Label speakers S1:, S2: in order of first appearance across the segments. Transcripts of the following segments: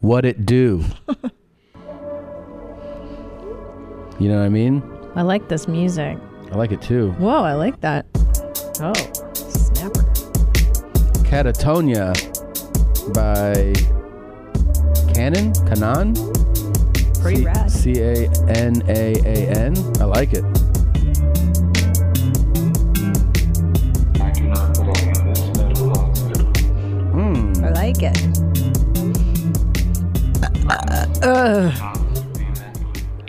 S1: What it do? you know what I mean?
S2: I like this music.
S1: I like it too.
S2: Whoa, I like that. Oh, snapper.
S1: Catatonia by Canon? Canon?
S2: Pretty rad.
S1: C A N A A N. I like it.
S3: I do not belong in this mental hospital.
S1: Mm.
S2: I like it. Uh,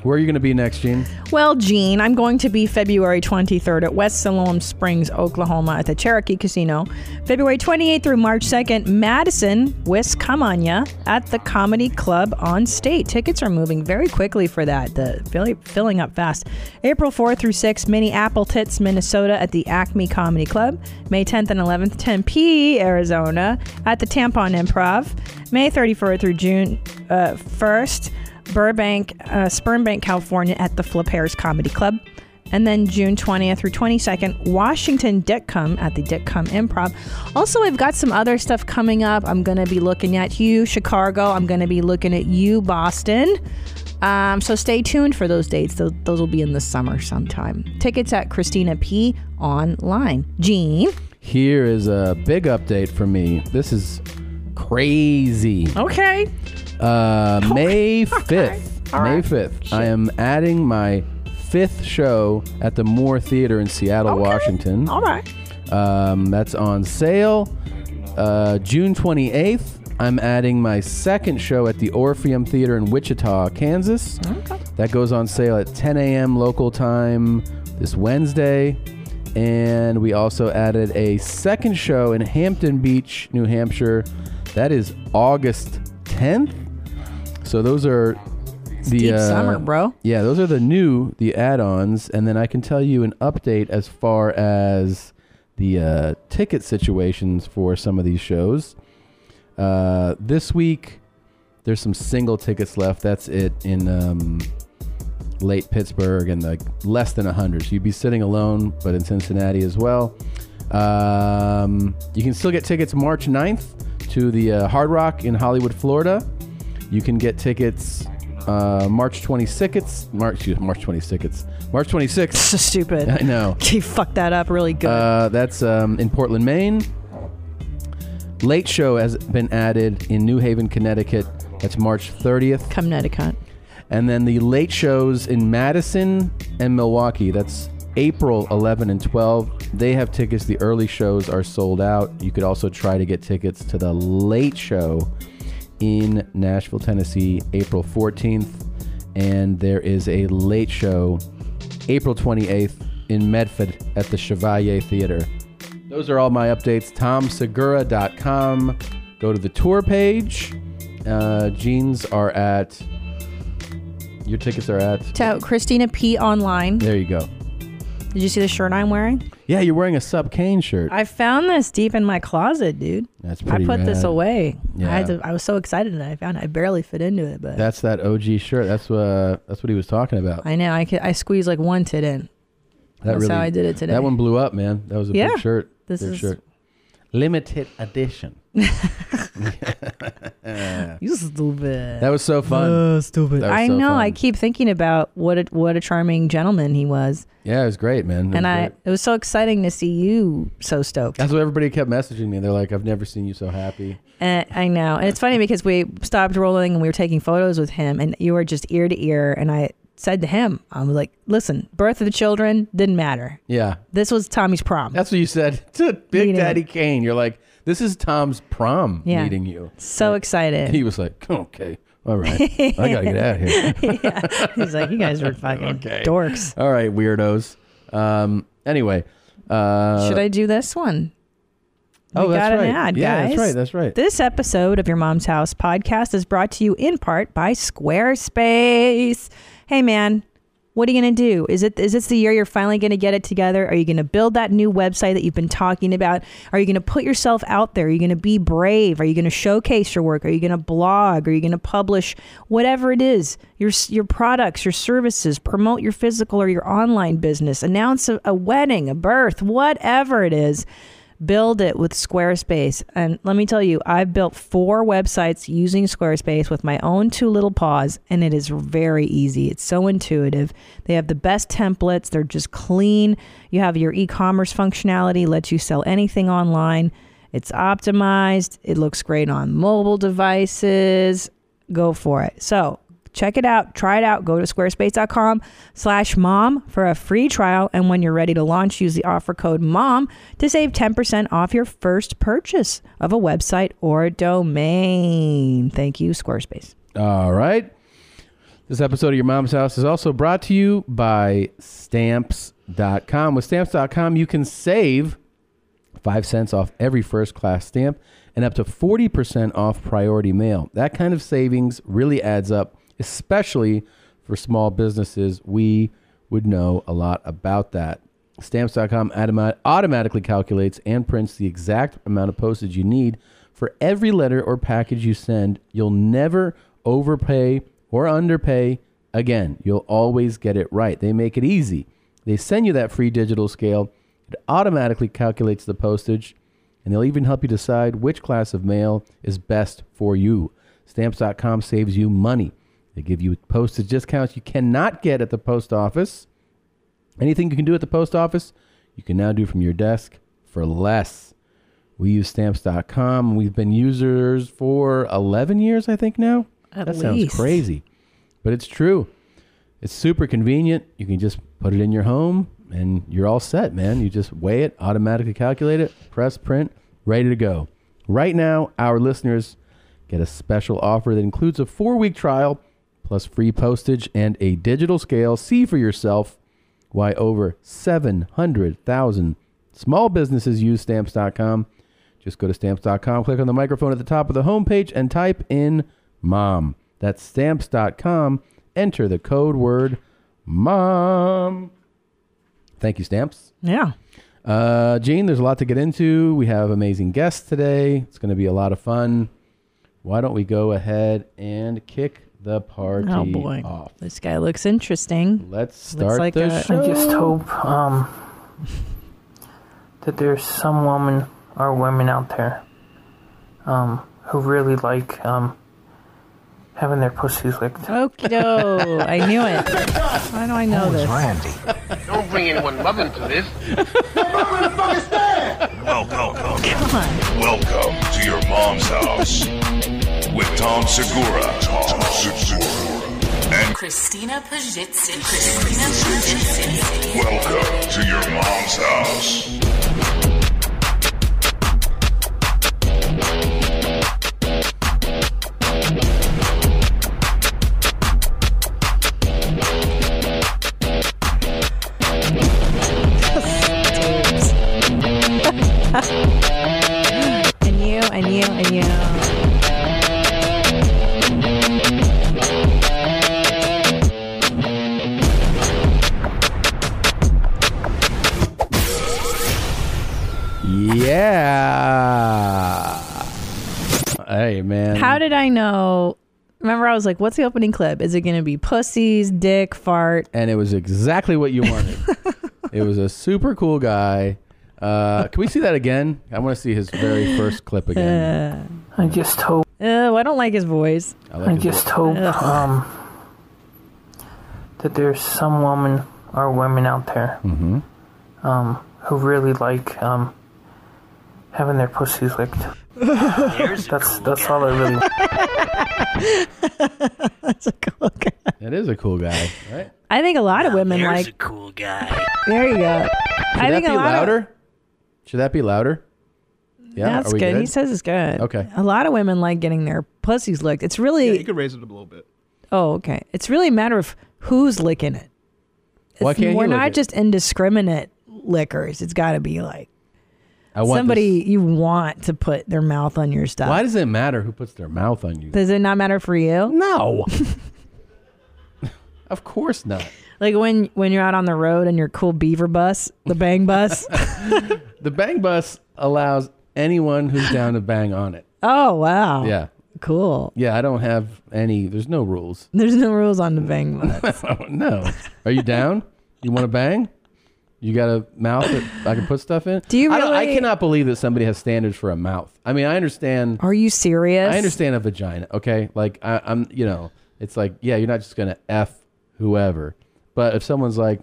S1: Where are you going to be next, Gene?
S2: Well, Gene, I'm going to be February 23rd at West Siloam Springs, Oklahoma at the Cherokee Casino. February 28th through March 2nd, Madison, Wisconsin at the Comedy Club on State. Tickets are moving very quickly for that. The really filling up fast. April 4th through 6th, Minneapolis, Minnesota at the Acme Comedy Club. May 10th and 11th, Tempe, Arizona at the Tampon Improv. May 31st through June uh, 1st, Burbank, uh, Spermbank, California at the Flippers Comedy Club. And then June 20th through 22nd, Washington Ditcom at the Ditcom Improv. Also, I've got some other stuff coming up. I'm going to be looking at you, Chicago. I'm going to be looking at you, Boston. Um, so stay tuned for those dates. Those, those will be in the summer sometime. Tickets at Christina P. online. Gene.
S1: Here is a big update for me. This is crazy.
S2: Okay.
S1: Uh, May 5th.
S2: All
S1: May
S2: right.
S1: 5th. I am adding my fifth show at the Moore Theater in Seattle, Washington.
S2: All right.
S1: Um, that's on sale. Uh, June 28th, I'm adding my second show at the Orpheum Theater in Wichita, Kansas. That goes on sale at 10 a.m. local time this Wednesday. And we also added a second show in Hampton Beach, New Hampshire. That is August 10th. So those are the uh,
S2: deep summer, bro.
S1: Yeah, those are the new the add-ons, and then I can tell you an update as far as the uh, ticket situations for some of these shows. Uh, this week, there's some single tickets left. That's it in um, late Pittsburgh and like less than 100. So you'd be sitting alone, but in Cincinnati as well. Um, you can still get tickets March 9th to the uh, Hard Rock in Hollywood, Florida. You can get tickets uh, March 26th. March, excuse, March 26th. March 26th.
S2: So stupid.
S1: I know.
S2: He fucked that up really good.
S1: Uh, that's um, in Portland, Maine. Late Show has been added in New Haven, Connecticut. That's March 30th.
S2: Connecticut.
S1: And then the late shows in Madison and Milwaukee. That's April 11 and 12. They have tickets. The early shows are sold out. You could also try to get tickets to the late show in Nashville, Tennessee, April 14th. And there is a late show April 28th in Medford at the Chevalier Theater. Those are all my updates. TomSegura.com. Go to the tour page. Uh, jeans are at your tickets are at.
S2: So Christina P. online.
S1: There you go.
S2: Did you see the shirt I'm wearing?
S1: Yeah, you're wearing a Sub Kane shirt.
S2: I found this deep in my closet, dude.
S1: That's
S2: I
S1: pretty.
S2: put this
S1: rad.
S2: away.
S1: Yeah.
S2: I, had to, I was so excited that I found it. I barely fit into it, but
S1: That's that OG shirt. That's uh, that's what he was talking about.
S2: I know I could, I squeezed like one tit in.
S1: that
S2: that's
S1: really,
S2: how I did it today.
S1: That one blew up, man. That was a
S2: Yeah,
S1: big shirt.
S2: this
S1: big
S2: is-
S1: shirt. Limited edition.
S2: You stupid.
S1: That was so fun.
S2: stupid.
S1: That was
S2: I
S1: so
S2: know. I
S1: fun.
S2: keep thinking about what a, what a charming gentleman he was,
S1: yeah, it was great, man. It was
S2: and I
S1: great.
S2: it was so exciting to see you so stoked.
S1: That's what everybody kept messaging me. They're like, "I've never seen you so happy."
S2: Uh, I know. And it's funny because we stopped rolling and we were taking photos with him, and you were just ear to ear. And I said to him, I was like, listen, birth of the children didn't matter.
S1: Yeah,
S2: This was Tommy's prom.
S1: that's what you said to Big
S2: Meeting.
S1: Daddy Kane. You're like, "This is Tom's prom
S2: Yeah.
S1: meeting you."
S2: so excited.
S1: He was like, "Okay, all right, I gotta get out of here."
S2: He's like, you guys were fucking
S1: Okay.
S2: dorks.
S1: All right, weirdos. Um, anyway, uh,
S2: Should I do this one?
S1: oh,
S2: we
S1: that's
S2: got an
S1: right.
S2: ad,
S1: yeah,
S2: guys.
S1: that's right. That's right.
S2: This episode of Your Mom's House podcast is brought to you in part by Squarespace. Hey, man. What are you going to do? Is it is this the year you're finally going to get it together? Are you going to build that new website that you've been talking about? Are you going to put yourself out there? Are you going to be brave? Are you going to showcase your work? Are you going to blog? Are you going to publish whatever it is? Your s- your products, your services, promote your physical or your online business, announce a, a wedding, a birth, whatever it is. Build it with Squarespace. And let me tell you, I've built four websites using Squarespace with my own two little paws, and it is very easy. It's so intuitive. They have the best templates, they're just clean. You have your e commerce functionality, lets you sell anything online. It's optimized, it looks great on mobile devices. Go for it. So, check it out try it out go to squarespace.com slash mom for a free trial and when you're ready to launch use the offer code mom to save 10% off your first purchase of a website or a domain thank you squarespace
S1: All right. This episode of Your Mom's House is also brought to you by stamps.com. With stamps.com, you can save 5 cents off every first class stamp and up to 40% off priority mail. That kind of savings really adds up, especially for small businesses. We would know a lot about that. Stamps.com automa- automatically calculates and prints the exact amount of postage you need for every letter or package you send. You'll never overpay or underpay again. You'll always get it right. They make it easy. They send you that free digital scale. It automatically calculates the postage, and they'll even help you decide which class of mail is best for you. Stamps.com saves you money. They give you postage discounts you cannot get at the post office. Anything you can do at the post office, you can now do from your desk for less. We use stamps.com. We've been users for 11 years, I think now.
S2: At
S1: that sounds
S2: least.
S1: crazy, but it's true. It's super convenient. You can just put it in your home and you're all set, man. You just weigh it, automatically calculate it, press print, ready to go. Right now, our listeners get a special offer that includes a four week trial plus free postage and a digital scale. See for yourself why over 700,000 small businesses use stamps.com. Just go to stamps.com, click on the microphone at the top of the homepage, and type in mom. That's stamps.com. Enter the code word mom. Thank you, Stamps.
S2: yeah
S1: Uh, Gene, there's a lot to get into. We have amazing guests today. It's going to be a lot of fun. Why don't we go ahead and kick the party
S2: oh boy
S1: off?
S2: this guy looks interesting
S1: Let's start
S2: like
S1: the
S2: a-
S1: show.
S4: I just
S1: Oh.
S4: hope um, that there's some woman or women out there um, who really like um, having their pussies licked.
S2: okay oh, i knew it why do i know this
S5: Randy.
S6: Don't bring anyone love into this.
S7: Welcome. Welcome to your mom's house with Tom Segura. Tom Segura. And
S8: Christina Pajitsin. Christina Pajitsin.
S7: welcome to your mom's house.
S2: and you and you and you
S1: Yeah. Hey, man.
S2: how did i know remember i was like what's the opening clip is it gonna be pussies dick fart
S1: and it was exactly what you wanted. it was a super cool guy. Uh, can we see that again? I want to see his very first clip again.
S4: I just hope.
S2: Oh, I don't like his voice.
S1: I like
S4: I
S1: his
S4: just hope um, that there's some woman or women out there
S1: Mm-hmm.
S4: um, who really like um, having their pussies licked. that's that's all I really. want.
S2: That's a cool guy.
S1: voice. That is a cool guy, right?
S2: I think a lot of women like.
S5: cool guy.
S2: There you go.
S1: Should
S2: I
S1: that
S2: think
S1: be
S2: a lot
S1: louder?
S2: Of,
S1: Should that be louder? Yeah,
S2: that's
S1: are we
S2: good. He says it's good.
S1: Okay.
S2: A lot of women like getting their pussies licked. It's really.
S9: You could raise it up a little bit.
S2: oh, okay. It's really a matter of who's licking it.
S1: Why
S2: It's-
S1: can't you
S2: we're
S1: lick
S2: not
S1: it?
S2: just indiscriminate lickers. It's got to be like
S1: I want
S2: somebody
S1: this-
S2: you want to put their mouth on your stuff.
S1: Why does it matter who puts their mouth on you?
S2: Does it not matter for you?
S1: no. of course not.
S2: Like when when you're out on the road and your cool beaver bus, the bang bus.
S1: The bang bus allows anyone who's down to bang on it.
S2: oh wow.
S1: Yeah.
S2: Cool.
S1: Yeah, I don't have any. There's no rules.
S2: There's no rules on the bang bus.
S1: Oh, no. Are you down? You want to bang? You got a mouth that I can put stuff in?
S2: Do you
S1: I, don't- I
S2: really-
S1: cannot believe that somebody has standards for a mouth. I mean, I understand.
S2: Are you serious?
S1: I understand a vagina, okay? Like I, I'm, you know, it's like yeah, you're not just gonna f whoever. But if someone's like,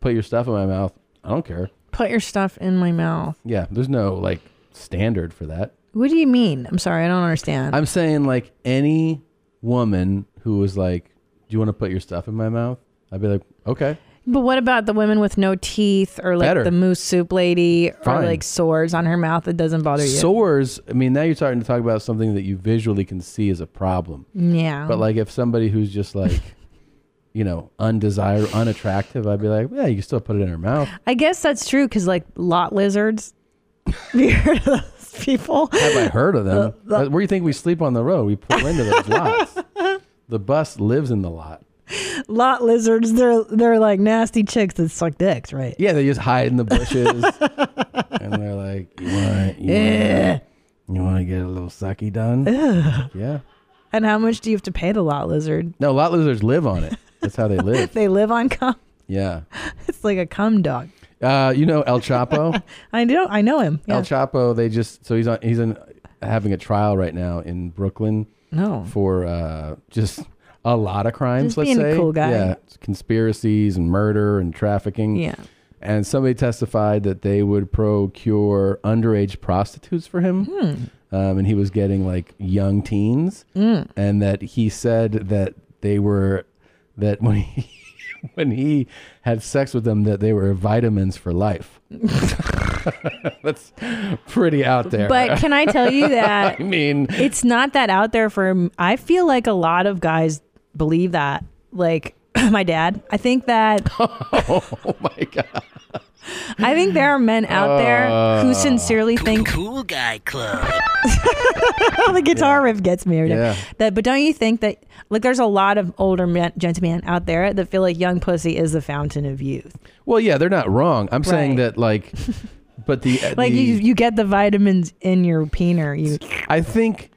S1: put your stuff in my mouth, I don't care.
S2: Put your stuff in my mouth.
S1: Yeah, there's no like standard for that.
S2: What do you mean? I'm sorry, I don't understand.
S1: I'm saying like any woman who was like, do you want to put your stuff in my mouth? I'd be like, okay,
S2: but what about the women with no teeth or like
S1: Better. the
S2: the moose soup lady
S1: Fine.
S2: or like sores on her mouth that doesn't bother you?
S1: sores. I mean, now you're starting to talk about something that you visually can see as a problem.
S2: yeah.
S1: But like if somebody who's just like, you know, undesirable, unattractive, I'd be like, yeah, you can still put it in her mouth.
S2: I guess that's true because like lot lizards, you heard of those people?
S1: Have I heard of them? Where do you think we sleep on the road? We pull into those lots. The bus lives in the lot.
S2: Lot lizards, they're they're like nasty chicks that suck dicks, right?
S1: Yeah, they just hide in the bushes, and they're like, "You want, you
S2: Yeah.
S1: want, you want to get a little sucky done?" Yeah.
S2: And how much do you have to pay the lot lizard?
S1: No, lot losers live on it. That's how they live.
S2: They live on cum.
S1: Yeah.
S2: It's like a cum dog.
S1: Uh, you know El Chapo.
S2: I know I know him. Yeah.
S1: El Chapo. They just so he's on. He's in having a trial right now in Brooklyn
S2: no.
S1: for uh, just a lot of crimes.
S2: Oh. Just
S1: let's
S2: being a
S1: say,
S2: cool guy.
S1: yeah, conspiracies and murder and trafficking.
S2: Yeah.
S1: and somebody testified that they would procure underage prostitutes for him.
S2: Hmm.
S1: Um, and he was getting like young teens, and that he said that they were that when he when he had sex with them that they were vitamins for life. That's pretty out there.
S2: But can I tell you that
S1: I mean,
S2: it's not that out there for I feel like a lot of guys believe that. Like my dad. I think that
S1: oh my god, Uh.
S2: I think there are men out there who sincerely think
S5: Cool Guy Club.
S2: Oh, the guitar riff gets me every time.
S1: Yeah.
S2: That, but don't you think that like there's a lot of older men, gentlemen out there that feel like young pussy is the fountain of youth.
S1: Well, yeah, they're not wrong. I'm saying
S2: Right.
S1: that like, but the
S2: Like
S1: the-
S2: you, you get the vitamins in your peener. You
S1: I think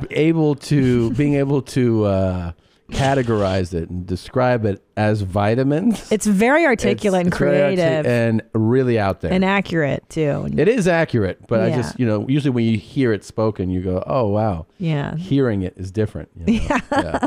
S1: b- able to being able to uh, categorize it and describe it as vitamins.
S2: it's very articulate
S1: It's-
S2: and
S1: it's very arti-
S2: creative
S1: and really out there.
S2: and accurate too. And
S1: it is accurate, but I
S2: Yeah.
S1: just you know usually when you hear it spoken, you go, "Oh wow,
S2: yeah.
S1: hearing it is different." you know? Yeah.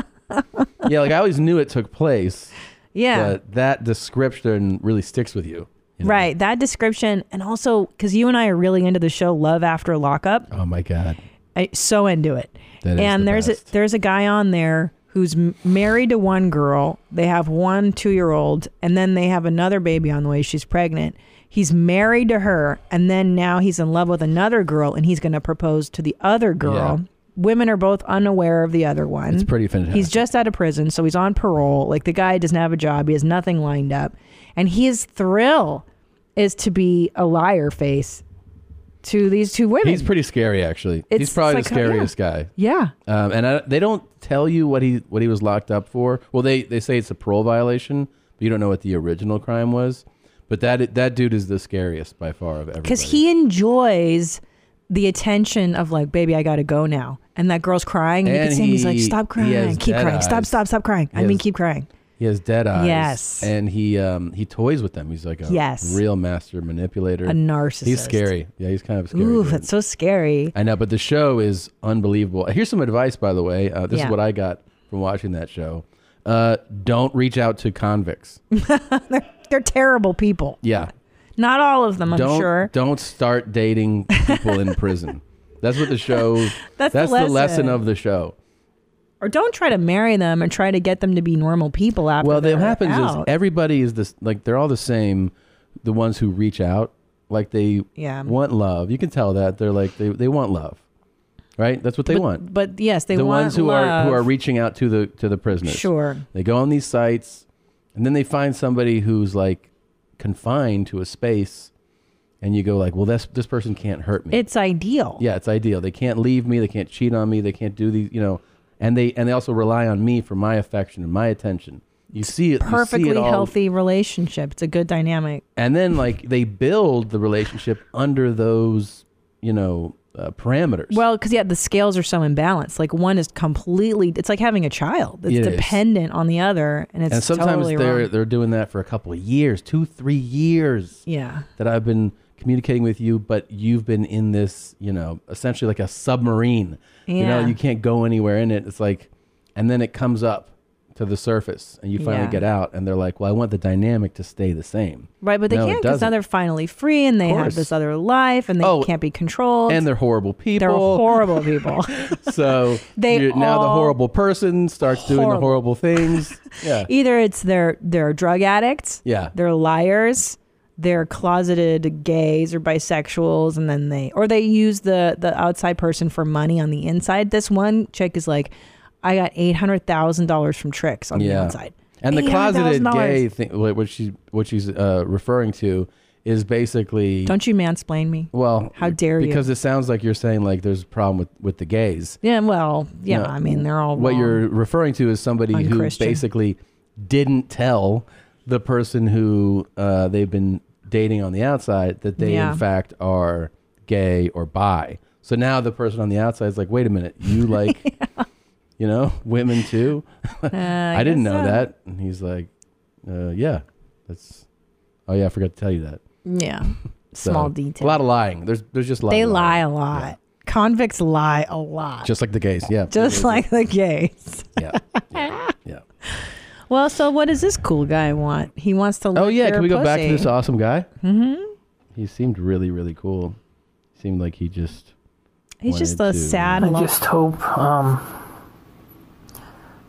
S1: yeah, like I always knew it took place,
S2: Yeah.
S1: but that description really sticks with you. you know?
S2: Right, that description, and also because you and I are really into the show Love After Lockup,
S1: Oh my god.
S2: I so into it.
S1: That is
S2: and
S1: the
S2: there's
S1: best.
S2: a there's a guy on there who's m- married to one girl. They have one two year old, and then they have another baby on the way. She's pregnant. He's married to her, and then now he's in love with another girl, and he's going to propose to the other girl.
S1: Yeah.
S2: Women are both unaware of the other one.
S1: It's pretty
S2: He's
S1: fantastic.
S2: just out of prison, so he's on parole. Like the guy doesn't have a job, he has nothing lined up, and his thrill is to be a liar face to these two women.
S1: He's pretty scary, actually. He's
S2: It's
S1: probably the
S2: psycho- yeah.
S1: scariest guy.
S2: yeah.
S1: Um, and I, they don't tell you what he what he was locked up for. Well, they, they say it's a parole violation, but you don't know what the original crime was. But that that dude is the scariest by far of everybody.
S2: because he enjoys the attention of like, baby, I gotta go now, and that girl's crying, and, you
S1: And
S2: can see him. He's like,
S1: he-
S2: stop
S1: he has
S2: crying, keep
S1: dead
S2: crying, stop,
S1: eyes.
S2: stop, stop crying. I
S1: He
S2: mean,
S1: has-
S2: keep crying.
S1: he has dead eyes.
S2: Yes.
S1: and he um he toys with them. He's like a
S2: Yes.
S1: real master manipulator,
S2: A narcissist.
S1: He's scary. Yeah, he's kind of a scary.
S2: Ooh,
S1: dude.
S2: that's so scary.
S1: I know, but the show is unbelievable. Here's some advice, by the way. Uh, this
S2: Yeah.
S1: is what I got from watching that show. Uh, don't reach out to convicts.
S2: They're terrible people.
S1: Yeah,
S2: Not all of them, I'm
S1: don't
S2: sure.
S1: don't start dating people in prison. That's what the show.
S2: That's
S1: the,
S2: the
S1: lesson
S2: lesson.
S1: of the show.
S2: Or don't try to marry them and try to get them to be normal people after.
S1: Well,
S2: they're
S1: what happens is
S2: out.
S1: everybody is this like they're all the same. The ones who reach out, like they
S2: Yeah.
S1: want love. You can tell that they're like they, they want love, right? That's what they want.
S2: but yes, they
S1: the
S2: want
S1: ones who are
S2: love.
S1: who are reaching out to the to the prisoners.
S2: Sure.
S1: They go on these sites, and then they find somebody who's like confined to a space, and you go like, well, this this person can't hurt me.
S2: it's ideal.
S1: Yeah, it's ideal. They can't leave me. They can't cheat on me. They can't do these, you know, and they and they also rely on me for my affection and my attention. You see it you see it
S2: perfectly
S1: all.
S2: healthy relationship. It's a good dynamic.
S1: And then like they build the relationship under those, you know, uh, parameters.
S2: Well, because yeah, the scales are so imbalanced. Like one is completely. It's like having a child. It's
S1: It is.
S2: dependent on the other, and it's
S1: and sometimes
S2: totally
S1: they're
S2: wrong.
S1: they're doing that for a couple of years, two, three years
S2: yeah.
S1: that I've been communicating with you, but you've been in this, you know, essentially like a submarine. You know,
S2: Yeah.
S1: you can't go anywhere in it. It's like, and then it comes up to the surface, and you finally
S2: Yeah.
S1: get out, and they're like, "Well, I want the dynamic to stay the same."
S2: Right, but they
S1: No, it
S2: can't because now
S1: doesn't.
S2: they're finally free and they have
S1: course.
S2: this other life and they
S1: Oh,
S2: can't be controlled.
S1: and they're horrible people.
S2: They're horrible people.
S1: so
S2: They
S1: you're- now the
S2: all-
S1: horrible person starts doing the
S2: Horrible.
S1: horrible things. yeah.
S2: Either it's they're they're drug addicts,
S1: Yeah.
S2: they're liars, they're closeted gays or bisexuals, and then they or they use the the outside person for money on the inside. This one chick is like, I got eight hundred thousand dollars from tricks on the
S1: Yeah.
S2: outside.
S1: And the closeted
S2: $800,000.
S1: gay thing, wh- what she what she's uh, referring to, is basically
S2: Don't you mansplain me?
S1: well.
S2: How dare you.
S1: Because it sounds like you're saying like there's a problem with with the gays.
S2: Yeah, well, yeah,
S1: No.
S2: I mean they're all
S1: What
S2: wrong.
S1: you're referring to is somebody who
S2: Unchristian.
S1: basically didn't tell the person who uh, they've been dating on the outside that they
S2: Yeah.
S1: in fact are gay or bi. So now the person on the outside is like, wait a minute, you like, you know, women too. I, didn't
S2: Uh, guess
S1: know
S2: so.
S1: that. And he's like, uh, yeah, that's. Oh yeah, I forgot to tell you that.
S2: yeah,
S1: So,
S2: small detail.
S1: A lot of lying. There's there's just a lot
S2: They
S1: of lying.
S2: lie a lot. Convicts lie a lot. Just,
S1: just like the gays. Yeah,
S2: like the gays.
S1: yeah, yeah. yeah.
S2: Well, so what does this cool guy want? He wants to.
S1: Oh
S2: lick
S1: yeah,
S2: your
S1: can we go back to
S2: pussy. Hmm?
S1: this awesome guy? Mm-hmm. He seemed really, really cool. Seemed like he just
S2: He's just a
S1: wanted to-
S2: sad.
S4: I
S2: lo-
S4: just hope um,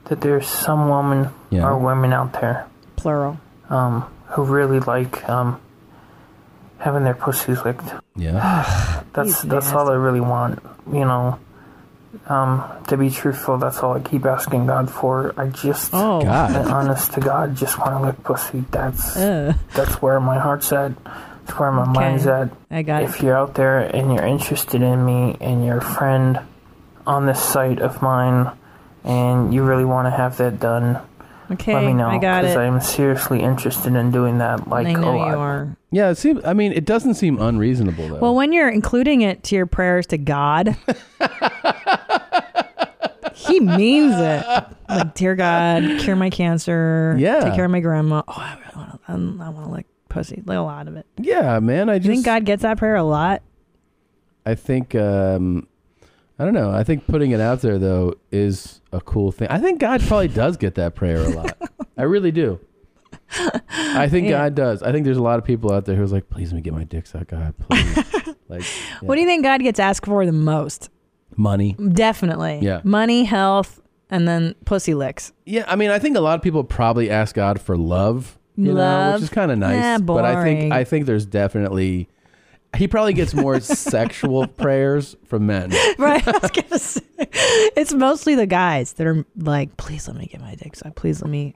S4: that there's some woman
S1: Yeah.
S4: or women out there
S2: plural.
S4: um, who really like um, having their pussies licked.
S1: yeah.
S4: That's
S2: These
S4: that's all I really want, you know. Um, to be truthful, that's all I keep asking God for. I just,
S2: Oh,
S1: God,
S4: honest to God, just want to lick pussy. That's
S2: Ugh.
S4: that's where my heart's at. That's where my mind's at.
S2: I got it.
S4: If you're out there and you're interested in me and you're a friend on this site of mine and you really want to have that done,
S2: Okay,
S4: let me know.
S2: I got it.
S4: I'm seriously interested in doing that, like
S2: I
S4: a
S2: know you
S4: lot.
S2: are.
S1: yeah. It seems. I mean, it doesn't seem unreasonable though.
S2: Well, when you're including it to your prayers to God, he means it. Like, dear God, cure my cancer.
S1: Yeah.
S2: Take care of my grandma. Oh, I really want to. I want to lick pussy. Like a lot of it.
S1: yeah, man. I just
S2: You think God gets that prayer a lot?
S1: I think um, I don't know. I think putting it out there though is a cool thing. I think God probably does get that prayer a lot. I really do. I think God does. I think there's a lot of people out there who's like, please let me get my dick sucked, God, please. like
S2: What do you think God gets asked for the most?
S1: money.
S2: Definitely.
S1: Yeah.
S2: Money, health, and then pussy licks.
S1: Yeah, I mean, I think a lot of people probably ask God for love, you know,
S2: Love?
S1: which is kind of nice.
S2: Nah,
S1: but I
S2: boring.
S1: think I think there's definitely he probably gets more sexual prayers from men.
S2: Right. I was gonna say, it's mostly the guys that are like, please let me get my dick sucked. Please let me.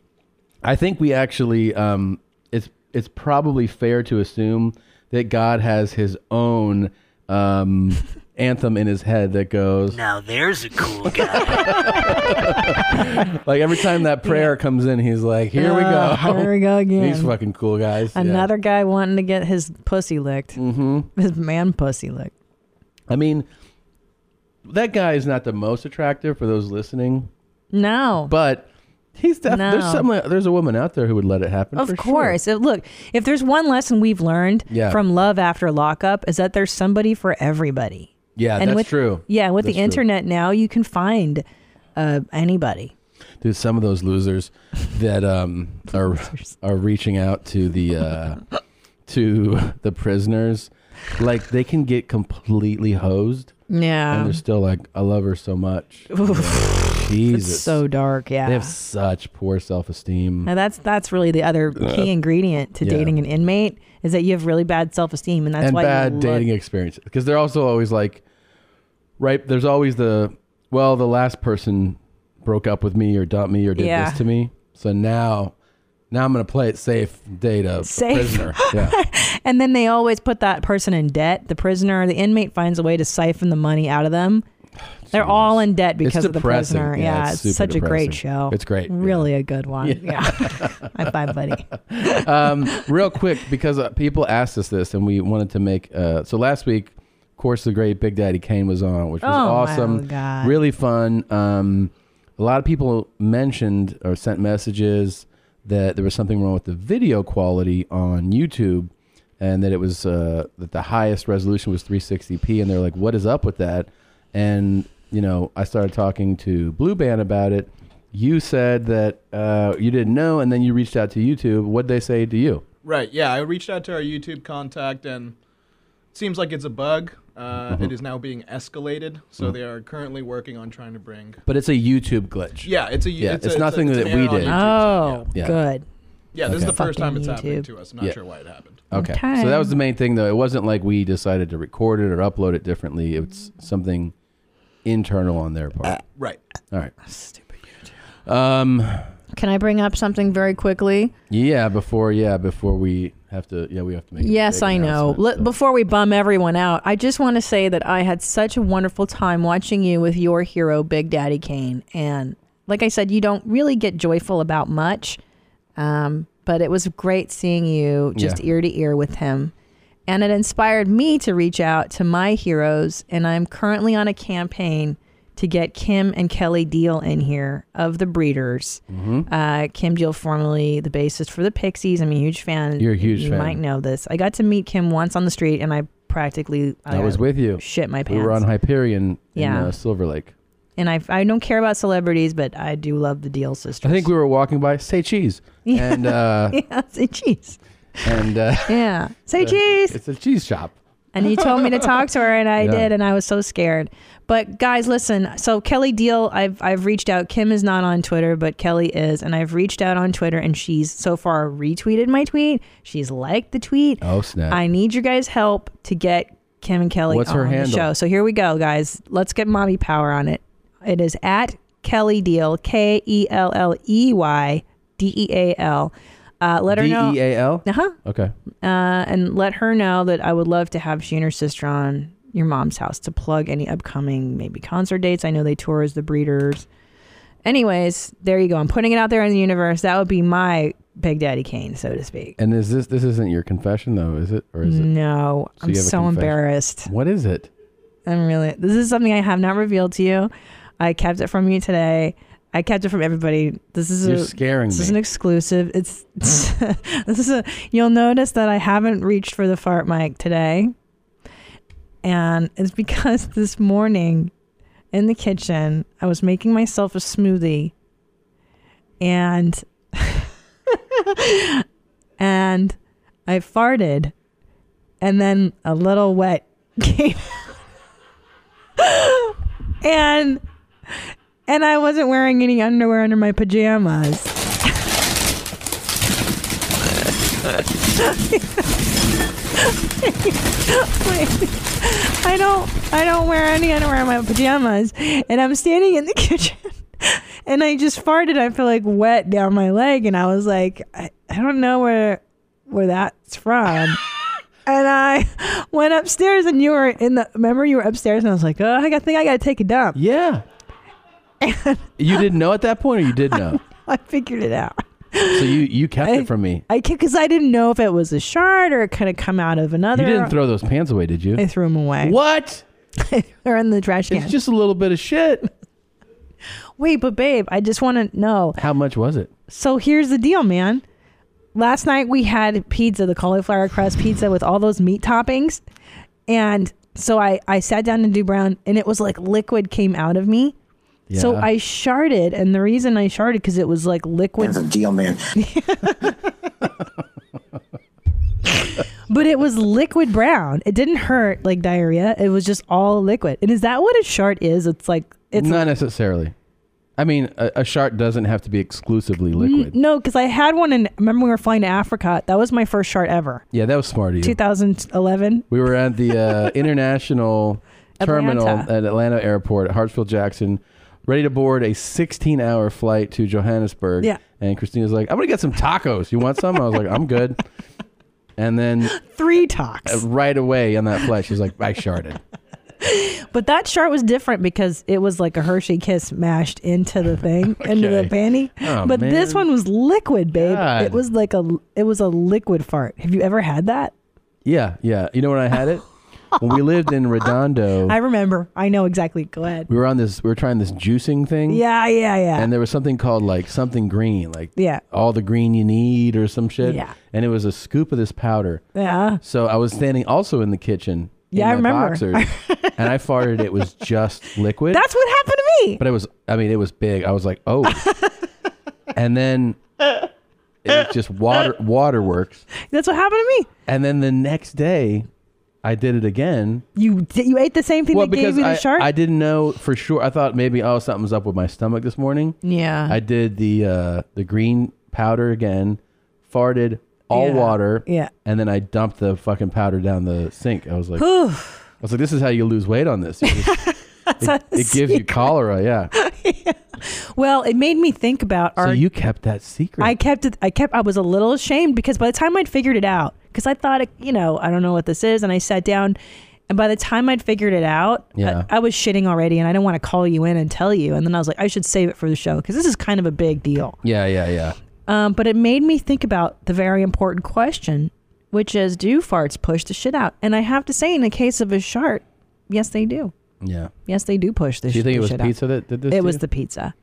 S1: I think we actually um, it's it's probably fair to assume that God has His own um, anthem in His head that goes
S5: Now there's a cool guy.
S1: like every time that prayer comes in, He's like, "Here we
S2: Uh,
S1: go,
S2: Here we go again.
S1: These fucking cool guys." Yeah.
S2: Another guy wanting to get his pussy licked. Mm-hmm. His man pussy licked.
S1: I mean, that guy is not the most attractive for those listening,
S2: No.
S1: but he's definitely there's
S2: No.
S1: some there's a woman out there who would let it happen. for
S2: of
S1: sure.
S2: course. Uh, Look, if there's one lesson we've learned
S1: Yeah.
S2: from love after lockup is that there's somebody for everybody.
S1: Yeah,
S2: and
S1: that's
S2: with,
S1: true.
S2: Yeah, with
S1: That's
S2: the
S1: true.
S2: internet now, you can find uh, anybody.
S1: Dude, some of those losers that um, are are reaching out to the uh, to the prisoners, like they can get completely hosed, and
S2: Yeah,
S1: they're still like, "I love her so much." Jesus,
S2: so dark. Yeah,
S1: they have such poor self esteem.
S2: now that's that's really the other key ingredient to
S1: Mm. yeah.
S2: dating an inmate is that you have really bad self esteem, and that's
S1: and
S2: why
S1: bad
S2: you look-
S1: dating experiences because they're also always like right there's always the well the last person broke up with me or dumped me or did
S2: Yeah.
S1: this to me so now now i'm gonna play it safe date a
S2: Safe.
S1: prisoner yeah
S2: And then they always put that person in debt. The prisoner, the inmate finds a way to siphon the money out of them. They're all in debt because of the
S1: depressing.
S2: prisoner.
S1: Yeah,
S2: Yeah,
S1: it's
S2: it's,
S1: super
S2: such a great
S1: depressing.
S2: show.
S1: It's great, yeah.
S2: Really a good one. Yeah. High five, buddy.
S1: Um, real quick because uh, people asked us this and we wanted to make uh, so last week of course, the great Big Daddy Kane was on, which was
S2: Oh, my
S1: awesome.
S2: God.
S1: Really fun. Um, a lot of people mentioned or sent messages that there was something wrong with the video quality on YouTube, and that it was uh, that the highest resolution was 360p, and they're like, "What is up with that?" And you know, I started talking to Blue Band about it. You said that uh, you didn't know, and then you reached out to YouTube. What'd they say to you?
S9: Right. Yeah, I reached out to our YouTube contact, and it seems like it's a bug. Uh,
S1: Mm-hmm.
S9: it is now being escalated, so they are currently working on trying to bring.
S1: But it's a YouTube glitch.
S9: Yeah, it's a.
S1: Yeah,
S9: it's, a-
S1: it's
S9: a-
S1: nothing
S9: it's an
S1: that
S9: error
S1: we
S9: on
S1: did.
S9: YouTube,
S2: Oh,
S1: Yeah.
S2: good.
S9: Yeah, Yeah, this is the first time it's happening
S2: YouTube.
S9: to us. Not
S1: Yeah.
S9: sure why it happened.
S1: Okay.
S2: Okay.
S1: So that was the main thing, though. It wasn't like we decided to record it or upload it differently. It's something internal on their part.
S9: Right.
S1: All right.
S2: Stupid.
S1: Um.
S2: Can I bring up something very quickly?
S1: Yeah. Before. Yeah. Before we have to. Yeah. We have to make. a
S2: Yes,
S1: big
S2: I know.
S1: announcement,
S2: Let-
S1: so.
S2: Before we bum everyone out, I just want to say that I had such a wonderful time watching you with your hero, Big Daddy Kane. And like I said, you don't really get joyful about much, um, but it was great seeing you just
S1: Yeah.
S2: ear to ear with him. And it inspired me to reach out to my heroes. And I'm currently on a campaign to get Kim and Kelly Deal in here of the Breeders.
S1: Mm-hmm.
S2: Uh, Kim Deal, formerly the bassist for the Pixies. I'm a huge fan.
S1: You're a huge
S2: you
S1: fan.
S2: might know this. I got to meet Kim once on the street, and I practically
S1: I was with you.
S2: Oh, Shit my
S1: we
S2: pants.
S1: were on Hyperion
S2: Yeah.
S1: in uh, Silver Lake.
S2: and I I don't care about celebrities, but I do love the Deal sisters.
S1: I think we were walking by. Say cheese.
S2: Yeah.
S1: And uh,
S2: yeah, say cheese.
S1: and uh,
S2: Yeah, say cheese.
S1: it's a cheese shop.
S2: and he told me to talk to her and I
S1: Yeah.
S2: did and I was so scared. But guys, listen, so Kelly Deal, I've I've reached out. Kim is not on Twitter, but Kelly is, and I've reached out on Twitter and she's so far retweeted my tweet. She's liked the tweet.
S1: Oh, snap.
S2: I need your guys' help to get Kim and Kelly
S1: What's
S2: on
S1: her
S2: the
S1: handle?
S2: show. So here we go, guys. Let's get mommy power on it. It is at Kelly Deal, K E L L E Y D E A L. Uh, let her
S1: D
S2: know.
S1: E A L.
S2: Uh huh
S1: Okay.
S2: uh, and let her know that I would love to have she and her sister on your mom's house to plug any upcoming maybe concert dates. I know they tour as the Breeders. Anyways, there you go. I'm putting it out there in the universe. That would be my Big Daddy Kane, so to speak.
S1: And is this this isn't your confession though, is it? Or is it?
S2: No,
S1: So
S2: I'm
S1: you have a
S2: so
S1: confession.
S2: embarrassed.
S1: What is it?
S2: I'm really. This is something I have not revealed to you. I kept it from you today. I kept it from everybody. This is
S1: You're
S2: a,
S1: scaring
S2: This
S1: me.
S2: is an exclusive. It's this is a. You'll notice that I haven't reached for the fart mic today, and it's because this morning, in the kitchen, I was making myself a smoothie, and and I farted, and then a little wet came, out. and and I wasn't wearing any underwear under my pajamas. I don't I don't wear any underwear in my pajamas and I'm standing in the kitchen and I just farted I feel like wet down my leg and I was like I, I don't know where where that's from and I went upstairs and you were in the remember you were upstairs and I was like oh I got- think I gotta take a dump
S1: Yeah. you didn't know at that point, or you did know?
S2: I figured it out.
S1: So you you kept it from me.
S2: I because I didn't know if it was a shard or it could have come out of another.
S1: You didn't throw those pants away, did you?
S2: I threw them away.
S1: What?
S2: They're in the trash can.
S1: It's just a little bit of shit.
S2: Wait, but babe, I just want to know.
S1: How much was it?
S2: So here's the deal, man. Last night we had pizza, the cauliflower crust pizza with all those meat toppings, and so I I sat down to do brown, and it was like liquid came out of me. So
S1: Yeah.
S2: I sharded, and the reason I sharded because it was like liquid
S10: deal, man.
S2: But it was liquid brown. It didn't hurt like diarrhea. It was just all liquid. And is that what a shart is? It's like it's
S1: Not necessarily. I mean, a, a shark doesn't have to be exclusively liquid.
S2: no, because I had one. And remember, when we were flying to Africa. That was my first shart ever.
S1: Yeah, that was smart of you.
S2: 2011.
S1: We were at the uh, international terminal
S2: Atlanta.
S1: at Atlanta Airport at Hartsfield Jackson, ready to board a 16 hour flight to Johannesburg.
S2: Yeah.
S1: And Christina's like, I'm going to get some tacos. You want some? I was like, I'm good. And then uh,
S2: Three talks.
S1: right away on that flight, she's like, I sharded.
S2: But that shart was different because it was like a Hershey kiss mashed into the thing, into the
S1: Okay.
S2: panty.
S1: Oh,
S2: but this
S1: man.
S2: one was liquid, babe.
S1: God.
S2: It was like a it was a liquid fart. Have you ever had that?
S1: Yeah, yeah. You know when I had it? when we lived in Redondo,
S2: I remember. I know exactly. Go ahead.
S1: we were on this. We were trying this juicing thing.
S2: Yeah, yeah, yeah.
S1: And there was something called like something green, like
S2: Yeah.
S1: all the green you need or some shit.
S2: Yeah.
S1: And it was a scoop of this powder.
S2: yeah.
S1: So I was standing also in the kitchen. in
S2: Yeah, I
S1: my
S2: remember.
S1: boxers, and I farted. It was just liquid.
S2: That's what happened to me.
S1: but it was. I mean, it was big. I was like, oh. and then it was just water waterworks.
S2: That's what happened to me.
S1: And then the next day, I did it again.
S2: You did, you ate the same thing
S1: well,
S2: that gave
S1: because
S2: you the
S1: I,
S2: shark?
S1: I didn't know for sure. I thought maybe oh something's up with my stomach this morning.
S2: yeah.
S1: I did the uh, the green powder again, farted all
S2: Yeah.
S1: water,
S2: Yeah.
S1: and then I dumped the fucking powder down the sink. I was like, I was like, this is how you lose weight on this. You just- it,
S2: a
S1: it gives you cholera, yeah.
S2: well, it made me think about our
S1: so you kept that secret.
S2: I kept it. I kept. I was a little ashamed because by the time I'd figured it out, because I thought, you know, I don't know what this is, and I sat down, and by the time I'd figured it out, I-
S1: Yeah.
S2: I, was shitting already, and I didn't want to call you in and tell you. And then I was like, I should save it for the show because this is kind of a big deal.
S1: yeah, yeah, yeah.
S2: Um, but it made me think about the very important question, which is, do farts push the shit out? And I have to say, in the case of a shark, yes, they do.
S1: Yeah.
S2: Yes, they do push the,
S1: Do you
S2: sh-
S1: think
S2: the
S1: it was
S2: shit out.
S1: pizza that did this?
S2: It
S1: to
S2: was
S1: you? Hmm.
S2: the pizza.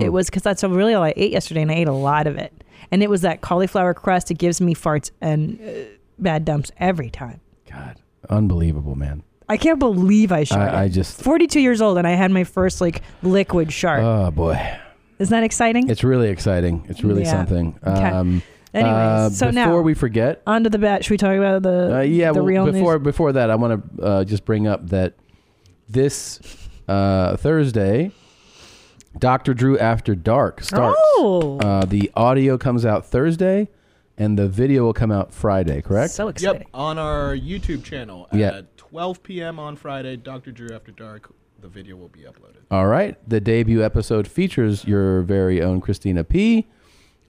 S2: It was because that's really all I ate yesterday, and I ate a lot of it. And it was that cauliflower crust. It gives me farts and uh, bad dumps every time.
S1: God. Unbelievable, man.
S2: I can't believe I sharted.
S1: I just-
S2: forty-two years old, and I had my first like liquid shark.
S1: Oh boy.
S2: Isn't that exciting?
S1: It's really exciting. It's really
S2: Yeah.
S1: something.
S2: Okay.
S1: Um
S2: Anyways,
S1: uh,
S2: so
S1: before
S2: now-
S1: we forget,
S2: Onto the bat. Should we talk about the
S1: Uh, yeah,
S2: the
S1: well,
S2: real
S1: before
S2: news?
S1: before that, I want to uh, just bring up that this uh, Thursday, Doctor Drew After Dark starts.
S2: Oh,
S1: Uh, the audio comes out Thursday, and the video will come out Friday. Correct?
S2: so
S9: Yep,
S2: exciting.
S9: on our YouTube channel
S1: Yeah.
S9: at 12 p.m. on Friday, Dr. Drew After Dark. The video will be uploaded.
S1: All right. The debut episode features your very own Christina P.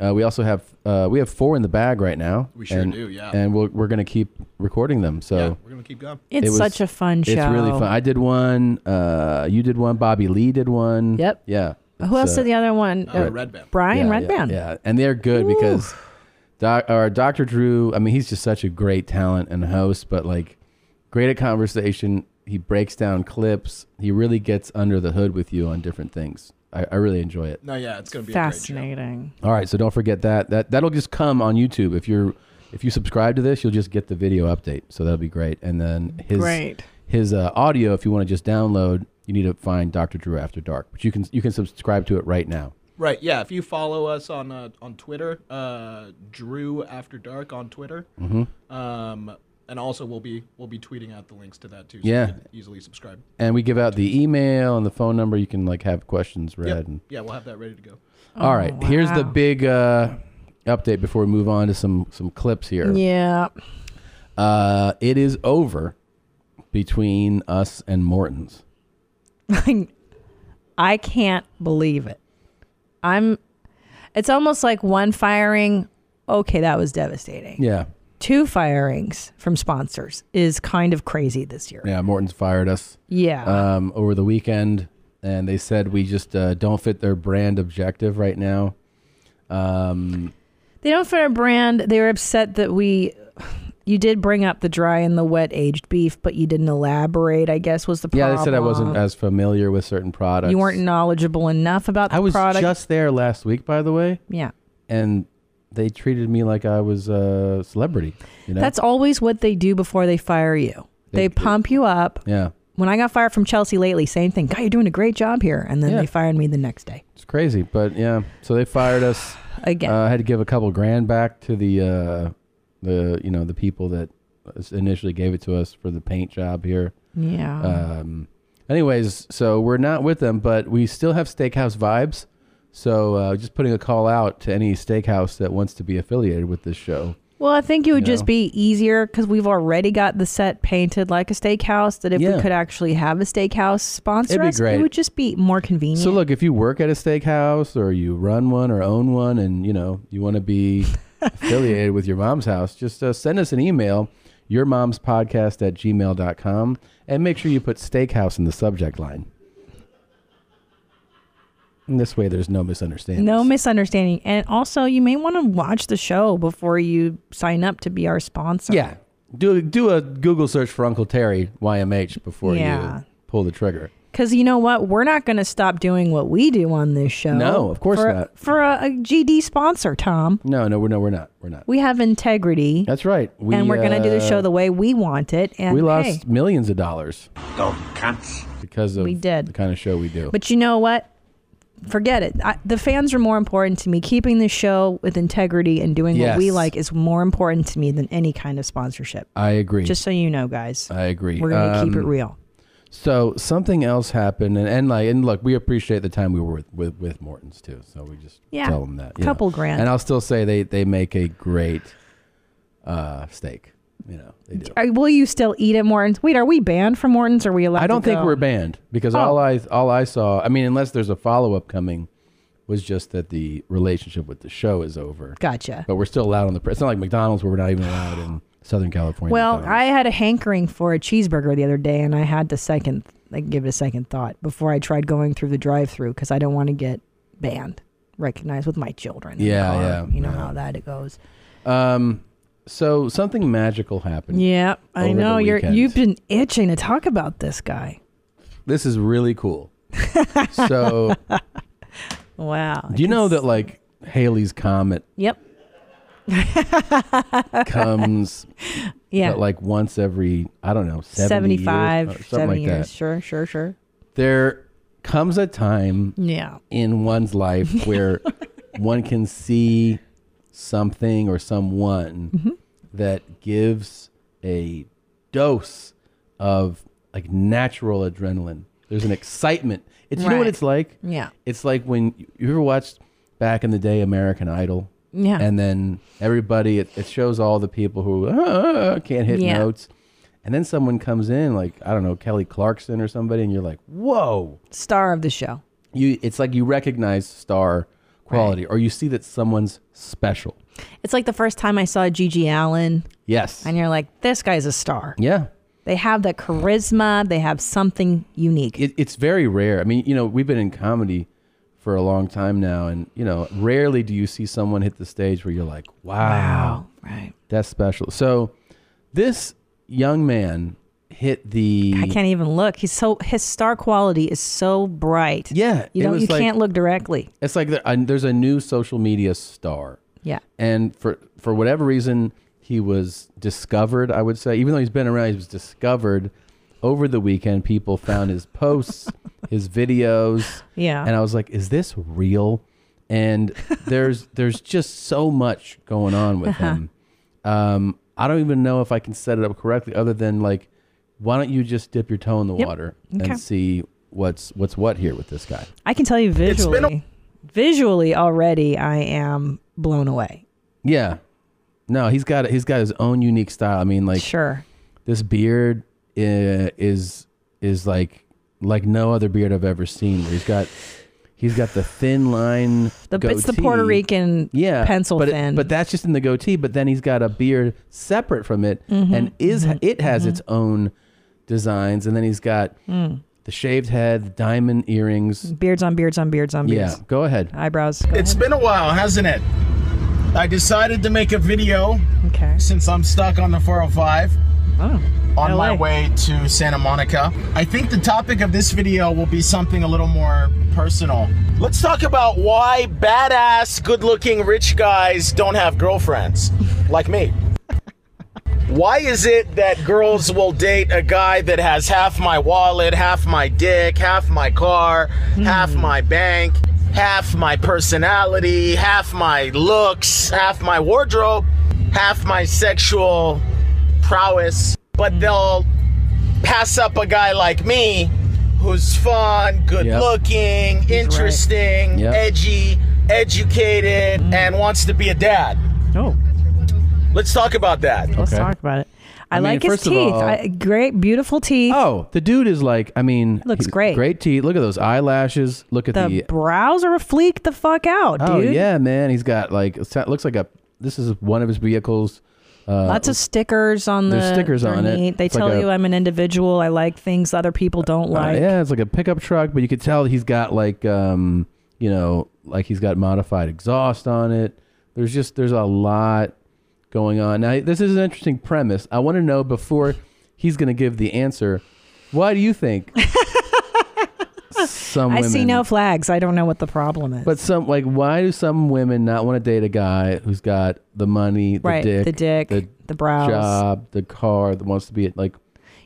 S1: Uh, we also have uh, we have four in the bag right now.
S9: We sure
S1: and-
S9: do, yeah.
S1: And we'll, we're going to keep recording them. So.
S9: Yeah, we're gonna keep going.
S2: It's
S1: It was-
S2: such a fun show.
S1: It's really fun. I did one. Uh, you did one. Bobby Lee did one.
S2: Yep.
S1: Yeah.
S2: Who else
S1: So-
S2: did the other one?
S9: Uh, Red Band.
S2: Brian
S1: yeah,
S2: Red Redband.
S1: Yeah, yeah. and they're good because doc, or Dr. Drew, I mean, he's just such a great talent and host, but like great at conversation. He breaks down clips. He really gets under the hood with you on different things. I, I really enjoy it.
S9: No, yeah, it's gonna be a great
S2: Fascinating.
S1: All right, so don't forget that. That that'll just come on YouTube. If you're if you subscribe to this, you'll just get the video update. So that'll be great. And then his
S2: Great.
S1: his uh, audio, if you want to just download, you need to find Dr. Drew After Dark. But you can you can subscribe to it right now.
S9: show. Right, yeah. If you follow us on uh, on Twitter, uh, Drew After Dark on Twitter,
S1: Mm-hmm.
S9: um, and also we'll be we'll be tweeting out the links to that too. So
S1: Yeah.
S9: you can easily subscribe.
S1: and we give out the email and the phone number. You can like have questions read.
S9: Yep.
S1: And,
S9: Yeah, we'll have that ready to go.
S1: all right, here's the
S2: Oh, wow.
S1: big uh, update before we move on to some some clips here.
S2: Yeah.
S1: Uh, it is over between us and Morton's.
S2: I can't believe it. I'm it's almost like one firing, okay, that was devastating.
S1: Yeah,
S2: Two firings from sponsors is kind of crazy this year.
S1: yeah. Morton's fired us
S2: Yeah.
S1: um, over the weekend, and they said we just uh, don't fit their brand objective right now. Um,
S2: they don't fit our brand. They were upset that we you did bring up the dry and the wet aged beef, but you didn't elaborate, I guess was the
S1: yeah,
S2: problem.
S1: they said I wasn't as familiar with certain products.
S2: you weren't knowledgeable enough about the
S1: I was
S2: product.
S1: just there last week, by the way.
S2: yeah.
S1: and they treated me like I was a celebrity. You know,
S2: That's always what they do before they fire you. They,
S1: They-
S2: pump you up.
S1: yeah,
S2: When I got fired from Chelsea lately, same thing. God, you're doing a great job here. And then
S1: Yeah.
S2: they fired me the next day.
S1: it's crazy, but yeah. So they fired us.
S2: Again.
S1: Uh, I had to give a couple grand back to the uh, the you know the people that initially gave it to us for the paint job here.
S2: yeah.
S1: Um, anyways, so we're not with them, but we still have steakhouse vibes. So uh, just putting a call out to any steakhouse that wants to be affiliated with this show.
S2: well, I think it would
S1: you
S2: just
S1: know.
S2: be easier because we've already got the set painted like a steakhouse. That if
S1: Yeah.
S2: we could actually have a steakhouse sponsor
S1: It'd be
S2: us, it
S1: great.
S2: would just be more convenient.
S1: So look, if you work at a steakhouse or you run one or own one, and you know you want to be affiliated with your mom's house, just uh, send us an email, yourmomspodcast at gmail.com, and make sure you put steakhouse in the subject line. And this way, there's no misunderstanding.
S2: no misunderstanding. And also, you may want to watch the show before you sign up to be our sponsor.
S1: Yeah, Do do a Google search for Uncle Terry YMH before
S2: Yeah.
S1: you pull the trigger.
S2: Because you know what? We're not going to stop doing what we do on this show.
S1: No, of course
S2: for,
S1: not.
S2: For a, a GD sponsor, Tom.
S1: No, no, we're no, we're not. We're not.
S2: We have integrity.
S1: That's right. We,
S2: and we're going to do the
S1: uh,
S2: show the way we want it. And
S1: we lost
S2: hey,
S1: millions of dollars
S5: Dumb cunts.
S1: because of
S2: We did.
S1: the kind of show we do.
S2: But you know what? Forget it. I, the fans are more important to me. Keeping the show with integrity and doing what we
S1: Yes.
S2: like is more important to me than any kind of sponsorship.
S1: I agree.
S2: Just so you know, guys,
S1: I agree.
S2: we're going to keep
S1: Um,
S2: it real.
S1: So something else happened, and, and like, and look, we appreciate the time we were with with, with Morton's too. So we just
S2: Yeah,
S1: tell them that you
S2: couple
S1: know.
S2: grand.
S1: and I'll still say they they make a great uh, steak. You know, they do.
S2: Are, will you still eat at Morton's? Wait, are we banned from Morton's? Are we allowed?
S1: I don't
S2: to
S1: think
S2: go? Oh.
S1: we're banned because all I all I saw, I mean, unless there's a follow up coming, was just that the relationship with the show is over.
S2: Gotcha.
S1: But we're still allowed on the. pr- It's not like McDonald's where we're not even allowed in Southern California.
S2: Well,
S1: McDonald's.
S2: I had a hankering for a cheeseburger the other day, and I had to second, like, give it a second thought before I tried going through the drive-through because I don't want to get banned, recognized with my children. in the
S1: Yeah,
S2: car.
S1: yeah,
S2: You know
S1: yeah.
S2: how that goes.
S1: Um, so something magical happened.
S2: Yeah, I
S1: Over the
S2: know you're.
S1: weekend.
S2: You've been itching to talk about this guy.
S1: This is really cool. so
S2: Wow.
S1: do you know that like Haley's comet
S2: Yep.
S1: comes
S2: Yeah.
S1: at, like once every I don't know 70 years,
S2: Seventy-five,
S1: or something
S2: seventy
S1: like
S2: years.
S1: that.
S2: Sure, sure, sure.
S1: There comes a time
S2: Yeah.
S1: in one's life where one can see something or someone
S2: Mm-hmm.
S1: that gives a dose of like natural adrenaline. There's an excitement. It's you know what
S2: Right.
S1: it's like?
S2: Yeah.
S1: It's like when you ever watched back in the day American Idol.
S2: Yeah.
S1: And then everybody it, it shows all the people who "Ah, can't hit
S2: Yeah.
S1: notes. And then someone comes in like I don't know Kelly Clarkson or somebody and you're like, "Whoa."
S2: Star of the show.
S1: you it's like you recognize star quality or you see that someone's special
S2: It's like the first time I saw Gigi Allen,
S1: yes
S2: and you're like, this guy's a star.
S1: yeah
S2: They have that charisma. They have something unique.
S1: it, it's very rare i mean you know we've been in comedy for a long time now and you know rarely do you see someone hit the stage where you're like wow.
S2: Right.
S1: that's special so this young man hit the
S2: I can't even look. He's so his star quality is so bright.
S1: Yeah,
S2: You
S1: it
S2: don't.
S1: was
S2: You
S1: like-
S2: can't look directly.
S1: it's like there- uh, there's a new social media star
S2: Yeah.
S1: and for for whatever reason he was discovered i would say even though he's been around he was discovered over the weekend people found his posts his videos
S2: Yeah.
S1: and i was like is this real and there's there's just so much going on with
S2: Uh-huh.
S1: him um i don't even know if i can set it up correctly other than like why don't you just dip your toe in the
S2: Yep.
S1: water
S2: Okay.
S1: and see what's what's what here with this guy
S2: I can tell you visually. visually already, I am blown away.
S1: yeah no he's got he's got his own unique style i mean like
S2: Sure.
S1: this beard i- is is like like no other beard I've ever seen. He's got he's got the thin line.
S2: The, it's the
S1: goatee.
S2: Puerto Rican
S1: yeah
S2: pencil
S1: but it-
S2: thin.
S1: but that's just in the goatee. But then he's got a beard separate from it,
S2: Mm-hmm.
S1: and is it has its own designs. And then he's got
S10: Mm.
S1: the shaved head, the diamond earrings.
S2: beards on beards on beards on
S1: Yeah,
S2: beards.
S1: go ahead.
S2: Eyebrows. Go
S10: It's been a while, hasn't it? I decided to make a video
S2: ahead. okay.
S10: since I'm stuck on the 405
S2: Oh.
S10: on my
S2: LA.
S10: way to Santa Monica. I think the topic of this video will be something a little more personal. Let's talk about why badass, good looking, rich guys don't have girlfriends like me. Why is it that girls will date a guy that has half my wallet, half my dick, half my car,
S2: Hmm.
S10: half my bank, half my personality, half my looks, half my wardrobe, half my sexual prowess,
S2: Hmm.
S10: but they'll pass up a guy like me who's fun, good
S1: Yep.
S10: looking, interesting,
S1: Yep.
S10: edgy, educated, and wants to be a dad?
S2: Hmm. Oh.
S10: Let's talk about that.
S2: Let's
S1: Okay.
S2: talk about it. I,
S1: I mean,
S2: like his
S1: first of
S2: teeth.
S1: all-
S2: I, great, beautiful teeth.
S1: Oh, the dude is like I mean,
S2: Looks
S1: he's-
S2: great.
S1: Great teeth. Look at those eyelashes. Look at
S2: the
S1: the
S2: brows are fleeked the fuck out, dude.
S1: Oh yeah, man. He's got like it so- looks like a. This is one of his vehicles. Uh,
S2: Lots of stickers on the
S1: There's stickers
S2: they're
S1: on it.
S2: neat. They
S1: It's
S2: tell
S1: like a-
S2: you I'm an individual. I like things other people don't
S1: uh,
S2: like.
S1: yeah, it's like a pickup truck, but you could tell he's got like um, you know, like he's got modified exhaust on it. There's just there's a lot going on. Now, this is an interesting premise. I want to know before he's going to give the answer. Why do you think some
S2: I
S1: women?
S2: see no flags. I don't know what the problem is.
S1: But some like why do some women not want to date a guy who's got the money, the
S2: Right,
S1: dick,
S2: the dick, the brows.
S1: job, the car, that wants to be like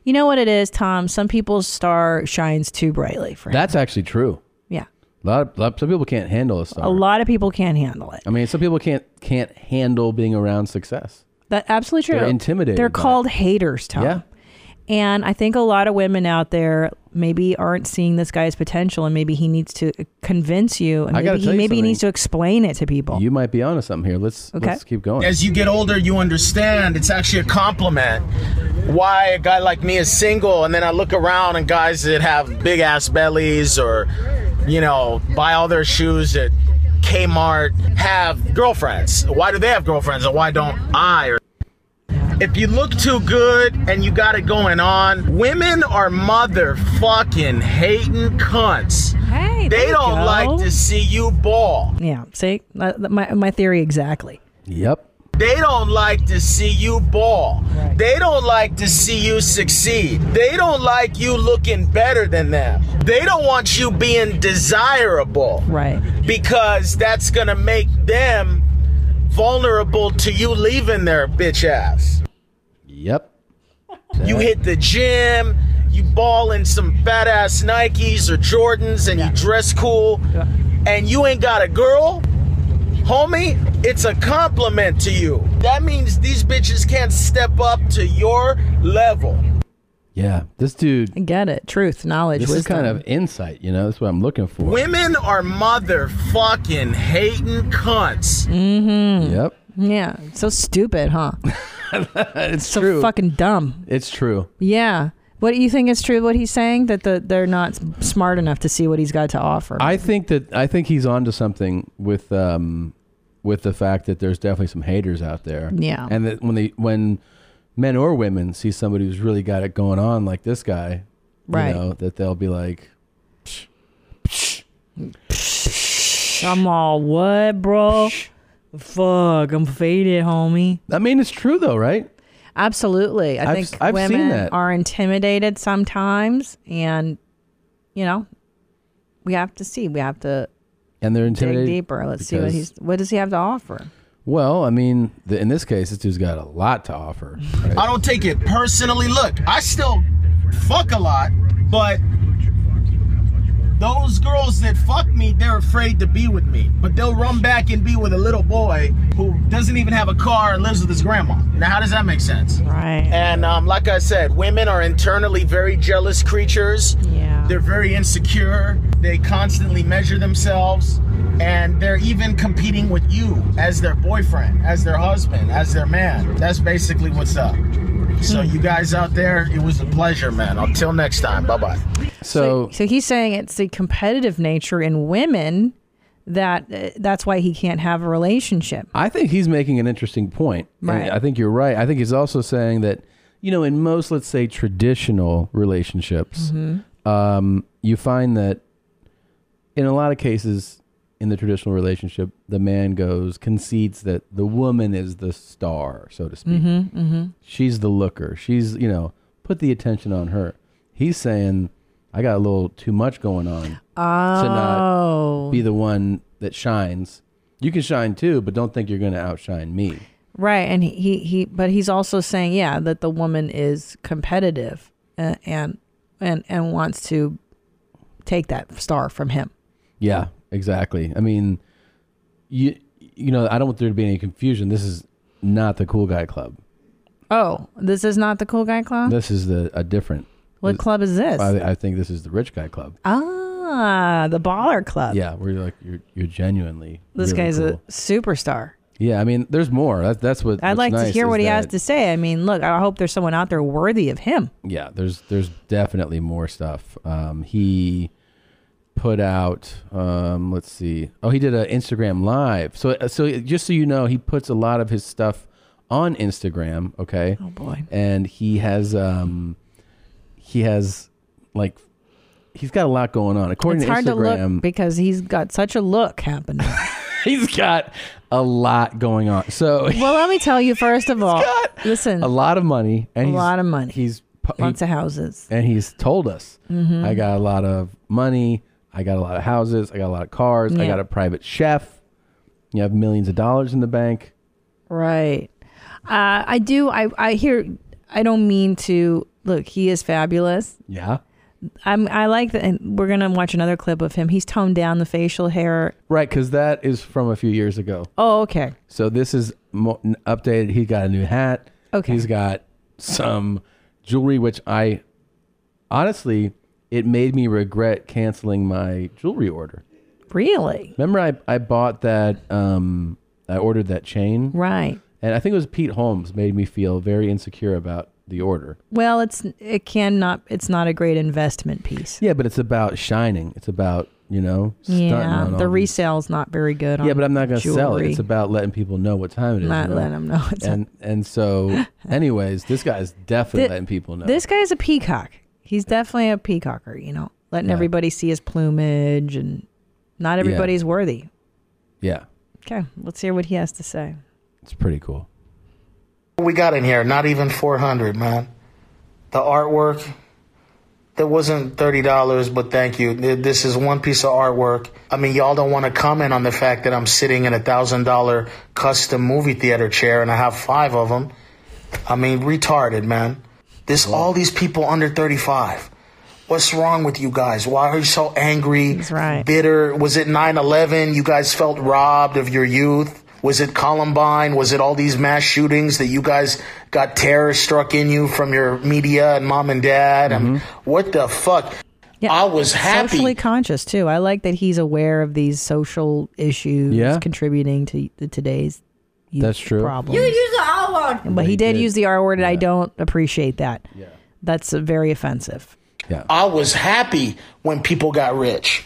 S2: You know what it is, Tom? Some people's star shines too brightly for him.
S1: that's actually true.
S2: Yeah.
S1: A lot, of, lot- some people can't handle a star.
S2: A lot of people can't handle it.
S1: I mean, some people can't can't handle being around success.
S2: That absolutely true.
S1: They're intimidated
S2: They're
S1: by it.
S2: called haters, Tom.
S1: Yeah.
S2: And I think a lot of women out there maybe aren't seeing this guy's potential, and maybe he needs to convince you. And
S1: I gotta
S2: maybe
S1: tell
S2: he
S1: you
S2: maybe he
S1: something.
S2: needs to explain it to people.
S1: You might be onto something here. Let's
S2: Okay.
S1: let's keep going.
S10: As you get older, you understand it's actually a compliment why a guy like me is single. And then I look around and guys that have big ass bellies or, you know, buy all their shoes at Kmart have girlfriends. Why do they have girlfriends and why don't I? Or if you look too good and you got it going on, women are motherfucking hating cunts.
S2: Hey,
S10: they
S2: there you
S10: don't
S2: go.
S10: like to see you ball.
S2: yeah. See, Uh, my my theory exactly.
S1: Yep.
S10: They don't like to see you ball. They don't like to see you succeed. They don't like you looking better than them. They don't want you being desirable.
S2: Right.
S10: Because that's going to make them vulnerable to you leaving their bitch ass.
S1: Yep.
S10: You hit the gym, you ball in some fat ass Nikes or Jordans, and you dress cool, and you ain't got a girl, homie, it's a compliment to you. That means these bitches can't step up to your level.
S1: Yeah. This dude.
S2: I get it. Truth, knowledge,
S1: This is
S2: wisdom.
S1: kind of insight. You know, that's what I'm looking for.
S10: Women are motherfucking hating cunts.
S2: Mm-hmm.
S1: Yep.
S2: Yeah. So stupid, huh?
S1: it's
S2: so
S1: true.
S2: fucking dumb.
S1: It's true.
S2: Yeah. What do you think is true? What he's saying that the, they're not smart enough to see what he's got to offer.
S1: I think that I think he's onto something with um with the fact that there's definitely some haters out there.
S2: Yeah.
S1: And that when they when men or women see somebody who's really got it going on like this guy,
S2: Right.
S1: you know, that they'll be like,
S2: I'm all what, bro? Fuck, I'm faded, homie.
S1: I mean, it's true though, right?
S2: Absolutely. I
S1: I've-
S2: think
S1: I've seen
S2: women
S1: that.
S2: are intimidated sometimes, and you know, we have to see. We have to
S1: and they're
S2: dig
S1: intimidated.
S2: deeper. Let's see what
S1: because-
S2: he's. What does he have to offer?
S1: Well, I mean, the, in this case, this dude's got a lot to offer. right?
S10: I don't take it personally. Look, I still fuck a lot, but those girls that fuck me, they're afraid to be with me. But they'll run back and be with a little boy who doesn't even have a car and lives with his grandma. Now, how does that make sense?
S2: Right.
S10: And um, like I said, women are internally very jealous creatures.
S2: Yeah.
S10: They're very insecure. They constantly measure themselves. And they're even competing with you as their boyfriend, as their husband, as their man. That's basically what's up. So, you guys out there, it was a pleasure, man. Until next time. Bye bye.
S1: So,
S2: So he's saying it's the competitive nature in women that uh, that's why he can't have a relationship.
S1: I think he's making an interesting point. And
S2: Right.
S1: I think you're right. I think he's also saying that, you know, in most, let's say, traditional relationships,
S2: Mhm.
S1: um, you find that in a lot of cases in the traditional relationship, the man goes, concedes that the woman is the star, so to speak.
S2: Mm-hmm. Mm-hmm.
S1: She's the looker. She's, you know, put the attention on her. He's saying, I got a little too much going on to
S2: Oh.
S1: not be the one that shines. You can shine too, but don't think you're going to outshine me.
S2: Right, and he, he he, but he's also saying, yeah, that the woman is competitive uh, and and and wants to take that star from him.
S1: Yeah, exactly. I mean, you you know, I don't want there to be any confusion. This is not the cool guy club.
S2: Oh, this is not the cool guy club.
S1: This is the a different.
S2: what club is this?
S1: I, I think this is the rich guy club.
S2: ah, the baller club.
S1: yeah, where you're like you're you're genuinely.
S2: this
S1: really
S2: guy's
S1: cool.
S2: a superstar.
S1: Yeah, I mean, there's more. That's that's what.
S2: I'd
S1: what's
S2: like to
S1: nice
S2: hear
S1: is
S2: what he
S1: that-
S2: has to say. I mean, look, I hope there's someone out there worthy of him.
S1: yeah there's there's definitely more stuff um he put out um let's see oh he did an instagram live so uh, so just so you know he puts a lot of his stuff on instagram okay
S2: oh boy
S1: and he has um he has like he's got a lot going on according
S2: it's
S1: to
S2: hard
S1: instagram
S2: to look because he's got such a look happening.
S1: he's got a lot going on. So
S2: Well, let me tell you first of all. Listen,
S1: a lot of money and
S2: A
S1: he's-
S2: lot of money.
S1: He's pu- he-
S2: lots of houses.
S1: and he's told us
S2: Mhm.
S1: I got a lot of money, I got a lot of houses, I got a lot of cars, I
S2: Yeah.
S1: got a private chef. You have millions of dollars in the bank.
S2: Right. Uh, I do. I I hear. I don't mean to. Look, he is fabulous.
S1: Yeah.
S2: I'm. I like that. And we're gonna watch another clip of him. He's toned down the facial hair.
S1: Right, cuz that is from a few years ago.
S2: Oh, okay.
S1: So this is mo- n- updated. He got a new hat.
S2: Okay.
S1: He's got some jewelry, which I honestly, it made me regret canceling my jewelry order.
S2: Really?
S1: Remember, I, I bought that, um, I ordered that chain.
S2: Right.
S1: And I think it was Pete Holmes made me feel very insecure about the order.
S2: Well, it's it can not. It's not a great investment piece.
S1: Yeah, but it's about shining. It's about, you know, stunting
S2: Yeah.
S1: on all
S2: The
S1: these-
S2: resale's not very good.
S1: Yeah,
S2: on
S1: but I'm not going to sell it.
S2: jewelry.
S1: It's about letting people know what time it is.
S2: Not letting 'em know what time-
S1: And and so, anyways, this guy is definitely
S2: Thi-
S1: letting people know.
S2: This guy's a peacock. He's definitely a peacocker. You know, letting
S1: Yeah.
S2: everybody see his plumage, and not
S1: Yeah.
S2: everybody's worthy.
S1: yeah,
S2: Okay, let's hear what he has to say.
S1: it's pretty cool.
S11: we got in here? Not even 400, man. The artwork that wasn't $30, but thank you. Th- This is one piece of artwork. I mean, y'all don't want to comment on the fact that I'm sitting in a $1,000 custom movie theater chair and I have five of them. I mean, retarded, man. This all these people under 35. What's wrong with you guys? Why are you so angry, bitter? Was it 9/11? You guys felt robbed of your youth? Was it Columbine? Was it all these mass shootings that you guys got terror struck in you from your media and mom and dad? I mean, what the fuck? I was happy.
S2: Socially conscious too. I like that he's aware of these social issues
S1: Yeah.
S2: contributing to the today's youth
S1: That's true.
S2: problems.
S12: the R word.
S2: but he did, use the R word, and I don't appreciate that. Yeah. That's uh, very offensive.
S11: I was happy when people got rich.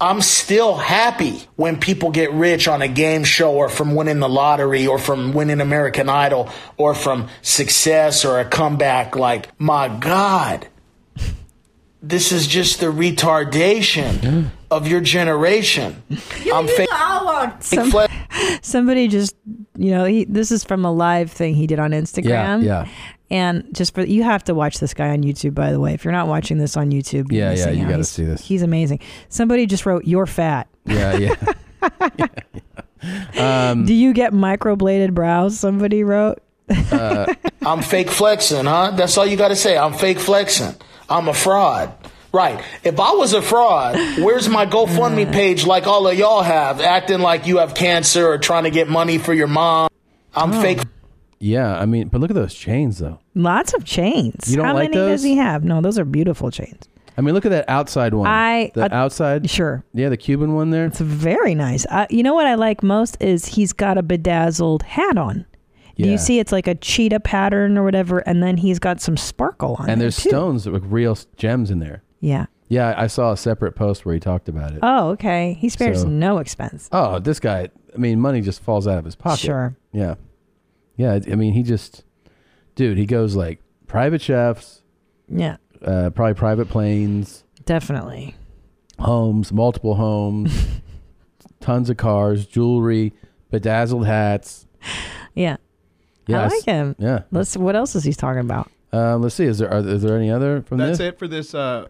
S11: I'm still happy when people get rich on a game show or from winning the lottery or from winning American Idol or from success or a comeback. Like, my God, this is just the retardation of your generation. I'm fa-
S2: Some- somebody just, you know, he, this is from a live thing he did on Instagram.
S1: yeah.
S2: And just for you have to watch this guy on YouTube, by the way. If you're not watching this on YouTube, you're
S1: Yeah, yeah,
S2: missing
S1: you
S2: out.
S1: gotta
S2: He's-
S1: see this.
S2: He's amazing. Somebody just wrote, "You're fat."
S1: Yeah, yeah. Um,
S2: Do you get microbladed brows? Somebody wrote.
S11: Uh, I'm fake flexing, huh? That's all you got to say. I'm fake flexing. I'm a fraud. Right. If I was a fraud, where's my GoFundMe
S13: Mm.
S11: page like all of y'all have, acting like you have cancer or trying to get money for your mom? I'm
S13: Oh.
S11: fake.
S1: Yeah, I mean, but look at those chains though.
S2: Lots of chains.
S1: You don't
S2: How
S1: like
S2: many
S1: those?
S2: does he have? No, those are beautiful chains.
S1: I mean, look at that outside one.
S2: I-
S1: the
S2: uh,
S1: outside.
S2: Sure.
S1: Yeah, the Cuban one there.
S2: It's very nice. I, you know what I like most is he's got a bedazzled hat on. Do
S1: Yeah.
S2: you see it's like a cheetah pattern or whatever, and then he's got some sparkle on.
S1: and
S2: there,
S1: there's
S2: too.
S1: stones with real s- gems in there.
S2: Yeah.
S1: Yeah, I saw a separate post where he talked about it.
S2: Oh, okay. He spares
S1: So-
S2: no expense.
S1: Oh, this guy. I mean, money just falls out of his pocket.
S2: Sure.
S1: Yeah. Yeah. I mean, he just, dude, he goes like private chefs,
S2: Yeah,
S1: uh, probably private planes,
S2: definitely.
S1: homes, multiple homes, tons of cars, jewelry, bedazzled hats.
S2: Yeah. I
S1: Yes.
S2: like him.
S1: Yeah.
S2: Let's. What else is he talking about?
S1: Um, let's see. Is there are, is there any other from
S9: That's
S1: this?
S9: it for this. Uh,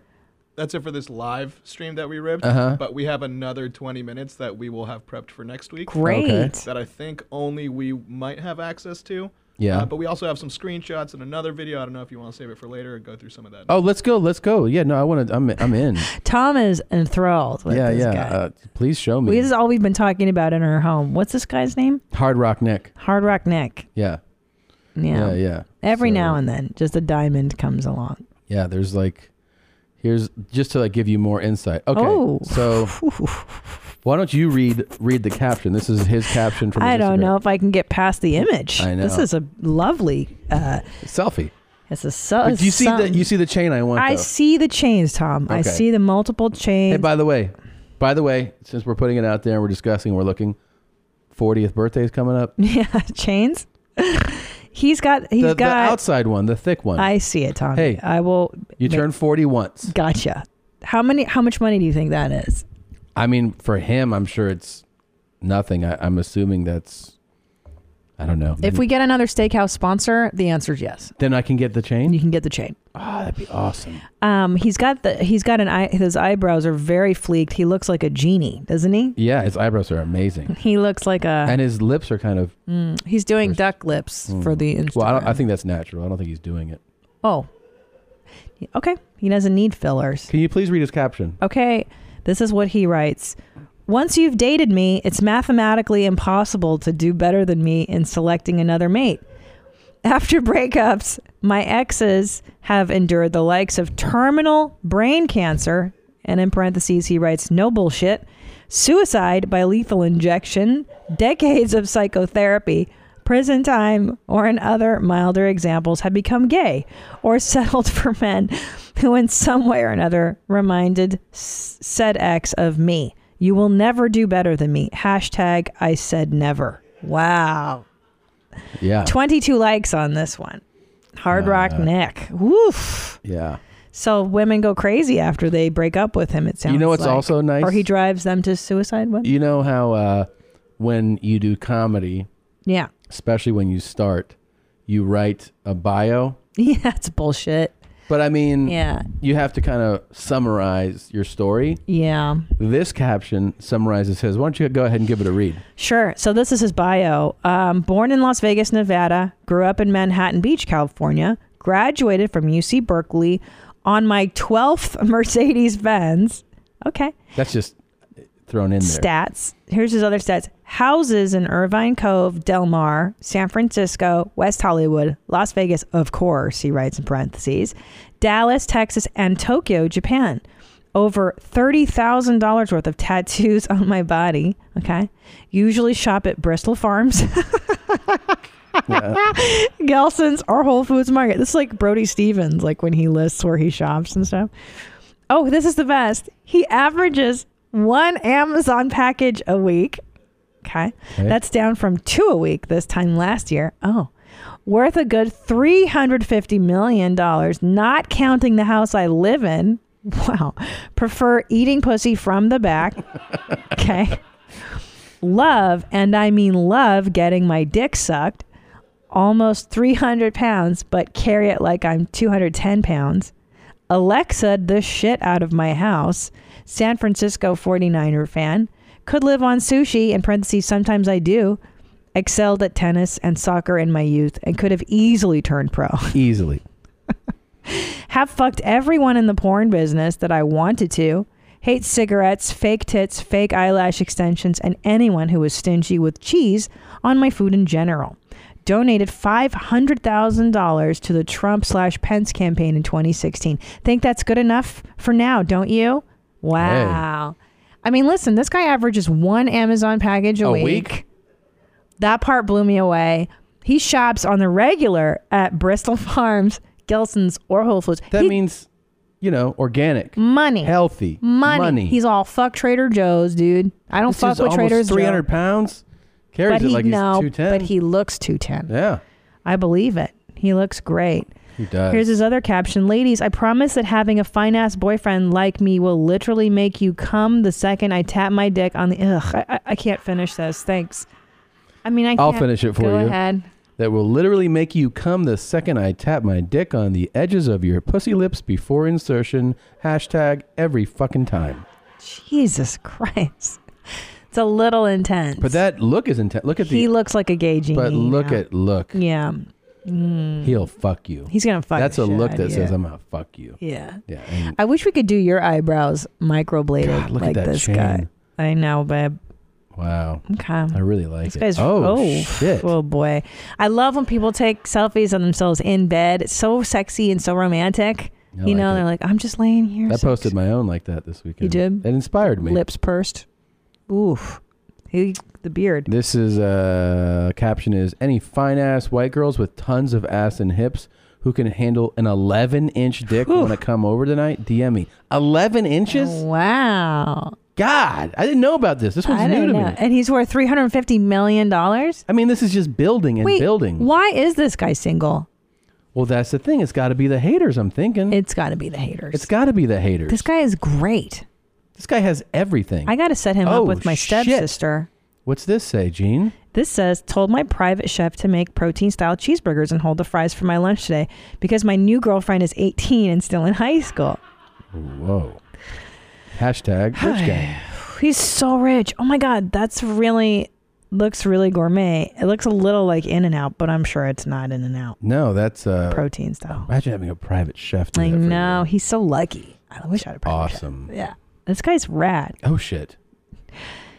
S9: that's it for this live stream that we ripped.
S1: Uh-huh.
S9: But we have another 20 minutes that we will have prepped for next week.
S2: Great. Okay.
S9: That I think only we might have access to.
S1: Yeah.
S9: Uh, but we also have some screenshots and another video. I don't know if you want to save it for later or go through some of that.
S1: Oh, let's go. Let's go. Yeah. No, I want to. I'm I'm in.
S2: Tom is enthralled with
S1: yeah.
S2: this
S1: Yeah.
S2: guy.
S1: Uh, please show
S2: We-
S1: me.
S2: this is all we've been talking about in our home. What's this guy's name?
S1: Hard Rock Nick.
S2: Hard Rock Nick.
S1: Yeah.
S2: Yeah.
S1: Yeah. Yeah.
S2: Every
S1: So-
S2: now and then, just a diamond comes along.
S1: Yeah, there's like here's just to like give you more insight. Okay.
S2: Oh.
S1: So why don't you read read the caption? This is his caption from
S2: I
S1: his
S2: don't
S1: Instagram.
S2: know if I can get past the image.
S1: I
S2: This
S1: know.
S2: is a lovely. Uh,
S1: selfie.
S2: it's a. So,
S1: But do you see the
S2: something.
S1: you see the chain I want
S2: Oh, I
S1: though?
S2: see the chains, Tom. I
S1: Okay.
S2: see the multiple chains.
S1: Hey, by the way, by the way, since we're putting it out there and we're discussing, we're looking 40th birthday is coming up.
S2: yeah, chains. he's got. He's
S1: the, the
S2: got.
S1: outside one, the thick one.
S2: I see it, Tom.
S1: Hey,
S2: I will.
S1: you
S2: make-
S1: turn 40 once.
S2: Gotcha. How many? How much money do you think that is?
S1: I mean, for him, I'm sure it's nothing. I, I'm assuming that's. I don't know.
S2: If we get another steakhouse sponsor, the answer is yes.
S1: then I can get the chain. You
S2: can get the chain.
S1: Oh, that'd be awesome.
S2: Um, he's got the he's got an eye. His eyebrows are very fleeked. He looks like a genie, doesn't he?
S1: Yeah, his eyebrows are amazing,
S2: He looks like a.
S1: and his lips are kind of.
S2: Mm, he's doing duck lips for
S1: Mm.
S2: the. Inst-
S1: Well, I, don't, I think that's natural. I don't think he's doing it.
S2: oh. Okay. He doesn't need fillers.
S1: Can you please read his caption?
S2: Okay, this is what he writes. Once you've dated me, it's mathematically impossible to do better than me in selecting another mate. After breakups, my exes have endured the likes of terminal brain cancer, and in parentheses, he writes, no bullshit, suicide by lethal injection, decades of psychotherapy, prison time, or in other milder examples, have become gay or settled for men who, in some way or another, reminded s- said ex of me. You will never do better than me. Hashtag I said never. Wow.
S1: Yeah.
S2: 22 likes on this one. Hard Rock
S1: Uh,
S2: Nick. Woof.
S1: Yeah.
S2: So women go crazy after they break up with him, it sounds
S1: You know what's
S2: like.
S1: also nice?
S2: Or he drives them to suicide. What?
S1: You know how uh, when you do comedy,
S2: Yeah.
S1: especially when you start, you write a bio.
S2: Yeah, it's bullshit.
S1: But I mean,
S2: Yeah.
S1: you have to kind of summarize your story.
S2: Yeah.
S1: This caption summarizes his. Why don't you go ahead and give it a read?
S2: Sure. So this is his bio. Um, born in Las Vegas, Nevada, grew up in Manhattan Beach, California, graduated from UC Berkeley on my 12th Mercedes Benz. Okay.
S1: That's just thrown in there.
S2: Stats. Here's his other stats. Houses in Irvine Cove, Del Mar, San Francisco, West Hollywood, Las Vegas, of course, he writes in parentheses, Dallas, Texas, and Tokyo, Japan. Over $30,000 worth of tattoos on my body. Okay. Usually shop at Bristol Farms. Gelson's or Whole Foods Market. This is like Brody Stevens, like when he lists where he shops and stuff. Oh, this is the best. He averages one Amazon package a week. Okay.
S8: Okay.
S2: That's down from two a week this time last year. Oh, worth a good $350 million, not counting the house I live in. Wow. Prefer eating pussy from the back. Okay. love, and I mean love, getting my dick sucked. Almost 300 pounds, but carry it like I'm 210 pounds. Alexa, the shit out of my house. San Francisco 49er fan. Could live on sushi, in parentheses, sometimes I do. Excelled at tennis and soccer in my youth and could have easily turned pro.
S1: Easily.
S2: Have fucked everyone in the porn business that I wanted to. Hate cigarettes, fake tits, fake eyelash extensions, and anyone who is stingy with cheese on my food in general. Donated $500,000 to the Trump slash Pence campaign in 2016. Think that's good enough for now, don't you? Wow. I mean, listen, this guy averages one Amazon package a,
S1: A
S2: week. That part blew me away. He shops on the regular at Bristol Farms, Gelson's, or Whole Foods.
S1: That means, you know, organic,
S2: money,
S1: healthy,
S2: money. He's all fuck Trader Joe's, dude. I don't
S1: This
S2: fuck
S1: is
S2: with
S1: almost
S2: Trader Joe's.
S1: 300 pounds. Carries
S2: but
S1: it
S2: he,
S1: like
S2: no,
S1: he's 210.
S2: But he looks 210.
S1: Yeah,
S2: I believe it. He looks great.
S1: he does.
S2: Here's his other caption Ladies, I promise that having a fine ass boyfriend like me will literally make you come the second I tap my dick on the. Ugh, I, I, I can't finish this. Thanks. I mean, I
S1: I'll
S2: can't.
S1: finish it for
S2: Go
S1: you.
S2: ahead.
S1: that will literally make you come the second I tap my dick on the edges of your pussy lips before insertion. Hashtag every fucking time.
S2: Jesus Christ. It's a little intense.
S1: But that look is intense. Look at the.
S2: he looks like a gay genie.
S1: but look
S2: now.
S1: at look.
S2: Yeah. Mm.
S1: He'll fuck you.
S2: He's gonna fuck
S1: That's
S2: the
S1: a
S2: shit
S1: look
S2: out
S1: that
S2: of
S1: says
S2: you.
S1: I'm gonna fuck you.
S2: Yeah.
S1: Yeah. and-
S2: I wish we could do your eyebrows microbladed
S1: God, look at
S2: like
S1: that
S2: this
S1: chain.
S2: guy. I know, babe.
S1: wow.
S2: Okay.
S1: I really like
S2: This
S1: it.
S2: guy's
S1: oh, shit.
S2: Oh boy. I love when people take selfies of themselves in bed. It's so sexy and so romantic.
S1: I
S2: you
S1: like
S2: know,
S1: it.
S2: they're like, I'm just laying here.
S1: I
S2: so
S1: posted my own like that this weekend.
S2: did?
S1: That inspired me.
S2: lips pursed. Oof. He the beard.
S1: This is uh caption is any fine ass white girls with tons of ass and hips who can handle an 11 inch dick want to come over tonight DM me 11 inches
S2: wow
S1: God I didn't know about this this one's
S2: I
S1: new
S2: don't
S1: to
S2: know.
S1: me
S2: And he's worth three hundred and fifty million dollars.
S1: I mean this is just building and
S2: Wait,
S1: building
S2: Why is this guy single?
S1: well that's the thing it's got to be the haters I'm thinking
S2: it's got to be the haters
S1: it's got to be the haters
S2: This guy is great.
S1: This guy has everything
S2: I got to set him
S1: Oh,
S2: up with my
S1: shit.
S2: stepsister.
S1: What's this say, Gene?
S2: This says, told my private chef to make protein style cheeseburgers and hold the fries for my lunch today because my new girlfriend is 18 and still in high school.
S1: Whoa. Hashtag rich gang.
S2: He's so rich. Oh my God. That's really, looks really gourmet. It looks a little like In and Out, but I'm sure it's not In and Out.
S1: No, that's uh,
S2: protein style.
S1: Imagine having a private chef. Do that
S2: I
S1: for Um, you.
S2: know. He's so lucky. I wish I had a private chef.
S1: Awesome.
S2: Yeah. This guy's rad.
S1: Oh shit.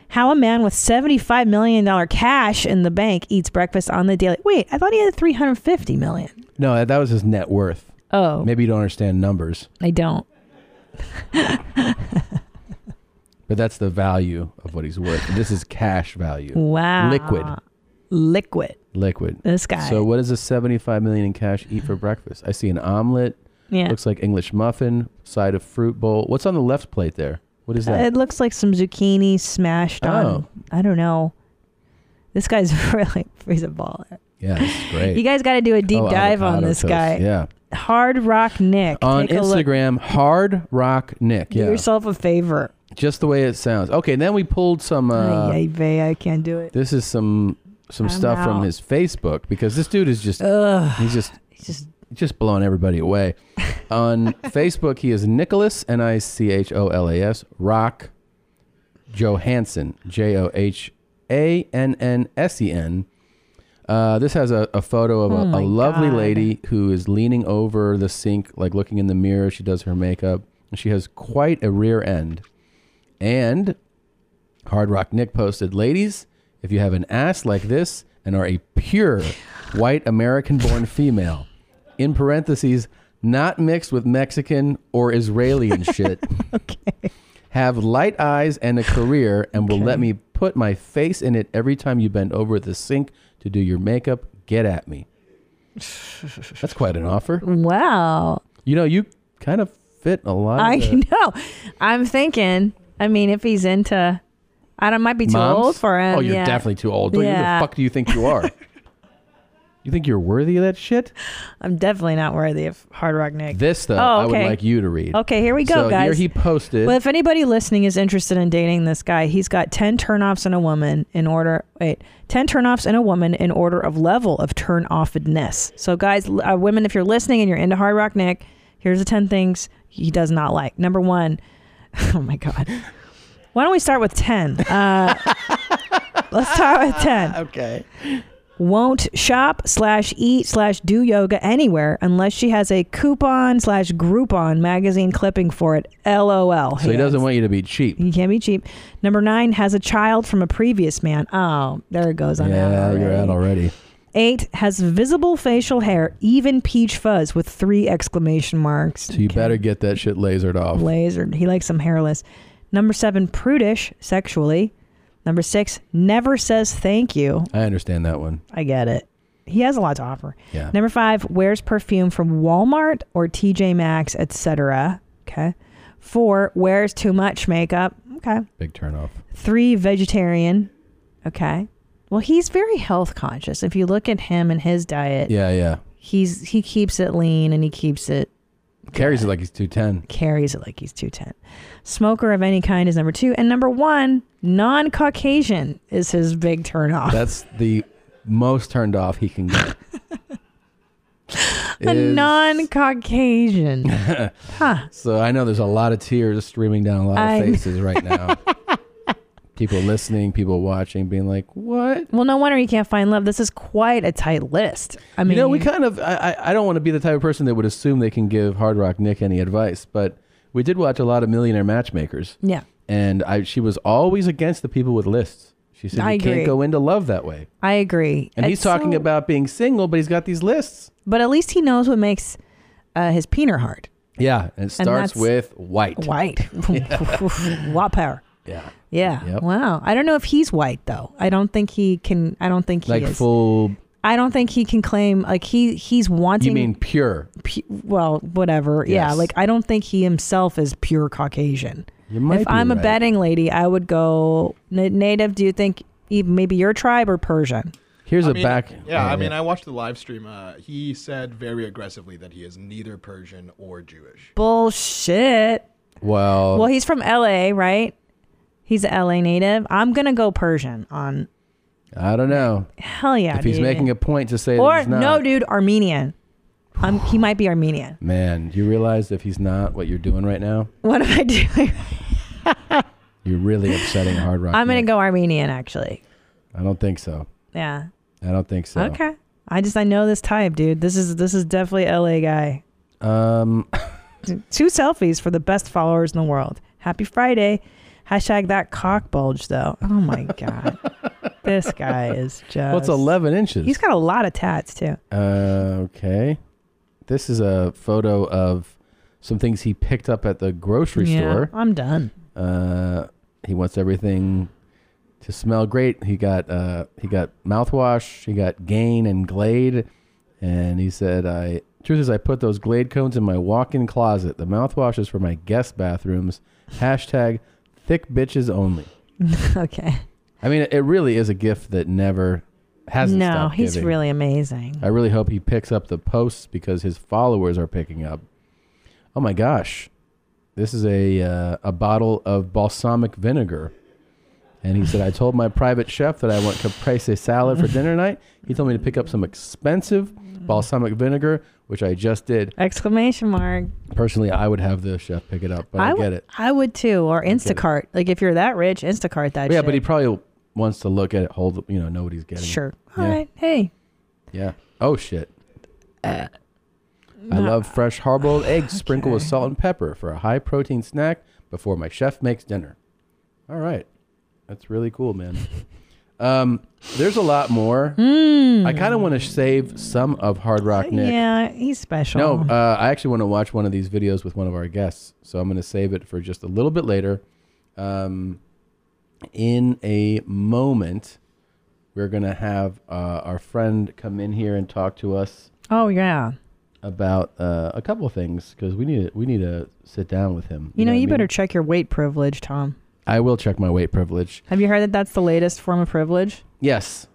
S2: How a man with $75 million cash in the bank eats breakfast on the daily. Wait, I thought he had $350 million.
S1: No, that- that was his net worth.
S2: Oh.
S1: Maybe you don't understand numbers,
S2: I don't.
S1: but that's the value of what he's worth. This is cash value.
S2: Wow.
S1: Liquid.
S2: Liquid.
S1: Liquid.
S2: This guy.
S1: So what does a 75 million in cash eat for breakfast? I see an omelet.
S2: Yeah.
S1: Looks like English muffin, side of fruit bowl. What's on the left plate there? What is
S2: Uh,
S1: that?
S2: It looks like some zucchini smashed on.
S1: Oh.
S2: I don't know. This guy's really he's a baller.
S1: yeah, this is great.
S2: You guys got to do a deep
S1: Oh,
S2: dive on
S1: avocado
S2: this
S1: toast.
S2: guy.
S1: Yeah.
S2: Hard Rock Nick
S1: on
S2: Take a look.
S1: Instagram, Hard Rock Nick.
S2: Do
S1: Yeah.
S2: yourself a favor.
S1: Just the way it sounds. Okay, then we pulled some uh,
S2: Ay, ay, vey, I can't do it.
S1: this is some some
S2: I'm
S1: stuff from
S2: out.
S1: his Facebook because this dude is just
S2: Ugh.
S1: he's just just just blowing everybody away. On Facebook, he is Nicholas N I C H O L A S Rock Johansson J O H A N N S E N. Uh, this has a, a photo of a,
S2: Oh
S1: a
S2: my
S1: lovely
S2: God.
S1: lady who is leaning over the sink, like looking in the mirror. She does her makeup. And she has quite a rear end. And Hard Rock Nick posted, Ladies, if you have an ass like this and are a pure white American born female, in parentheses, not mixed with Mexican or Israeli and shit, have light eyes and a career and will let me put my face in it every time you bend over the sink to do your makeup, get at me. That's quite an offer.
S2: Wow.
S1: You know, you kind of fit a lot of
S2: I
S1: the-
S2: know. I'm thinking. I mean, if he's into, I don't might be too
S1: Moms?
S2: old for him.
S1: Oh, you're
S2: yeah.
S1: definitely too old. Who
S2: Yeah.
S1: the fuck do you think you are? you think you're worthy of that shit?
S2: I'm definitely not worthy of Hard Rock Nick.
S1: This though,
S2: Oh,
S1: I would
S2: okay.
S1: like you to read.
S2: Okay, here we go,
S1: so Here
S2: guys.
S1: he posted.
S2: Well, if anybody listening is interested in dating this guy, he's got 10 turnoffs in a woman in order. Wait, 10 turnoffs in a woman in order of level of turn offedness. So, guys, l- uh, women, if you're listening and you're into Hard Rock Nick, here's the 10 things he does not like. Number one, oh my God. Why don't we start with 10? Uh, let's start with 10.
S1: okay.
S2: Won't shop slash eat slash do yoga anywhere unless she has a coupon slash Groupon magazine clipping for it. LOL.
S1: So he doesn't want you to be cheap.
S2: He can't be cheap. Number nine has a child from a previous man. Oh, there it goes. I'm out
S1: yeah,
S2: already.
S1: you're out already.
S2: Eight has visible facial hair, even peach fuzz, with three exclamation marks.
S1: So you better get that shit lasered off.
S2: Laser. He likes some hairless. Number seven, prudish sexually. Number six, never says thank you.
S1: I understand that one.
S2: I get it. He has a lot to offer.
S1: Yeah.
S2: Number five, wears perfume from Walmart or TJ Maxx, etc. Okay. Four, wears too much makeup. Okay.
S1: Big turnoff.
S2: Three, vegetarian. Okay. Well, he's very health conscious. If you look at him and his diet,
S1: Yeah, yeah.
S2: he's he keeps it lean and he keeps it
S1: Carries it like he's two ten.
S2: carries it like he's 210. Smoker of any kind is number 2 and number 1, non-Caucasian is his big turnoff.
S1: That's the most turned off he can get.
S2: a
S1: Is-
S2: non-Caucasian. huh.
S1: So I know there's a lot of tears streaming down a lot
S2: I-
S1: of faces right now. people listening, people watching, being like, "What?"
S2: Well, no wonder you can't find love. This is quite a tight list. I mean,
S1: you know, we kind of. I, I- I don't want to be the type of person that would assume they can give Hard Rock Nick any advice, but we did watch a lot of Millionaire Matchmakers,
S2: yeah.
S1: and I she was always against the people with lists. She said
S2: I
S1: you
S2: agree.
S1: can't go into love that way.
S2: I agree.
S1: And he's
S2: It's
S1: talking
S2: so-
S1: about being single, but he's got these lists.
S2: But at least he knows what makes uh, his peener hard.
S1: Yeah, and it starts
S2: that's-
S1: with white.
S2: White. Whopper.
S1: Yeah,
S2: Yeah.
S1: Yep.
S2: Wow. I don't know if he's white though. I don't think he can. I don't think he
S1: like
S2: is.
S1: full.
S2: I don't think he can claim like he he's wanting.
S1: You mean pure?
S2: pu- well, whatever. Yeah.
S1: Yes.
S2: Like I don't think he himself is pure Caucasian.
S1: You might
S2: if
S1: be
S2: I'm a
S1: right.
S2: betting lady, I would go "Na- native. Do you think even maybe your tribe or Persian?
S1: Here's
S9: I
S1: a
S9: mean,
S1: back.
S9: Yeah,
S1: oh,
S9: I mean, I watched the live stream. Uh, he said very aggressively that he is neither Persian or Jewish.
S2: Bullshit.
S1: well,
S2: Well, he's from LA, right? He's a LA native. I'm gonna go Persian on.
S1: I don't know.
S2: Hell yeah.
S1: if he's
S2: dude.
S1: making a point to say that
S2: or
S1: he's not,
S2: no, dude, Armenian. Um, he might be Armenian.
S1: man, you realize if he's not, what you're doing right now,
S2: What am I doing?
S1: you're really upsetting Hard Rock.
S2: I'm gonna go Armenian actually.
S1: I don't think so.
S2: Yeah.
S1: I don't think so.
S2: Okay. I just I know this type, dude. This is this is definitely LA guy.
S1: Um,
S2: Two selfies for the best followers in the world. Happy Friday. Hashtag that cock bulge though. Oh my god. this guy is just
S1: What's 11 inches?
S2: He's got a lot of tats too.
S1: Uh, okay. This is a photo of some things he picked up at the grocery
S2: Yeah,
S1: store.
S2: I'm done.
S1: Uh, he wants everything to smell great. He got uh, he got mouthwash. He got Gain and Glade, and he said, "I truth is, I put those Glade cones in my walk-in closet. The mouthwash is for my guest bathrooms." Hashtag thick bitches only.
S2: okay.
S1: I mean, it really is a gift that never hasn't
S2: no,
S1: stopped
S2: he's
S1: giving.
S2: really amazing.
S1: I really hope he picks up the posts because his followers are picking up. Oh my gosh, this is a uh, a bottle of balsamic vinegar, and he said I told my private chef that I want caprese salad for dinner tonight. He told me to pick up some expensive balsamic vinegar, which I just did.
S2: Exclamation mark.
S1: Personally, I would have the chef pick it up, but I,
S2: I
S1: get
S2: would-
S1: it.
S2: I would too, or
S1: get it.
S2: Instacart. Like if you're that rich, Instacart that
S1: yeah,
S2: shit.
S1: but he probably wants to look at it, hold, you know, know what he's getting.
S2: Sure.
S1: Yeah.
S2: All right. Hey.
S1: Yeah. Oh shit. I love fresh hard-boiled eggs sprinkled with salt and pepper for a high-protein snack before my chef makes dinner. All right, that's really cool, man. um, there's a lot more. I kind of want to save some of Hard Rock Nick.
S2: Yeah, he's special.
S1: No, uh, I actually want to watch one of these videos with one of our guests, so I'm going to save it for just a little bit later. Um, in a moment, we're going to have uh, our friend come in here and talk to us
S2: Oh yeah.
S1: about uh, a couple of things because we need to, we need to sit down with him.
S2: You, know,
S1: what I
S2: you
S1: mean?
S2: better check your weight privilege, Tom.
S1: I will check my weight privilege.
S2: Have you heard that that's the latest form of privilege?
S1: Yes,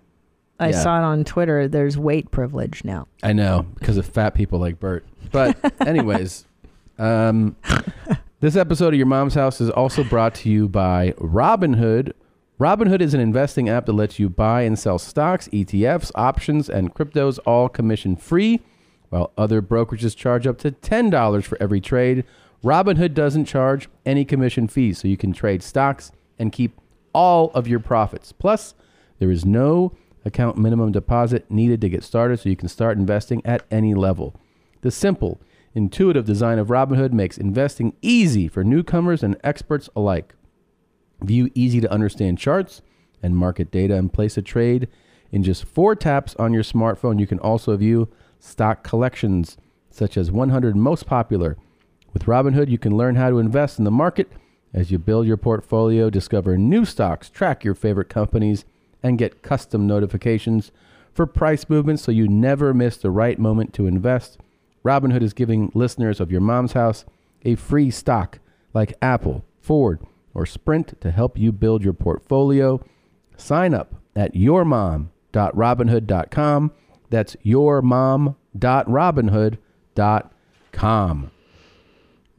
S2: I
S1: Yeah.
S2: saw it on Twitter. There's weight privilege now.
S1: I know because of fat people like Bert. But anyways, um, this episode of Your Mom's House is also brought to you by Robinhood. Robinhood is an investing app that lets you buy and sell stocks, ETFs, options, and cryptos all commission free, while other brokerages charge up to $10 for every trade. Robinhood doesn't charge any commission fees, so you can trade stocks and keep all of your profits. Plus, there is no account minimum deposit needed to get started, so you can start investing at any level. The simple, intuitive design of Robinhood makes investing easy for newcomers and experts alike. View easy to understand charts and market data and place a trade in just four taps on your smartphone. You can also view stock collections such as 100 most popular. With Robinhood, you can learn how to invest in the market as you build your portfolio, discover new stocks, track your favorite companies, and get custom notifications for price movements so you never miss the right moment to invest. Robinhood is giving listeners of your mom's house a free stock like Apple, Ford, or Sprint to help you build your portfolio. Sign up at yourmom.robinhood.com. That's yourmom.robinhood.com.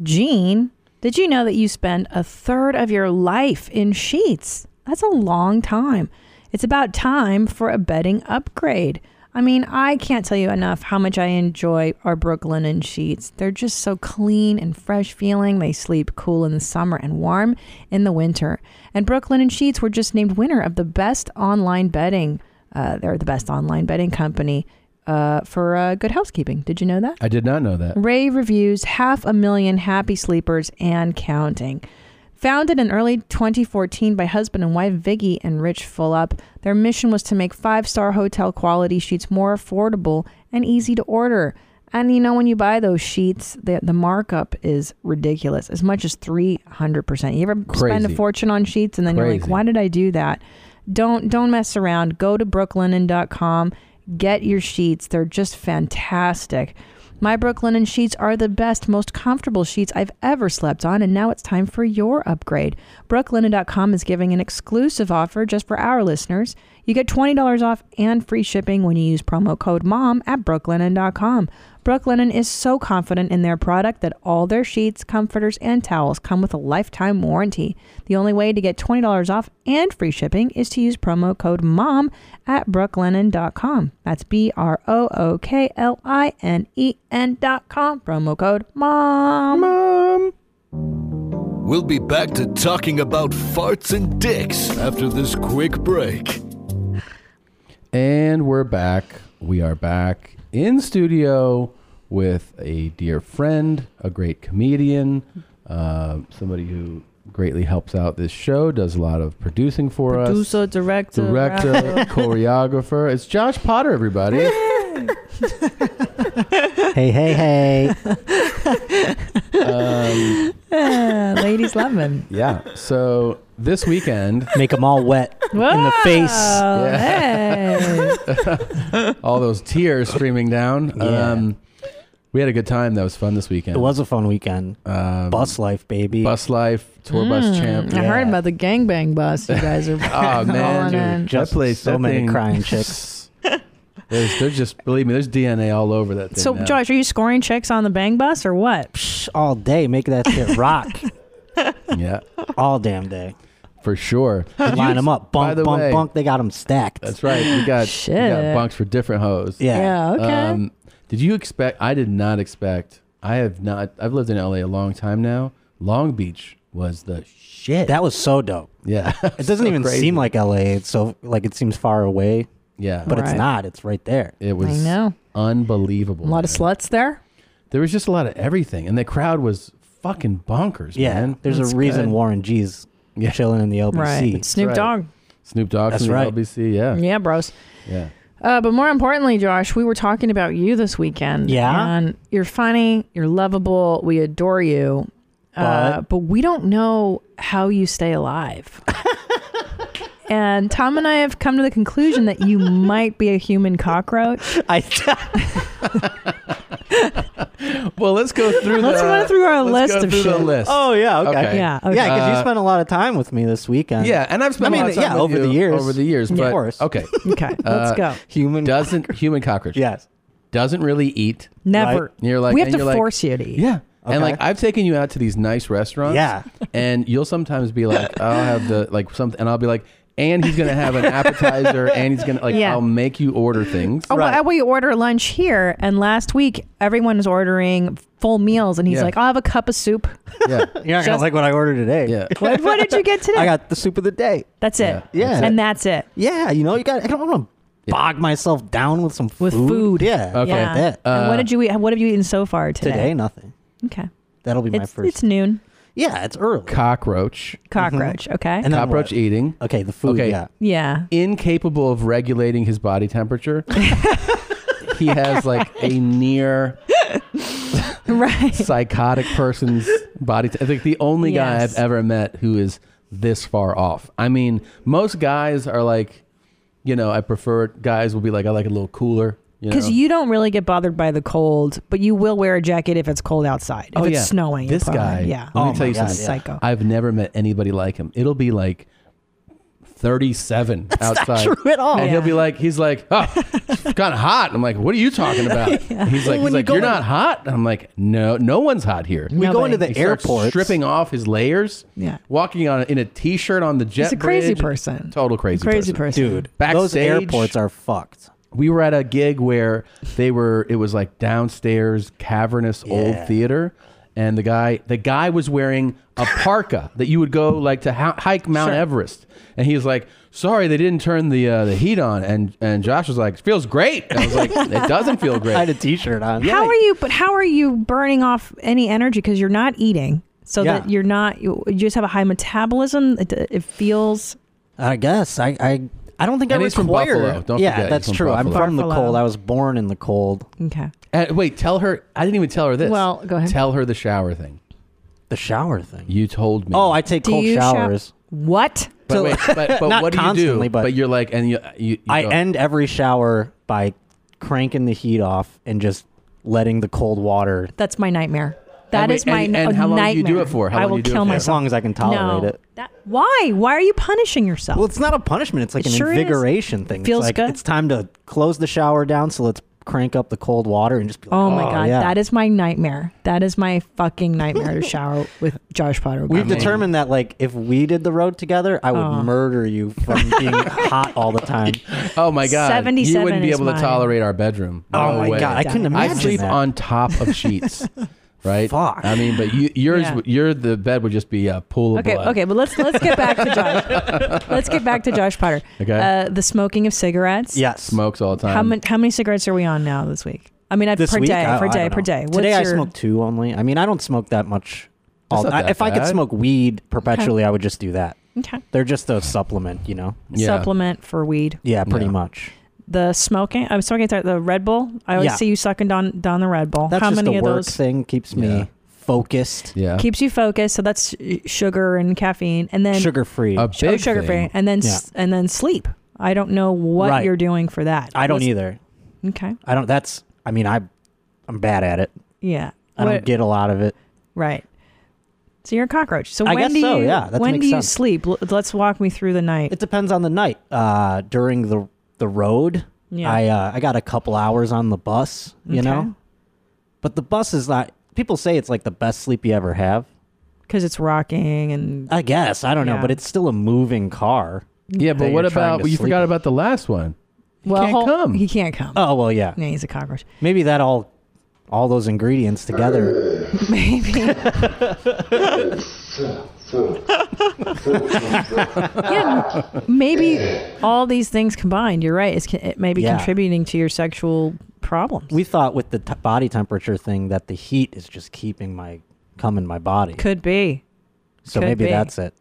S2: Gene, did you know that you spend a third of your life in sheets? That's a long time. It's about time for a bedding upgrade. I mean, I can't tell you enough how much I enjoy our Brooklyn and sheets. They're just so clean and fresh feeling. They sleep cool in the summer and warm in the winter. And Brooklyn and Sheets were just named winner of the best online bedding. Uh, they're the best online bedding company uh, for uh, good housekeeping. Did you know that?
S1: I did not know that.
S2: Rave reviews, half a million happy sleepers and counting. Founded in early 2014 by husband and wife Viggy and Rich Fullup, their mission was to make five-star hotel quality sheets more affordable and easy to order. And you know, when you buy those sheets, the, the markup is ridiculous, as much as 300%. You ever spend
S11: Crazy.
S2: a fortune on sheets and then you're like,
S11: Crazy.
S2: why did I do that? Don't don't mess around. Go to brooklinen.com, get your sheets. They're just fantastic. My Brooklinen sheets are the best, most comfortable sheets I've ever slept on, and now it's time for your upgrade. Brooklinen.com is giving an exclusive offer just for our listeners. You get $20 off and free shipping when you use promo code MOM at brooklinen.com. Brooklinen is so confident in their product that all their sheets, comforters, and towels come with a lifetime warranty. The only way to get $20 off and free shipping is to use promo code MOM at brooklinen.com. That's B R O O K L I N E N.com. Promo code MOM. MOM.
S11: We'll be back to talking about farts and dicks after this quick break.
S1: And we're back. We are back in studio with a dear friend, a great comedian, uh, somebody who greatly helps out this show, does a lot of producing for
S2: Producer,
S1: us.
S2: director,
S1: director,
S2: rapper.
S1: choreographer. It's Josh Potter, everybody.
S14: hey, hey, hey.
S1: um,
S2: Ah, ladies love him.
S1: yeah. So this weekend,
S14: make them all wet
S2: in the
S14: face.
S1: all those tears streaming down. Um, we had a good time. That was fun this weekend. Um,
S14: It was a fun weekend. bus life, baby.
S1: Bus life, tour bus champ.
S2: Hmm. I heard about the gangbang bus. You guys are
S1: Oh man,
S2: rolling in.
S1: dude, that place,
S14: so
S1: that
S14: many
S1: thing-
S14: crying chicks.
S1: there's, there's just believe me, there's DNA all over that thing.
S2: So,
S1: now.
S2: Josh, are you scoring chicks on the bang bus or what?
S14: all day, make that shit rock
S1: yeah,
S14: all damn day.
S1: for sure. Did
S14: Line
S1: you-
S14: them up,
S1: by
S14: bunk,
S1: the
S14: bunk,
S1: way-
S14: bunk. They got them stacked.
S1: That's right. We got we got
S14: Shit.
S1: bunks for different hoes. Um,
S14: Yeah. Yeah, okay.
S1: did you expect? I did not expect. I have not. I've lived in LA a long time now. Long Beach was the shit.
S14: That was so dope.
S1: Yeah,
S14: It doesn't even seem like LA. It's so like it seems far away.
S1: Yeah,
S14: but it's
S2: Right.
S14: not. It's right there.
S1: It was
S2: I know.
S1: unbelievable.
S2: A lot of sluts there.
S1: There was just a lot of everything, and the crowd was fucking bonkers.
S14: Yeah,
S1: man.
S14: there's a reason Warren G's chilling in the LBC.
S2: Right. Snoop
S1: That's
S2: Dogg.
S1: Snoop Dogg
S14: That's
S1: from the
S14: right.
S1: LBC. Yeah,
S2: Yeah, bros.
S1: yeah.
S2: Uh, but more importantly, Josh, we were talking about you this weekend.
S1: Yeah?
S2: And you're funny, you're lovable, we adore you. uh,
S14: But?
S2: but we don't know how you stay alive. and Tom and I have come to the conclusion that you might be a human cockroach.
S14: I.
S1: Well, let's go through.
S2: Let's
S1: the,
S2: run through our
S1: let's
S2: list
S1: go
S2: of
S1: through the
S2: shit.
S1: list.
S14: Oh yeah, okay.
S2: Yeah, okay.
S14: yeah, because you
S1: Uh,
S14: spent a lot of time with me this weekend.
S1: Yeah, and I've spent
S14: I mean,
S1: a lot of time
S14: yeah,
S1: with
S14: over
S1: you
S14: the years.
S1: Over the years,
S14: Yeah.
S1: but
S14: of course.
S1: okay, Uh,
S2: Okay, let's go.
S14: Human
S1: doesn't human cockroach.
S14: Yes,
S1: doesn't really eat.
S2: Never. Right.
S1: And You're like
S2: We have
S1: and
S2: to
S1: you're like-
S2: force you to eat.
S1: Yeah. And
S2: Okay.
S1: like I've taken you out to these nice restaurants.
S2: Yeah.
S1: And you'll sometimes be like, I'll have the like something, and I'll be like, and he's gonna have an appetizer, and he's gonna like,
S2: Yeah.
S1: I'll make you order things.
S2: Oh, well, we order lunch here, and last week everyone was ordering full meals, and he's
S1: Yeah.
S2: like, "I'll have a cup of soup."
S1: Yeah. You're
S14: not gonna like what I ordered today. Yeah.
S2: What, what did you get today?
S14: I got the soup of the day.
S2: That's it.
S14: Yeah. That's
S2: and that's it.
S14: Yeah, you know, you got. I don't want to bog myself down with some food. with
S2: food.
S14: Yeah.
S2: Yeah.
S14: That.
S2: and
S1: Uh,
S2: what did you eat? What have you eaten so far today?
S14: Today, nothing.
S2: Okay.
S14: That'll be my
S2: It's,
S14: first.
S2: it's noon.
S14: yeah, it's early.
S1: Cockroach.
S2: Cockroach. Okay.
S14: Mm-hmm. And then
S1: cockroach
S14: what?
S1: eating.
S14: Okay, the food.
S1: Okay.
S14: Yeah.
S2: Yeah.
S1: Incapable of regulating his body temperature. he has like a near
S2: right.
S1: psychotic person's body. T- I think the only guy I've
S2: Yes.
S1: ever met who is this far off. I mean, most guys are like, you know, I prefer guys will be like, I like it a little cooler. You know?
S2: Because you don't really get bothered by the cold, but you will wear a jacket if it's cold outside. If
S1: Oh,
S2: it's
S1: yeah.
S2: snowing. you
S1: This
S2: put on-
S1: guy.
S2: Yeah.
S1: Let
S14: Oh
S1: me tell you
S2: God,
S1: something.
S2: Psycho.
S1: I've never met anybody like him. It'll be like 37
S2: not
S1: outside.
S2: true at all.
S1: And he'll
S2: Yeah.
S1: be like, he's like, oh, it's kind of hot. I'm like, what are you talking about?
S14: Yeah.
S1: He's
S14: Well, when
S1: like, he's
S14: you
S1: like,
S14: go
S1: you're
S14: in-
S1: not hot. And I'm like, no, no one's hot here.
S14: We go into the
S1: He starts
S14: airports.
S1: stripping off his layers.
S14: Yeah.
S1: walking on in a t-shirt on the jet.
S14: a crazy
S1: bridge.
S14: person.
S1: Total crazy,
S14: Crazy
S1: person,
S14: person. Dude,
S1: Backstage,
S14: those airports are fucked.
S1: We were at a gig where they were. It was like downstairs, cavernous
S14: Yeah.
S1: old theater. And the guy, the guy was wearing a parka that you would go like to ho- hike Mount Everest, and he was like, "Sorry, they didn't turn the uh, the heat on." And and Josh was like, "Feels great." And I was like, "It doesn't feel great." I had
S14: a T-shirt on.
S2: How are you? But how are you burning off any energy? Because you're not eating, so
S14: Yeah.
S2: that you're not. You, you just have a high metabolism. It, it feels.
S14: I guess I I, I don't think
S1: And
S14: I
S1: he's from
S14: require.
S1: Buffalo. Don't
S14: yeah,
S1: forget, he's
S14: that's
S1: from
S14: true. I'm
S1: Buffalo.
S14: from the
S1: Buffalo.
S14: cold. I was born in the cold.
S2: Okay.
S1: And wait, tell her. I didn't even tell her this.
S14: Well, go ahead.
S1: Tell her the shower thing.
S14: The shower thing.
S1: You told me.
S14: Oh, I take cold showers.
S2: What?
S1: But wait, but, but
S14: Not
S1: what do you
S14: constantly,
S1: do?
S14: but-
S1: you're like, and you, you, you
S14: I
S1: go-
S14: end every shower by cranking the heat off and just letting the cold water.
S2: That's my nightmare. That
S14: And
S2: is
S14: wait,
S2: my
S14: and-
S2: n-
S14: and how long do you do
S2: nightmare.
S14: it for? How
S2: I
S14: long do
S2: will
S14: you do it
S2: kill
S14: for?
S2: myself
S14: As long as I can tolerate
S2: No.
S14: it.
S2: That- why? Why are you punishing yourself?
S14: Well, it's not a punishment. It's like
S2: It
S14: an
S2: sure is.
S14: invigoration thing.
S2: Feels
S14: it's like,
S2: good.
S14: It's time to close the shower down, so let's crank up the cold water and just be like,
S2: Oh my god,
S14: yeah.
S2: that is my nightmare. That is my fucking nightmare to shower with Josh Potter.
S14: We've determined that like if we did the road together, I would
S2: Oh.
S14: murder you from being hot all the time.
S1: Oh my god, you
S2: 77
S1: wouldn't be
S2: is
S1: able
S2: mine.
S1: to tolerate our bedroom.
S14: Oh
S1: No
S14: my
S1: way.
S14: God, I couldn't
S1: I
S14: imagine
S1: sleep
S14: that.
S1: on top of sheets. Right. Fuck. I mean, but you, yours,
S2: Yeah.
S1: would your the bed would just be a pool of
S2: Okay,
S1: blood.
S2: okay, but let's let's get back to Josh. let's get back to Josh Potter.
S1: Okay.
S2: Uh, the smoking of cigarettes.
S1: Smokes all the time.
S2: How many how many cigarettes are we on now this week? I mean, I-
S14: um, This
S2: per
S14: week,
S2: day,
S14: I-
S2: per
S14: I
S2: day,
S14: don't
S2: per
S14: know.
S2: day. What's
S14: Today I
S2: your-
S14: smoked two only. I mean, I don't smoke that much.
S2: That's
S14: all-
S2: not
S14: I-
S2: that
S14: if I could
S2: bad.
S14: smoke weed perpetually, I would just do that.
S2: Okay.
S14: They're just a supplement, you know.
S2: supplement for weed?
S14: Yeah, pretty much.
S2: The smoking. I was talking about the Red Bull. I always
S14: Yeah.
S2: see you sucking down down the Red Bull.
S14: That's
S2: how
S14: just
S2: many
S14: a
S2: of
S14: work
S2: those
S14: thing. Keeps me focused.
S1: Yeah.
S2: keeps you focused? So that's uh, sugar and caffeine, and then
S14: sugar free.
S2: sugar free, and then s and then sleep. I don't know what
S14: Right.
S2: you're doing for that.
S14: I don't
S2: What's-
S14: either.
S2: Okay.
S14: I don't. That's. I mean, I, I'm bad at it.
S2: Yeah.
S14: I
S2: What-
S14: don't get a lot of it.
S2: Right. So you're a cockroach. So
S14: I
S2: when
S14: guess
S2: do you
S14: so, yeah, that
S2: when
S14: makes
S2: do you
S14: sense.
S2: sleep? L- let's walk me through the night.
S14: It depends on the night. Uh, during the the road,
S2: Yeah.
S14: I uh, I got a couple hours on the bus. You
S2: Okay.
S14: know, but the bus is not. People say it's like the best sleep you ever have.
S2: Because it's rocking and
S14: I guess I don't know,
S2: Yeah.
S14: but it's still a moving car.
S1: Yeah, but
S14: that
S1: what
S14: you're trying
S1: about
S14: to
S1: well, you
S14: sleep
S1: forgot about the last one?
S2: well,
S1: can't
S2: hol-
S1: come.
S2: He can't come.
S14: Oh well, yeah.
S2: Yeah, he's a cockroach.
S14: Maybe that all, all those ingredients together.
S2: yeah, m- maybe all these things combined. You're right. It's co- it may be
S14: Yeah.
S2: contributing to your sexual problem.
S14: We thought with the t- body temperature thing that the heat is just keeping my cum in my body.
S2: Could be.
S14: so
S2: could
S14: maybe
S2: be.
S14: that's it.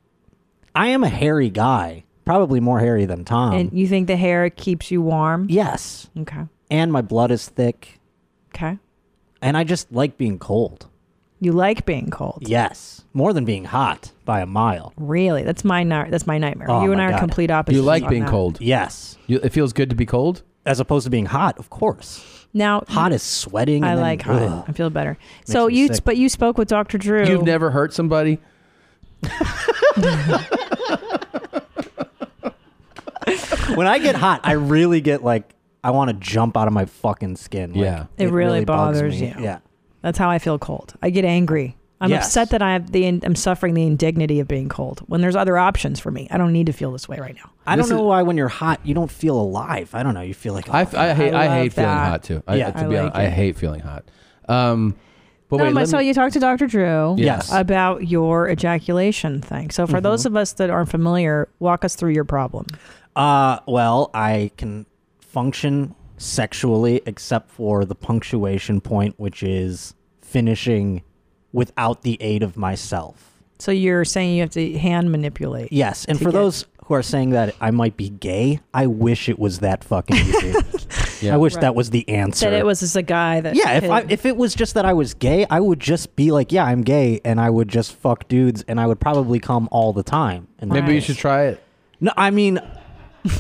S14: I am a hairy guy, probably more hairy than Tom,
S2: and
S14: and,
S2: you think the hair keeps you warm?
S14: Um. Yes.
S2: Okay.
S14: my blood is thick,
S2: Okay.
S14: and I just like being cold.
S2: You like being cold.
S14: Yes, more than being hot by a mile.
S2: Really? That's my night. That's my nightmare.
S14: Oh,
S2: you and
S14: my
S2: I are
S14: God.
S2: complete opposites.
S1: You like
S2: on
S1: being
S2: that.
S1: cold?
S14: Yes.
S1: You, it feels good to be cold,
S14: as opposed to being hot. Of course,
S2: Now
S14: hot is sweating.
S2: I
S14: and then-
S2: like hot.
S14: ugh.
S2: I feel better. so
S14: me
S2: you,
S14: sick.
S2: but you spoke with Doctor Drew.
S1: You've never hurt somebody.
S14: when I get hot, I really get like I want to jump out of my fucking skin. Like,
S2: Yeah. It really bothers
S14: me.
S2: you.
S14: Yeah,
S2: That's how I feel cold. I get angry. I'm
S14: Yes.
S2: upset that I have the I'm suffering the indignity of being cold when there's other options for me. I don't need to feel this way right now.
S14: I
S2: This
S14: don't
S2: is-
S14: know why when you're hot you don't feel alive. I don't know. You feel like
S1: I, I hate I, hate feeling
S2: that.
S1: hot too. I,
S14: Yeah.
S1: to
S14: I
S1: be
S14: like
S1: honest, I
S14: it.
S1: hate feeling hot. Um, but
S2: no,
S1: wait,
S2: but
S1: let
S2: so
S1: me,
S2: you talked to Dr. Drew
S1: Yes.
S2: about your ejaculation thing. So for
S14: Mm-hmm.
S2: those of us that aren't familiar, walk us through your problem.
S14: Uh, well, I can function sexually except for the punctuation point, which is finishing without the aid of myself.
S2: So you're saying you have to hand manipulate.
S14: Yes, and
S2: to
S14: for
S2: get-
S14: those who are saying that I might be gay, I wish it was that fucking easy. I wish
S2: Right.
S14: that was the answer.
S2: that it was just a guy that
S14: Yeah, if I,
S2: could-
S14: if it was just that I was gay, I would just be like, yeah, I'm gay, and I would just fuck dudes, and I would probably come all the time. And
S1: Maybe you should try it.
S14: No, I mean,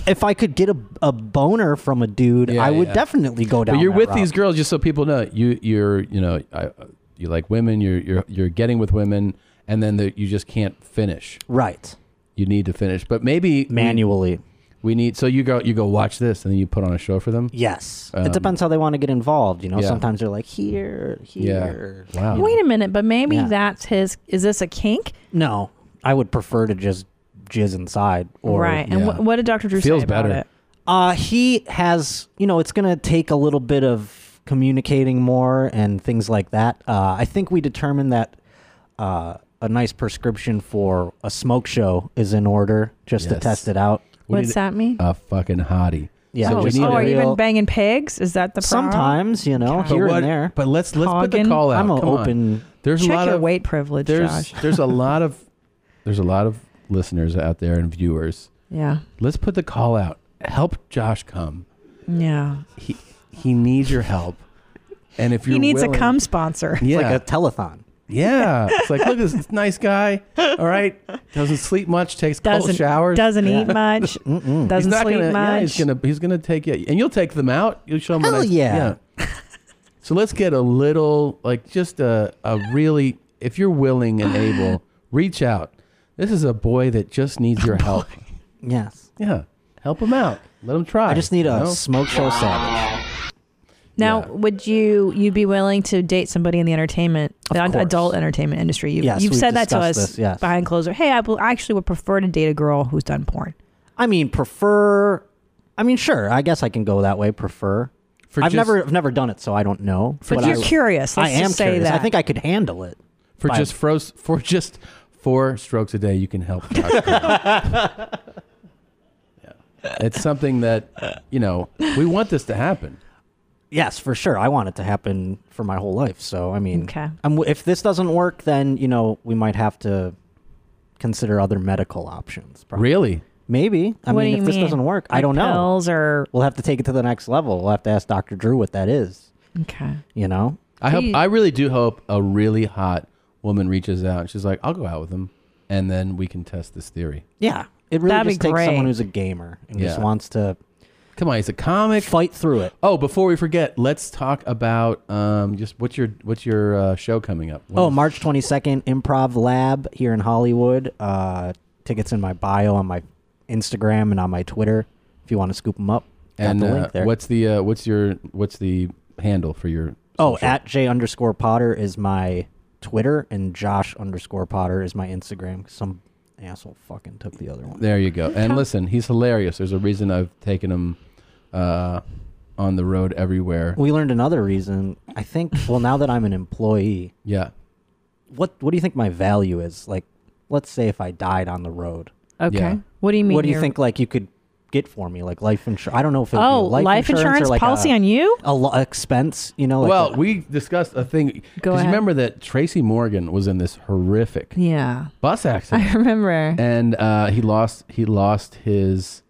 S14: if I could get a, a boner from a dude, I would
S1: yeah.
S14: definitely go down.
S1: But you're
S14: that
S1: with
S14: route.
S1: these girls just so people know you you're you know I, you like women. You're you're you're getting with women, and then the, you just can't finish.
S14: Right.
S1: You need to finish, but maybe
S14: manually.
S1: We, need so you go you go watch this, and then you put on a show for them.
S14: Yes,
S1: Um,
S14: it depends how they want to get involved. You know,
S1: yeah.
S14: sometimes they're like here,
S1: Yeah.
S14: here.
S1: Wow.
S14: you know.
S2: Wait a minute, but maybe
S14: Oh. Yeah.
S2: that's his. Is this a kink?
S14: No, I would prefer to just jizz inside. Or,
S2: right. And wh- what did Dr. Drew say about it?
S14: Uh, he has, you know, it's going to take a little bit of communicating more and things like that. Uh, I think we determined that uh, a nice prescription for a smoke show is in order just to
S1: Yes.
S14: test it out.
S1: We
S2: What's
S1: need
S2: that mean?
S1: A fucking hottie.
S14: Yeah,
S1: So
S2: oh,
S1: we need
S2: oh,
S1: a
S2: are you
S1: real-
S2: been banging pigs? Is that the problem?
S14: Sometimes, you know,
S1: But
S14: here
S1: what-
S14: and there.
S1: But let's let's put the
S2: Hogging?
S1: call out.
S14: I'm a
S1: Come on.
S14: open-
S1: There's
S2: Check
S1: a lot
S2: your
S1: of
S2: weight privilege,
S1: There's
S2: Josh.
S1: there's a lot of there's a lot of listeners out there and viewers.
S2: Yeah.
S1: Let's put the call out. Help Josh come.
S2: Yeah.
S1: He he needs your help. And if you're
S2: He needs
S1: willing-
S2: a cum sponsor.
S1: Yeah.
S14: like a telethon.
S1: Yeah. It's like look at this nice guy. All right. Doesn't sleep much, takes
S2: Doesn't-
S1: cold showers.
S2: doesn't eat much, Mm-mm.
S1: He's
S2: doesn't
S1: not
S2: sleep
S1: gonna, yeah, he's
S2: much.
S1: gonna he's gonna take you and you'll take them out. You'll show them
S14: Hell yeah.
S1: So let's get a little, like, just a, a really, if you're willing and able, reach out. This is a boy that just needs your help.
S14: Yes.
S1: Yeah. Help him out. Oh, Let him try. I just
S14: need a smoke show savage.
S2: Now, would you you be willing to date somebody in the entertainment, the ad- adult entertainment industry? You,
S14: Yes,
S2: you've
S14: we've
S2: said that to us
S14: discussed this, yes.
S2: behind closed door. Hey, I, will, I actually would prefer to date a girl who's done porn.
S14: I mean, prefer. I mean, sure. I guess I can go that way. Prefer.
S1: For
S14: I've
S1: just-
S14: never, I've never done it, so I don't know.
S2: But you're
S14: I-
S2: curious, let's
S14: I am
S2: just say
S14: curious. I
S2: that.
S14: think I could handle it.
S1: For
S14: By-
S1: just froze, for just four strokes a day, you can help. Josh Groban. yeah. It's something that you know we want this to happen.
S14: Yes, for sure. I want it to happen for my whole life. So I mean,
S2: Okay.
S14: I'm, if this doesn't work, then you know we might have to consider other medical options. Probably.
S1: Really?
S14: Maybe. I
S2: What do
S14: mean,
S2: you
S14: if this
S2: mean?
S14: doesn't work, I
S2: Like
S14: don't know.
S2: pills or
S14: we'll have to take it to the next level. We'll have to ask Doctor Drew what that is.
S2: Okay.
S14: You know.
S1: I hope. I really do hope a really hot woman reaches out and she's like, "I'll go out with him," and then we can test this theory.
S14: Yeah, it really
S2: That'd be
S14: just takes someone
S2: great.
S14: who's a gamer and just
S1: Yeah.
S14: wants to.
S1: Come on, he's a comic.
S14: Fight through it.
S1: Oh, before we forget, let's talk about um, just what's your what's your uh, show coming up? When
S14: Oh,
S1: is-
S14: March 22nd, Improv Lab here in Hollywood. Uh, tickets in my bio on my Instagram and on my Twitter if you want to scoop them up. Got
S1: and
S14: the
S1: uh,
S14: link there.
S1: what's the uh, what's your what's the handle for your?
S14: oh,
S1: social?
S14: at J underscore Potter is my Twitter and Josh underscore Potter is my Instagram. 'cause Some asshole fucking took the other one.
S1: There you go.
S14: Okay.
S1: And listen, he's hilarious. There's a reason I've taken him uh, on the road everywhere.
S14: We learned another reason. I think, well, now that I'm an employee.
S1: Yeah.
S14: What, what do you think my value is? Like, let's say if I died on the road.
S2: Okay. Yeah. What do you mean
S14: What do you
S2: you're-
S14: think, like, you could get for me? Like, life insurance? I don't know if it would be
S2: Oh,
S14: life,
S2: life
S14: insurance,
S2: insurance
S14: or like
S2: policy
S14: a-
S2: on you?
S14: A lo- expense, you know? Like
S1: well,
S14: a-
S1: we discussed a thing.
S2: Go
S1: Because
S2: ahead.
S1: remember that Tracy Morgan was in this horrific
S2: Yeah.
S1: bus accident.
S2: I remember.
S1: and uh, he lost he lost his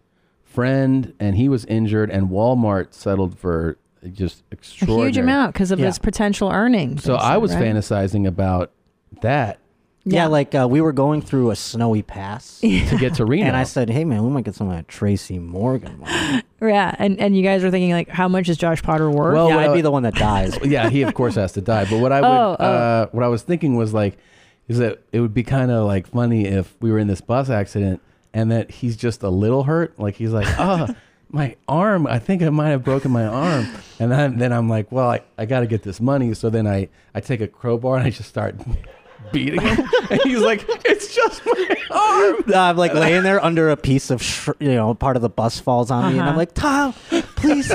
S1: friend, and he was injured. And Walmart settled for just
S2: A
S1: extraordinary
S2: huge amount because of
S1: Yeah.
S2: his potential earnings.
S1: So
S2: they
S1: I
S2: said,
S1: was
S2: right?
S1: fantasizing about that.
S14: yeah, like uh, we were going through a snowy pass
S1: to get to Reno.
S14: And I said, hey, man, we might get some of that Tracy Morgan. One.
S2: Yeah, and and you guys were thinking like, how much is Josh Potter worth?
S1: Well,
S14: yeah, I'd be the one that dies.
S1: yeah, he of course has to die. But what I would,
S2: Oh, oh.
S1: Uh, what I was thinking was like, is that it would be kind of like funny if we were in this bus accident and that he's just a little hurt. Like he's like, oh, my arm. I think I might have broken my arm. And then, then I'm like, well, I, I got to get this money. So then I, I take a crowbar and I just start beating him. and he's like, it's just my arm.
S14: I'm like laying there under a piece of, sh- you know, part of the bus falls on me, and I'm
S13: Uh-huh.
S14: like, Tom, please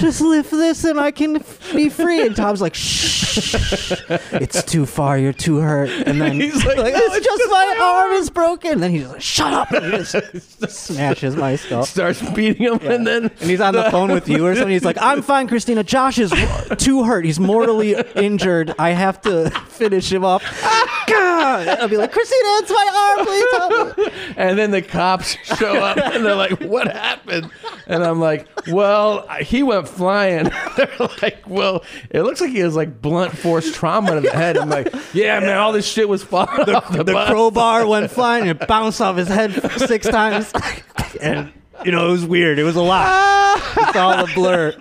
S14: just lift this and I can f- be free. And Tom's like, shh, it's too far, you're too hurt. And then
S13: He's like, "No,
S14: it's,
S13: it's
S14: just my arm is broken. And then he's like, shut up. And he just smashes my skull.
S1: Starts beating him, and then.
S14: And he's on the phone with you or something. He's like, I'm fine, Christina. Josh is too hurt. He's mortally injured. I have to finish him off. God. I'll be like, Christina, it's my arm. Please help me.
S1: and then the cops show up and they're like, "What happened?" And I'm like, "Well, I- he went flying." they're like, "Well, it looks like he has like blunt force trauma to the head." I'm like, "Yeah, man, all this shit was falling off the,
S14: the
S1: bus."
S14: crowbar went flying and it bounced off his head six times. and you know, it was weird. It was a lot. it's all a blur.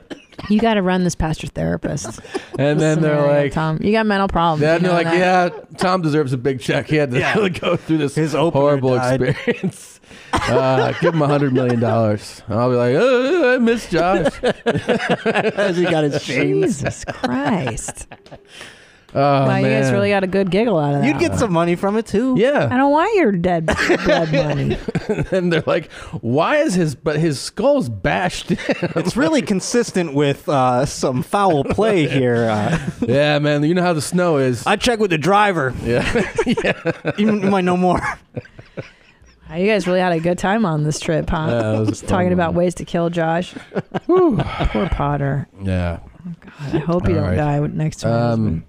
S2: You got to run this past your therapist.
S1: And then they're
S2: Scenario,
S1: like-
S2: Tom, you got mental problems.
S1: Then
S2: you
S1: they're
S2: know
S1: like,
S2: that.
S1: "Yeah, Tom deserves a big check. He had to
S2: Yeah.
S1: go through this horrible experience." uh, give him a hundred million dollars. And I'll be like, oh, "I miss Josh."
S14: As he got his chains.
S2: Jesus Christ.
S1: Oh
S2: wow, you guys
S1: man.
S2: really got a good giggle out of that.
S14: You'd get
S2: one.
S14: some money from it too.
S1: Yeah.
S2: I don't want your dead blood money.
S1: and they're like, "Why is his but his skull's bashed in?"
S14: It's really consistent with uh, some foul play here. Uh,
S1: yeah, man, you know how the snow is.
S14: I check with the driver.
S1: Yeah,
S14: you, you might know more.
S2: Wow, you guys really had a good time on this trip, huh?
S1: Yeah, that was a
S2: Just
S1: fun
S2: talking
S1: one.
S2: about ways to kill Josh. Poor Potter.
S1: Yeah.
S2: I hope you
S1: All
S2: don't
S1: right.
S2: die with- next time.
S1: Um,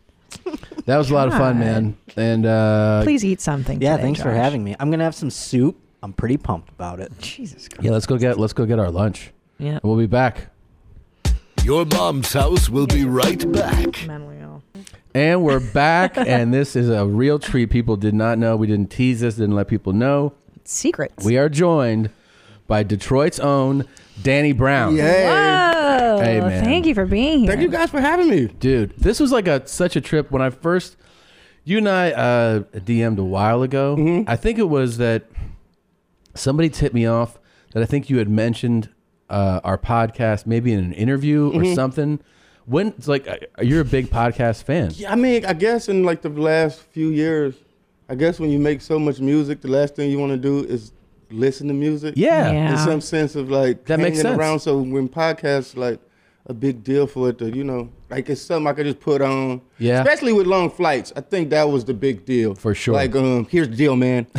S1: that was a lot of fun, man. And uh,
S2: Please eat something.
S14: Yeah,
S2: today,
S14: thanks for
S2: Josh.
S14: having me. I'm gonna have some soup. I'm pretty pumped about it.
S2: Jesus Christ.
S1: Yeah, let's go get let's go get our lunch.
S2: Yeah.
S1: We'll be back,
S11: Your mom's house will be right back.
S1: and we're back. and this is a real treat. People did not know. We didn't tease this. Didn't let people know.
S2: Secrets.
S1: We are joined by Detroit's own Danny Brown.
S2: Whoa,
S1: Hey man,
S2: Thank you for being here.
S1: Thank you guys for having me, dude. This was like a such a trip. When I first, you and I uh, DM'd a while ago.
S13: Mm-hmm.
S1: I think it was that somebody tipped me off that I think you had mentioned uh, our podcast, maybe in an interview or
S13: Mhm.
S1: something. When it's like uh, you're a big podcast fan.
S13: Yeah, I mean, I guess in like the last few years, I guess when you make so much music, the last thing you want to do is listen to music.
S1: Yeah. Yeah.
S13: In some sense of like
S1: That makes
S13: hanging
S1: sense.
S13: around. So when podcasts like a big deal for it to, you know, like it's something I could just put on.
S1: Yeah.
S13: Especially with long flights. I think that was the big deal. For sure. Like, um, here's the deal, man.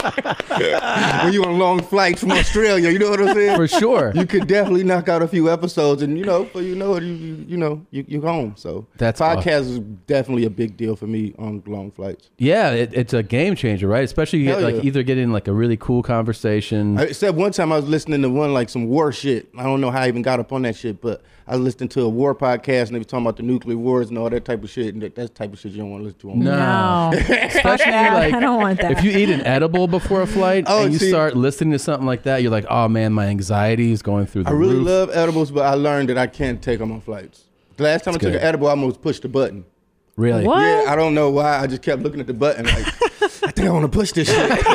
S13: when you on long flights from Australia, you know what I'm saying?
S1: For sure.
S13: You could definitely knock out a few episodes and you know, but you know it, you, you you know, you you home. So
S1: That's
S13: podcast is definitely a big deal for me on long flights.
S1: Yeah, it, it's a game changer, right? Especially you get,
S13: Hell
S1: like
S13: yeah.
S1: either getting like a really cool conversation.
S13: I- Except one time I was listening to one like some war shit. I don't know how I even got up on that shit, but I was listening to a war podcast and they were talking about the nuclear wars and all that type of shit. And that, that's the type of shit you don't want to listen to on
S1: No.
S2: Especially
S1: like,
S2: I don't want that.
S1: If you eat an edible before a flight
S13: Oh,
S1: and you
S13: see-
S1: start listening to something like that, you're like, oh man, my anxiety is going through the
S13: I really
S1: roof.
S13: love edibles, but I learned that I can't take them on flights. The last time
S1: That's
S13: I took
S1: good.
S13: an edible, I almost pushed the button.
S1: Really? What?
S13: Yeah, I don't know why. I just kept looking at the button like, I think I want to push this shit.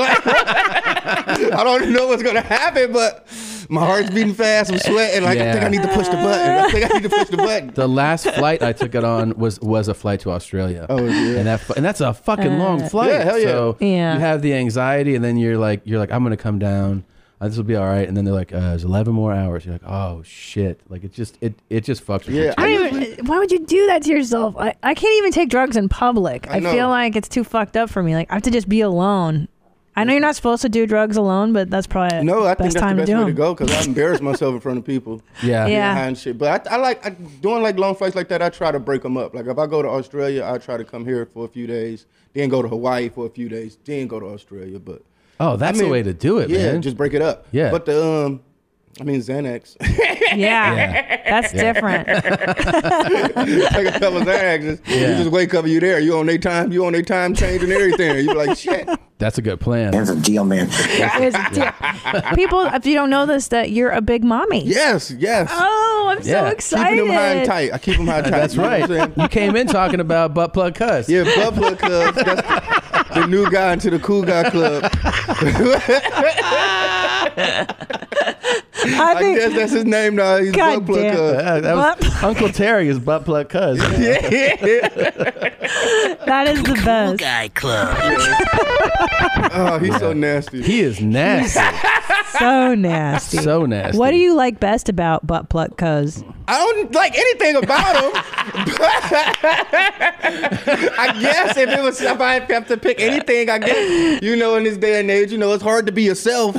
S13: I don't know what's gonna happen, but my heart's beating fast. I'm sweating. Like I think
S1: Yeah.
S13: I need to push the button. I think I need to push the button.
S1: the last flight I took it on was was a flight to Australia. Oh
S13: yeah.
S1: And that fu- and that's a fucking long
S13: Uh,
S1: flight.
S13: Yeah, hell yeah.
S1: So
S13: Yeah.
S1: you have the anxiety and then you're like you're like I'm going to come down. Uh, this will be all right. And then they're like uh, there's 11 more hours. You're like, "Oh shit." Like it just it it just fucks with you.
S2: I don't even, uh, why would you do that to yourself? I, I can't even take drugs in public.
S1: I
S2: I,
S1: know.
S2: feel like it's too fucked up for me. Like I have to just be alone. I know you're not supposed to do drugs alone, but that's probably
S13: No, I think
S2: best
S13: that's the
S2: time
S13: best
S2: to do
S13: way
S2: them.
S13: to go because I embarrass myself in front of people.
S1: Yeah.
S13: Being
S2: Yeah.
S13: high and shit. But I, I like I, doing like long flights like that. I try to break them up. Like if I go to Australia, I try to come here for a few days, then go to Hawaii for a few days, then go to Australia. But
S1: Oh, that's
S13: I
S1: the
S13: mean,
S1: way to do it,
S13: yeah,
S1: man.
S13: just break it up.
S1: Yeah.
S13: But the um, I mean Xanax.
S2: Yeah. That's
S13: Yeah.
S2: different.
S13: Take a couple Xanax. You
S1: Yeah.
S13: just wake up, you there. You on their time. You on their time change and everything. You be like shit.
S1: That's a good plan.
S13: That's a deal, man.
S2: There's a deal. People, if you don't know this, that you're a big mommy.
S13: Yes, yes.
S2: Oh, I'm so excited.
S13: Keeping them high and tight. I keep them high and tight.
S1: That's
S13: you know what I'm saying?
S1: right. You came in talking about butt plug cuss.
S13: Yeah, butt plug cuss. That's the, the new guy into the cool guy club. I,
S2: think-
S13: guess that's his name now. He's butt
S2: God
S13: plug
S2: damn.
S13: cuss.
S1: Uh, that was Uncle Terry is butt plug cuz.
S2: That is the best.
S5: Guy Club.
S13: oh, he's so nasty.
S1: He is nasty.
S2: so nasty.
S1: So nasty.
S2: What do you like best about butt pluck? Cause
S13: I don't like anything about him. I guess if it was if I have to pick anything, I guess you know in this day and age, you know it's hard to be yourself.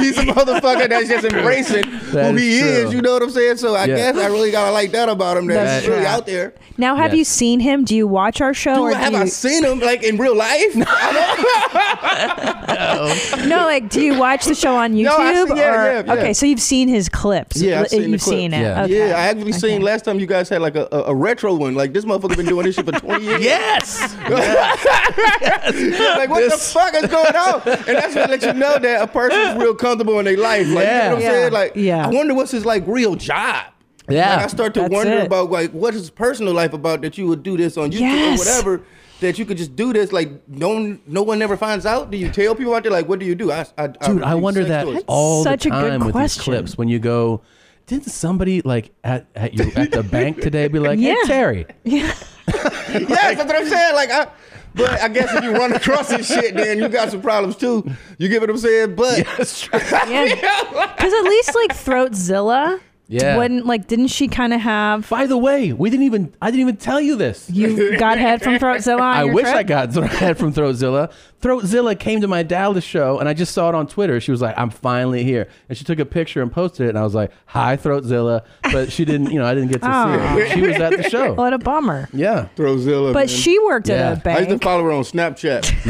S13: he's a motherfucker that's just embracing
S1: That
S13: who
S1: is
S13: he
S1: true.
S13: is. You know what I'm saying? So I
S1: Yeah.
S13: guess I really gotta like that about him. That's,
S1: That's
S13: really
S1: true.
S13: out there.
S2: now, have
S1: Yes.
S2: you seen him? Do you watch our show?
S13: Dude,
S2: or
S13: have
S2: do
S13: I
S2: you-
S13: seen him like in real life?
S2: No, like, do you watch the show on YouTube?
S13: No, I see- yeah,
S2: or-
S13: yeah, yeah.
S2: Okay, so you've seen his clips.
S13: Yeah,
S2: L-
S13: I've seen the
S2: you've
S13: clip.
S2: seen it.
S13: Yeah,
S2: Okay.
S13: yeah I actually seen last time you guys had like a, a, a retro one. Like this motherfucker been doing this shit for twenty years.
S1: yes.
S13: like what
S1: This-
S13: the fuck is going on? And that's what lets you know that a person's real comfortable in their life. Like
S1: Yeah.
S13: you know what I'm
S1: Yeah.
S13: saying? Like
S1: Yeah.
S13: I wonder what's his like real job.
S1: Yeah.
S13: Like I start to
S1: That's
S13: wonder
S1: it.
S13: about like what his personal life about that you would do this on YouTube
S1: Yes.
S13: or whatever. That you could just do this, like no, no one ever finds out. Do you tell people out there, like, what do you do? I, I,
S1: Dude, I
S13: do
S1: wonder
S13: sex
S1: that
S13: toys.
S1: all the time with these clips when you go. Didn't somebody like at at, your, at the bank today be like, "Hey
S13: Yeah.
S1: Terry,
S13: yes, that's what I'm saying. Like, I, but I guess if you run across this shit, then you got some problems too. You get what I'm saying? But
S2: Because at least like Throatzilla.
S1: Yeah.
S2: Wouldn't like? Didn't she kind of have?
S1: By the way, we didn't even. I didn't even tell you this.
S2: You got head from Throatzilla. On
S1: I
S2: your
S1: wish
S2: trip?
S1: I got thro- head from Throatzilla. Throatzilla came to my Dallas show, and I just saw it on Twitter. She was like, "I'm finally here," and she took a picture and posted it. And I was like, "Hi, Throatzilla," but she didn't. You know, I didn't get to see
S2: Aw.
S1: her. She was at the show.
S2: What a bummer.
S1: Yeah,
S13: Throwzilla.
S2: But man. she worked at a
S13: I used to follow her on Snapchat.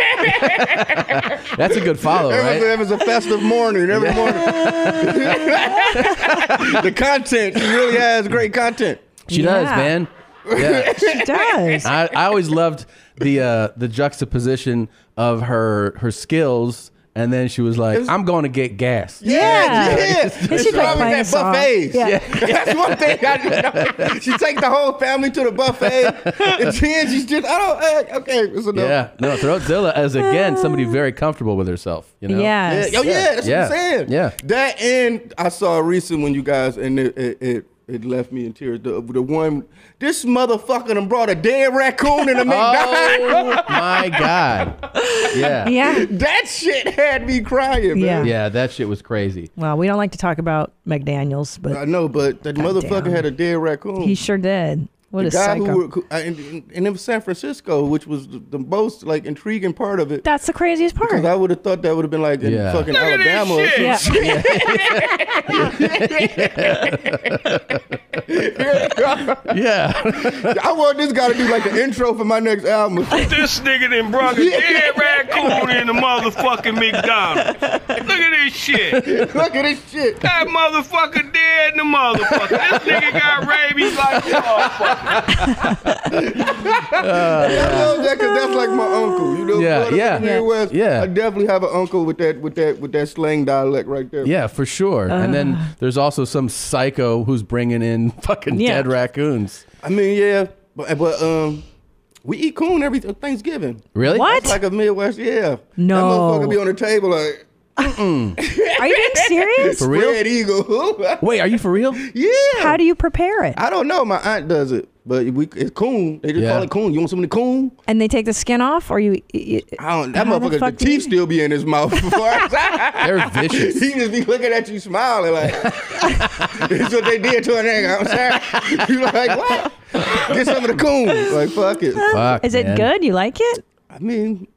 S1: Yeah, that's a good follow,
S13: It was,
S1: right?
S13: it was a festive morning every morning. the content, she really has great content.
S1: She does, man. Yeah.
S2: she does.
S1: I, I always loved the uh, the juxtaposition of her her skills And then she was like, "I'm going to get gas."
S13: Yeah, yeah.
S1: It's just like
S13: always
S1: playing a
S13: at
S1: song.
S13: buffets.
S1: Yeah.
S13: That's one thing I know. She take the whole family to the buffet. And then she's just, I don't, uh, okay, it's enough.
S1: Yeah, no, Throatzilla is again somebody very comfortable with herself. You know,
S13: Yeah. Oh, yeah, that's
S1: Yeah.
S13: what I'm saying.
S1: Yeah,
S13: That and I saw a recent when you guys, and it, it, it, it left me in tears. The, the one, this motherfucker done brought a dead raccoon in a McDonald's.
S1: Oh my God, yeah,
S13: That shit had me crying,
S1: yeah,
S13: man.
S1: that shit was crazy.
S2: Well, we don't like to talk about McDaniels, but
S13: I know, but that motherfucker had a dead raccoon.
S2: he sure did. What
S13: the
S2: a
S13: guy
S2: psycho!
S13: Who, who, I- and, and- and it was San Francisco, which was the, the most like intriguing part of it.
S2: That's the craziest part.
S13: Because I would have thought that would have been like in
S1: Yeah.
S13: fucking
S1: Look at this
S13: Alabama. Or
S1: shit.
S13: some
S1: Yeah.
S13: shit. I want this guy to do like the intro for my next album.
S15: This nigga done brought a dead raccoon in the motherfucking McDonald's. Look at this shit.
S13: Look at this shit.
S15: That motherfucker dead in the motherfucker. This nigga got rabies like a
S13: I love that because that's like my uncle. You know,
S1: Yeah,
S13: Florida
S1: yeah.
S13: from the Midwest,
S1: Yeah.
S13: I definitely have an uncle with that with that with that slang dialect right there.
S1: Yeah, for sure. and then there's also some psycho who's bringing in fucking
S13: Yeah.
S1: dead raccoons.
S13: I mean, yeah, but but um, we eat coon every Thanksgiving.
S1: Really? What?
S13: That's like a Midwest, yeah.
S1: No.
S13: that motherfucker be on the table like.
S2: Are you being serious?
S1: For real?
S13: Red eagle.
S1: Wait, are you for real?
S13: Yeah.
S2: How do you prepare it?
S13: I don't know. My aunt does it, but we it's coon. They just
S1: Yeah.
S13: call it coon. You want some of the coon?
S2: And they take the skin off, or you? you
S13: I don't. That
S2: How the
S13: motherfucker, the,
S2: fuck do
S13: teeth still be in his mouth. They're
S1: vicious.
S13: He just be looking at you smiling like, "This what they did to a nigga." I'm sorry. You like what? Get some of the coon. Like fuck it.
S2: Is it good? You like it?
S13: I mean,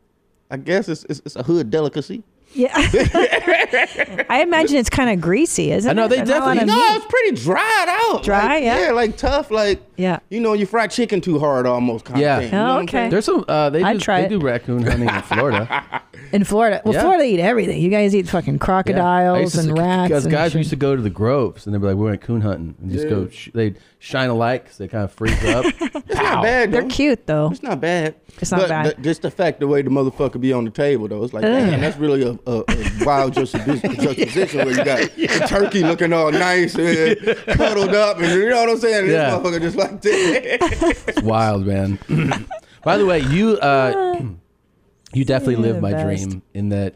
S13: I guess it's it's, it's a hood delicacy.
S2: I imagine it's kind of greasy, isn't it? There's not a lot of
S13: No,
S2: meat.
S13: it's pretty dried out.
S2: Dry,
S13: Like,
S2: yeah.
S13: yeah, like tough, like yeah. You know, you fry chicken too hard, almost kind
S1: Yeah.
S13: of thing. You know
S2: Oh,
S13: what I'm saying?
S1: There's some. Uh, they
S2: I'd
S1: do,
S2: try
S1: they
S2: it.
S1: do raccoon hunting in Florida.
S2: In Florida, well,
S1: Yeah.
S2: Florida eat everything. You guys eat fucking crocodiles and rats.
S1: Because
S2: and
S1: guys
S2: shit.
S1: used to go to the groves and they'd be like, "We're going coon hunting," and just go.
S13: Yeah.
S1: Sh- they'd shine a light because they kind of freak up.
S13: It's not bad.
S2: They're
S13: though.
S2: cute though.
S13: It's not bad.
S2: It's not
S13: But
S2: bad.
S13: the- just the fact the way the motherfucker be on the table though, it's like,
S2: Ugh.
S13: damn, that's really a, a, a wild juxtaposition, juxtaposition where you got the turkey looking all nice and cuddled up, and you know what I'm saying? This
S1: Yeah.
S13: motherfucker just like this.
S1: It's wild, man. By the way, you uh, you definitely
S13: You're
S1: lived
S13: the
S1: my
S13: best.
S1: dream in that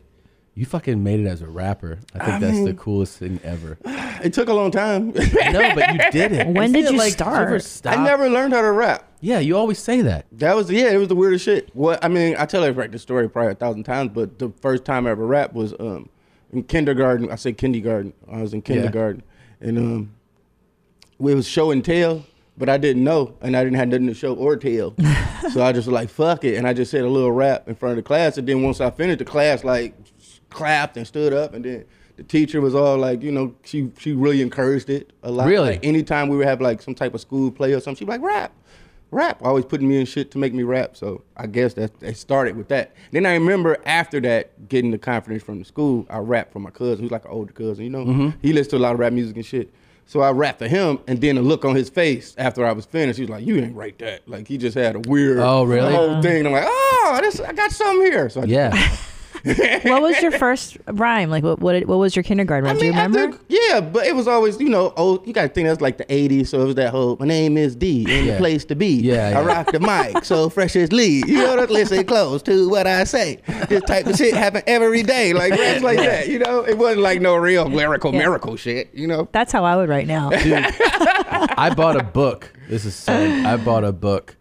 S1: you fucking made it as a rapper. I think
S13: I
S1: that's the
S13: mean-
S1: coolest thing ever.
S13: It took a long time.
S1: no, but you did it.
S2: When
S1: Isn't
S2: did
S1: it,
S2: you
S1: like,
S2: start?
S1: ever stop?
S13: I never learned how to rap.
S1: Yeah, you always say that.
S13: That was yeah, it was the weirdest shit. What I mean, I tell everybody the story probably a thousand times, but the first time I ever rapped was um in kindergarten. I say kindergarten. I was in kindergarten, and um, it was show and tell, but I didn't know, and I didn't have nothing to show or tell, so I just was like fuck it, and I just said a little rap in front of the class, and then once I finished, the class like clapped and stood up, and then. The teacher was all like, you know, she she really encouraged it a lot.
S1: Really?
S13: Like, anytime we would have like some type of school play or something, she'd be like, rap rap, always putting me in shit to make me rap. So I guess that it started with that. Then I remember after that getting the confidence from the school. I rapped for my cousin, who's like an older cousin, you know.
S1: Mhm.
S13: He listened to a lot of rap music and shit. So I rapped to him, and then the look on his face after I was finished, he was like, "You didn't write that." Like he just had a weird,
S1: Oh, really?
S13: whole thing. And I'm like, "Oh, this, I got something here." So I
S1: Yeah.
S2: what was your first rhyme? Like, what what, did- what was your kindergarten rhyme? Do you remember?
S13: Yeah, but it was always, you know, oh, you gotta think that's like the '80s. So it was that whole, "My name is D, and
S1: Yeah.
S13: the place to be."
S1: Yeah, yeah.
S13: I rock the mic, so fresh as lead. You know, that listen close to what I say. This type of shit happen every day, like raps like that. You know, it wasn't like no real lyrical
S2: Yeah.
S13: miracle shit. You know,
S2: That's how I would right now.
S1: I bought a book. This is sad. I bought a book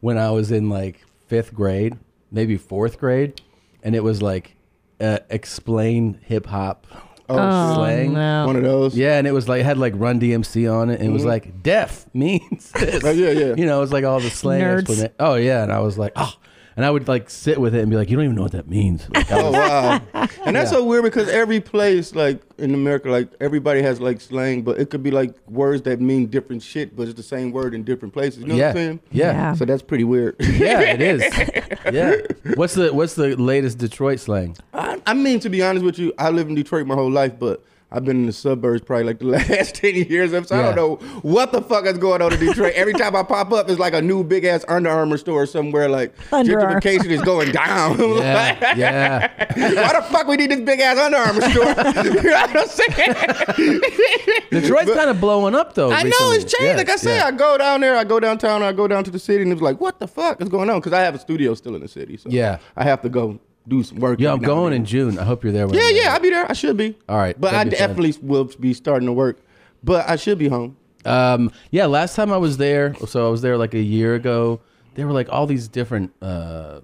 S1: when I was in like fifth grade, maybe fourth grade, and it was like uh, explain hip hop.
S13: Oh, Oh,
S1: slang.
S13: no. One of those.
S1: Yeah, and it was like had like Run DMC on it, and it was
S13: Mhm.
S1: like deaf means this.
S13: Oh, yeah, yeah.
S1: You know, it was like all the slang.
S13: Nerds.
S1: explana- Oh yeah, and I was like, oh, and I would like sit with it and be like, you don't even know what that means. Like, I
S13: Oh
S1: was-
S13: wow! And that's so weird because every place, like in America, like everybody has like slang, but it could be like words that mean different shit, but it's the same word in different places. You know what
S1: Yeah.
S13: I'm saying?
S1: Yeah. Yeah.
S13: So that's pretty weird.
S1: yeah, it is. Yeah. What's the What's the latest Detroit slang?
S13: I, I mean, to be honest with you, I live in Detroit my whole life, but I've been in the suburbs probably like the last 10 years up, so I
S1: Yeah.
S13: don't know what the fuck is going on in Detroit. Every time I pop up, it's like a new big ass Under Armour store somewhere. Like,
S1: Under Armour.
S13: gentrification is going down.
S1: Yeah, yeah.
S13: Why the fuck we need this big ass Under Armour store? you know what I'm saying?
S1: Detroit's kind of blowing up though.
S13: I know it's
S1: recently.
S13: changed.
S1: Yeah,
S13: like I said,
S1: yeah.
S13: I go down there, I go downtown, I go down to the city, and it's like, what the fuck is going on? Because I have a studio still in the city, so
S1: Yeah.
S13: I have to go do some work.
S1: Yeah, I'm
S13: every now and
S1: going in June. I hope you're there. When
S13: Yeah,
S1: I'm there.
S13: yeah, I'll be there. I should be.
S1: All right,
S13: But I
S1: that'd be fun.
S13: definitely will be starting to work. But I should be home.
S1: Um, yeah, last time I was there, so I was there like a year ago. There were like all these different, uh,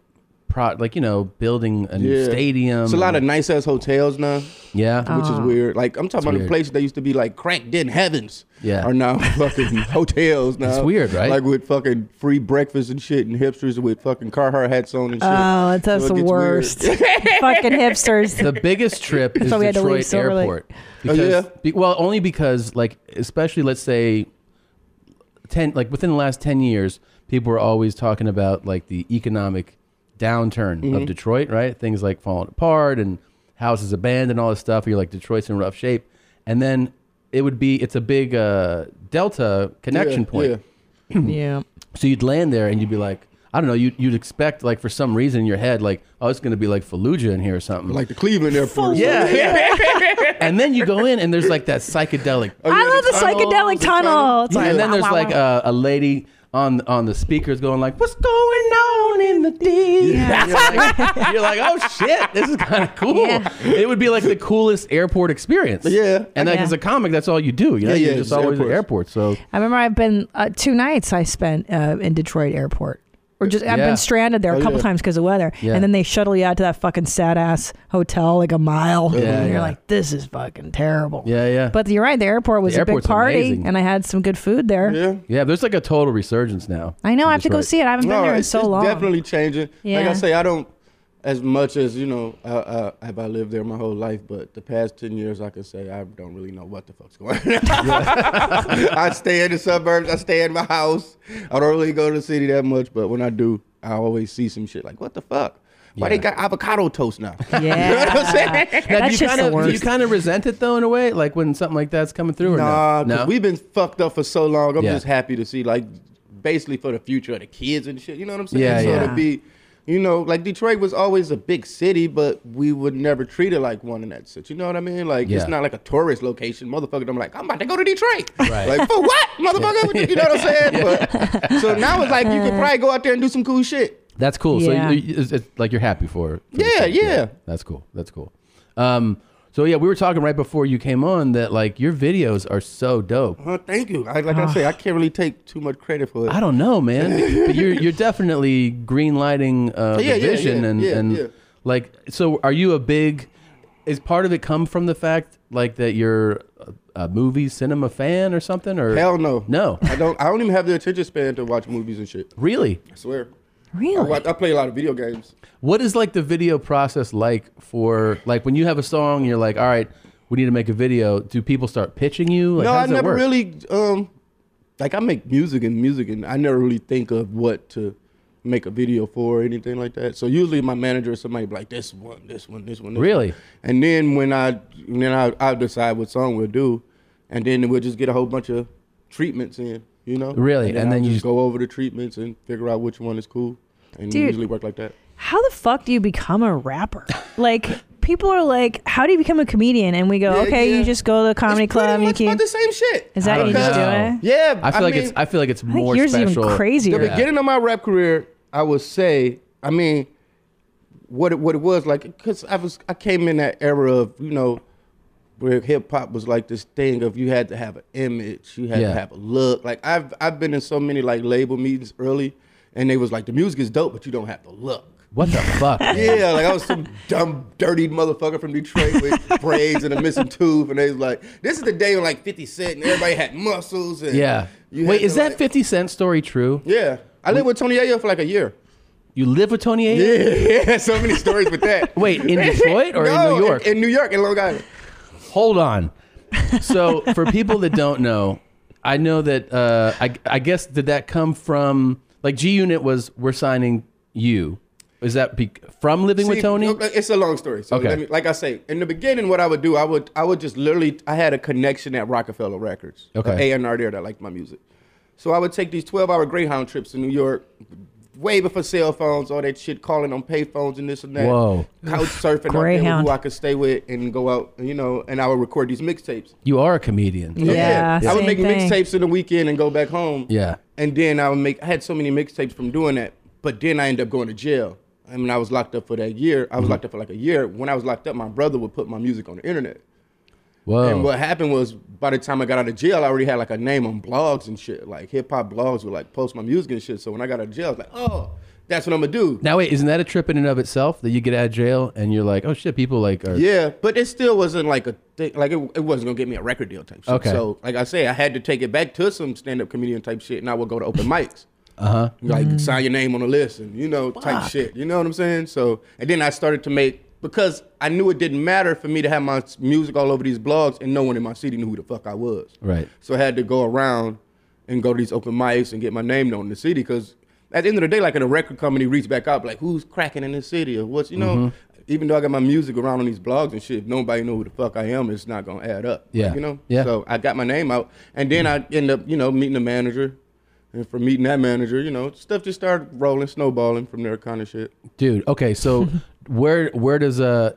S1: pro, like you know, building a new
S13: Yeah.
S1: stadium.
S13: It's a lot of nice ass hotels now.
S1: Yeah.
S13: Which is
S1: Ah.
S13: weird. Like I'm
S1: It's
S13: talking about
S1: weird.
S13: the places that used to be like cracked in heavens.
S1: Yeah.
S13: Are now fucking hotels now.
S1: It's weird, right?
S13: Like with fucking free breakfast and shit and hipsters with fucking Carhartt hats on and shit.
S2: Oh, that's
S13: So it
S2: the
S13: gets weird.
S2: worst. Fucking hipsters.
S1: The biggest trip is
S2: So we had to leave
S1: Detroit
S2: so early.
S1: Airport.
S13: Oh,
S1: Because,
S13: yeah?
S1: be- well, only because like especially let's say ten like within the last ten years, people were always talking about like the economic downturn of
S13: Mhm.
S1: Detroit, right? Things like falling apart and houses abandoned, all this stuff. You're like Detroit's in rough shape, and then it would be it's a big uh, delta connection
S13: Yeah,
S1: point.
S13: yeah.
S2: yeah.
S1: So you'd land there and you'd be like, I don't know, you'd, you'd expect like for some reason in your head, like, oh, it's going to be like Fallujah in here or something.
S13: Like the Cleveland airport. or
S1: Yeah.
S13: something.
S1: and then you go in and there's like that psychedelic.
S13: Oh,
S2: I love Oh, the psychedelic tunnel. It's like,
S1: and then
S2: wow,
S1: there's
S2: wow,
S1: like uh,
S2: wow.
S1: a, a lady on on the speakers going like, what's going on in the D?
S2: Yeah.
S1: You're, like, you're like, oh shit, this is kind of cool. It would be like the coolest airport experience. Yeah. And like
S2: Yeah.
S1: as a comic, that's all you do. You
S13: Yeah,
S1: know?
S13: yeah,
S1: You're just
S13: it's
S1: always at
S13: airports.
S1: airports. So
S2: I remember I've been uh, two nights I spent uh, in Detroit airport. Or just I've
S1: Yeah.
S2: been stranded there a
S1: Oh,
S2: couple
S1: yeah.
S2: times because of weather,
S1: Yeah.
S2: and then they shuttle you out to that fucking sad ass hotel like a mile,
S1: Yeah,
S2: and you're
S1: yeah.
S2: like, this is fucking terrible.
S1: yeah, yeah.
S2: But you're right, the airport was
S1: The
S2: a big
S1: airport's
S2: party,
S1: amazing.
S2: and I had some good food there.
S1: Yeah, there's like a total resurgence now.
S2: I know I have to go
S1: Detroit.
S2: see it. I haven't been
S13: No,
S2: there in
S13: it's-
S2: so
S13: it's
S2: long.
S13: Definitely changing. Like
S2: Yeah.
S13: I say, I don't as much as you know. I, I, have I lived there my whole life, but the past ten years, I can say I don't really know what the fuck's going on. I stay in the suburbs. I stay in my house. I don't really go to the city that much, but when I do, I always see some shit like what the fuck. Why they got avocado toast now? Yeah,
S1: Now, do you kind of do you kind of resent it though in a way, like when something like that's coming through or
S13: Nah,
S1: no?
S13: 'cause we've been fucked up for so long. I'm
S1: Yeah.
S13: just happy to see, like, basically for the future of the kids and shit. You know what I'm saying?
S1: Yeah,
S13: so
S1: yeah.
S13: to be, you know, like Detroit was always a big city, but we would never treat it like one in that sense. You know what I mean? Like,
S1: Yeah.
S13: it's not like a tourist location. Motherfucker, I'm like, I'm about to go to Detroit.
S1: Right.
S13: Like, for what, motherfucker? You know what I'm saying? But, so now it's like you could probably go out there and do some cool shit.
S1: That's cool.
S13: Yeah.
S1: So you, it's, it's like you're happy for. for the
S13: Yeah,
S1: sake.
S13: yeah.
S1: That's cool. That's cool. Um, so yeah, we were talking right before you came on that like your videos are so dope.
S13: Well, thank you. I, like I say, I can't really take too much credit for it.
S1: Uh. I don't know, man, but you're you're definitely green lighting uh,
S13: Yeah,
S1: the
S13: yeah,
S1: vision
S13: yeah,
S1: and
S13: yeah,
S1: and
S13: yeah.
S1: like so. Are you a big? Is part of it come from the fact like that you're a, a movie cinema fan or something or
S13: Hell no.
S1: no?
S13: I don't. I don't even have the attention span to watch movies and shit.
S1: Really?
S13: I swear.
S2: Really?
S13: I, watch, I play a lot of video games.
S1: What is like the video process like for like when you have a song and you're like, all right, we need to make a video. Do people start pitching you? Like,
S13: no,
S1: how
S13: I
S1: does that
S13: never
S1: work?
S13: really um like I make music and music and I never really think of what to make a video for or anything like that. So usually my manager or somebody be like this one, this one, this one, this
S1: Really?
S13: one. And then when I then I I decide what song we'll do and then we'll just get a whole bunch of treatments in, you know?
S1: Really?
S13: And then,
S1: And then
S13: I'll
S1: you
S13: just go over the treatments and figure out which one is cool. And
S2: Dude.
S13: usually work like that.
S2: How the fuck do you become a rapper? Like people are like, how do you become a comedian? And we go,
S13: Yeah,
S2: okay,
S13: yeah.
S2: you just go to the comedy club. and you keep
S13: the same shit.
S2: Is that
S1: I
S2: what you
S1: don't
S2: just do
S1: know.
S2: it?
S13: Yeah,
S1: I feel
S13: I
S1: like it's
S13: mean-
S1: I feel like it's
S2: think
S1: more
S2: yours is even
S1: special.
S2: crazier.
S13: The beginning of my rap career, I would say, I mean, what it, what it was like, because I was I came in that era of you know where hip hop was like this thing of you had to have an image, you had
S1: Yeah.
S13: to have a look. Like I've I've been in so many like label meetings early, and they was like the music is dope, but you don't have the look.
S1: What the fuck?
S13: Yeah, like I was some dumb, dirty motherfucker from Detroit with braids and a missing tooth, and they was like, "This is the day when like Fifty Cent and everybody had muscles." And
S1: Yeah.
S13: you
S1: Wait,
S13: had
S1: is
S13: to,
S1: that
S13: like-
S1: Fifty Cent story true?
S13: yeah, I lived with Tony Ayo for like a year.
S1: You live with Tony Ayo?
S13: Yeah, yeah, so many stories with that.
S1: Wait, in Detroit or in
S13: No,
S1: New York?
S13: In, in New York, in Long Island.
S1: Hold on. So for people that don't know, I know that uh, I I guess did that come from like G Unit was we're signing you. Is that be- from living with
S13: See,
S1: Tony?
S13: It's a long story. So
S1: Okay.
S13: let me- like I say, in the beginning, what I would do, I would, I would just literally, I had a connection at Rockefeller Records,
S1: Okay.
S13: A and R there that liked my music. So I would take these twelve-hour Greyhound trips to New York, waving for cell phones, all that shit, calling on payphones and this and that.
S1: Whoa.
S13: Couch surfing out there with
S1: Greyhound.
S13: who I could stay with and go out, you know. And I would record these mixtapes.
S1: You are a comedian.
S13: I would make mixtapes in the weekend and go back home.
S1: Yeah.
S13: And then I would make. I had so many mixtapes from doing that, but then I ended up going to jail. I mean, I was locked up for that year.
S1: Mm-hmm.
S13: I was locked up for like a year. When I was locked up, my brother would put my music on the internet.
S1: Whoa.
S13: And what happened was, by the time I got out of jail, I already had like a name on blogs and shit. Like hip hop blogs would like post my music and shit. So when I got out of jail, I was like, oh, that's what I'm gonna do.
S1: now wait, isn't that a trip in and of itself that you get out of jail and you're like, oh shit, people like are
S13: Yeah, but it still wasn't like a thing. Like it, it wasn't gonna get me a record deal type shit.
S1: Okay.
S13: So like I say, I had to take it back to some stand up comedian type shit, and I would go to open mics.
S1: uh huh.
S13: like sign your name on the list and you know type
S1: Fuck.
S13: shit. You know what I'm saying? So and then I started to make because I knew it didn't matter for me to have my s- music all over these blogs and no one in my city knew who the fuck I was.
S1: Right.
S13: So I had to go around and go to these open mics and get my name known in the city because at the end of the day, like in a record company reached back out, like who's cracking in this city or what's you know.
S1: Mhm.
S13: Even though I got my music around on these blogs and shit, if nobody know who the fuck I am, it's not gonna add up.
S1: Yeah.
S13: you know.
S1: Yeah.
S13: So I got my name out, and then I end up, you know, meeting a manager, and from meeting that manager, you know, stuff just started rolling, snowballing from there, kind of shit.
S1: Dude, okay, so where where does uh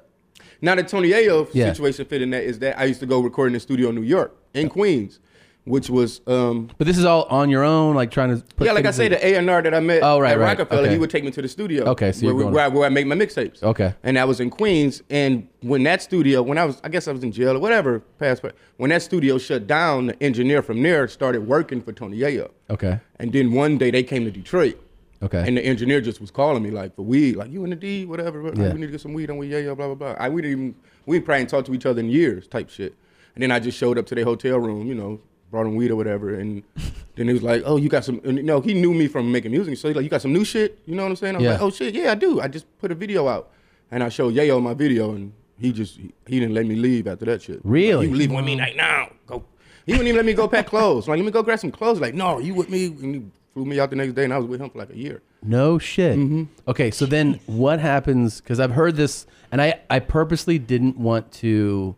S13: Now the Tony Ayo
S1: Yeah.
S13: situation fit in that is that I used to go record in the studio in New York, in Queens, which was um
S1: but this is all on your own, like trying to put
S13: yeah, like I
S1: things
S13: say,
S1: in-
S13: the A and R that I met
S1: Oh, right,
S13: at
S1: right,
S13: Rockefeller,
S1: okay.
S13: he would take me to the studio.
S1: Okay, so
S13: where,
S1: you're going-
S13: where, I- where I make my mixtapes.
S1: Okay.
S13: and I was in Queens, and when that studio, when I was, I guess I was in jail or whatever, past, when that studio shut down, the engineer from there started working for Tony Ayo.
S1: Okay.
S13: And then one day they came to Detroit.
S1: Okay.
S13: And the engineer just was calling me like for weed, like you and the D, whatever. but, like,
S1: Yeah.
S13: we need to get some weed on weed, yeah, yeah, blah blah blah. I we didn't even we probably ain't talked to each other in years, type shit. And then I just showed up to their hotel room, you know, brought them weed or whatever, and then he was like, oh, you got some. And, you know, he knew me from making music, so he's like, you got some new shit. You know what I'm saying? I was
S1: Yeah.
S13: like, oh shit, yeah, I do. I just put a video out, and I showed Yayo my video, and he just he, he didn't let me leave after that shit. Like,
S1: Really?
S13: you leave with me right now? Go. He wouldn't even let me go pack clothes. Like, let me go grab some clothes. Like, no, you with me? And he flew me out the next day, and I was with him for like a year.
S1: No shit.
S13: Mm-hmm.
S1: Okay, so then what happens? Because I've heard this, and I I purposely didn't want to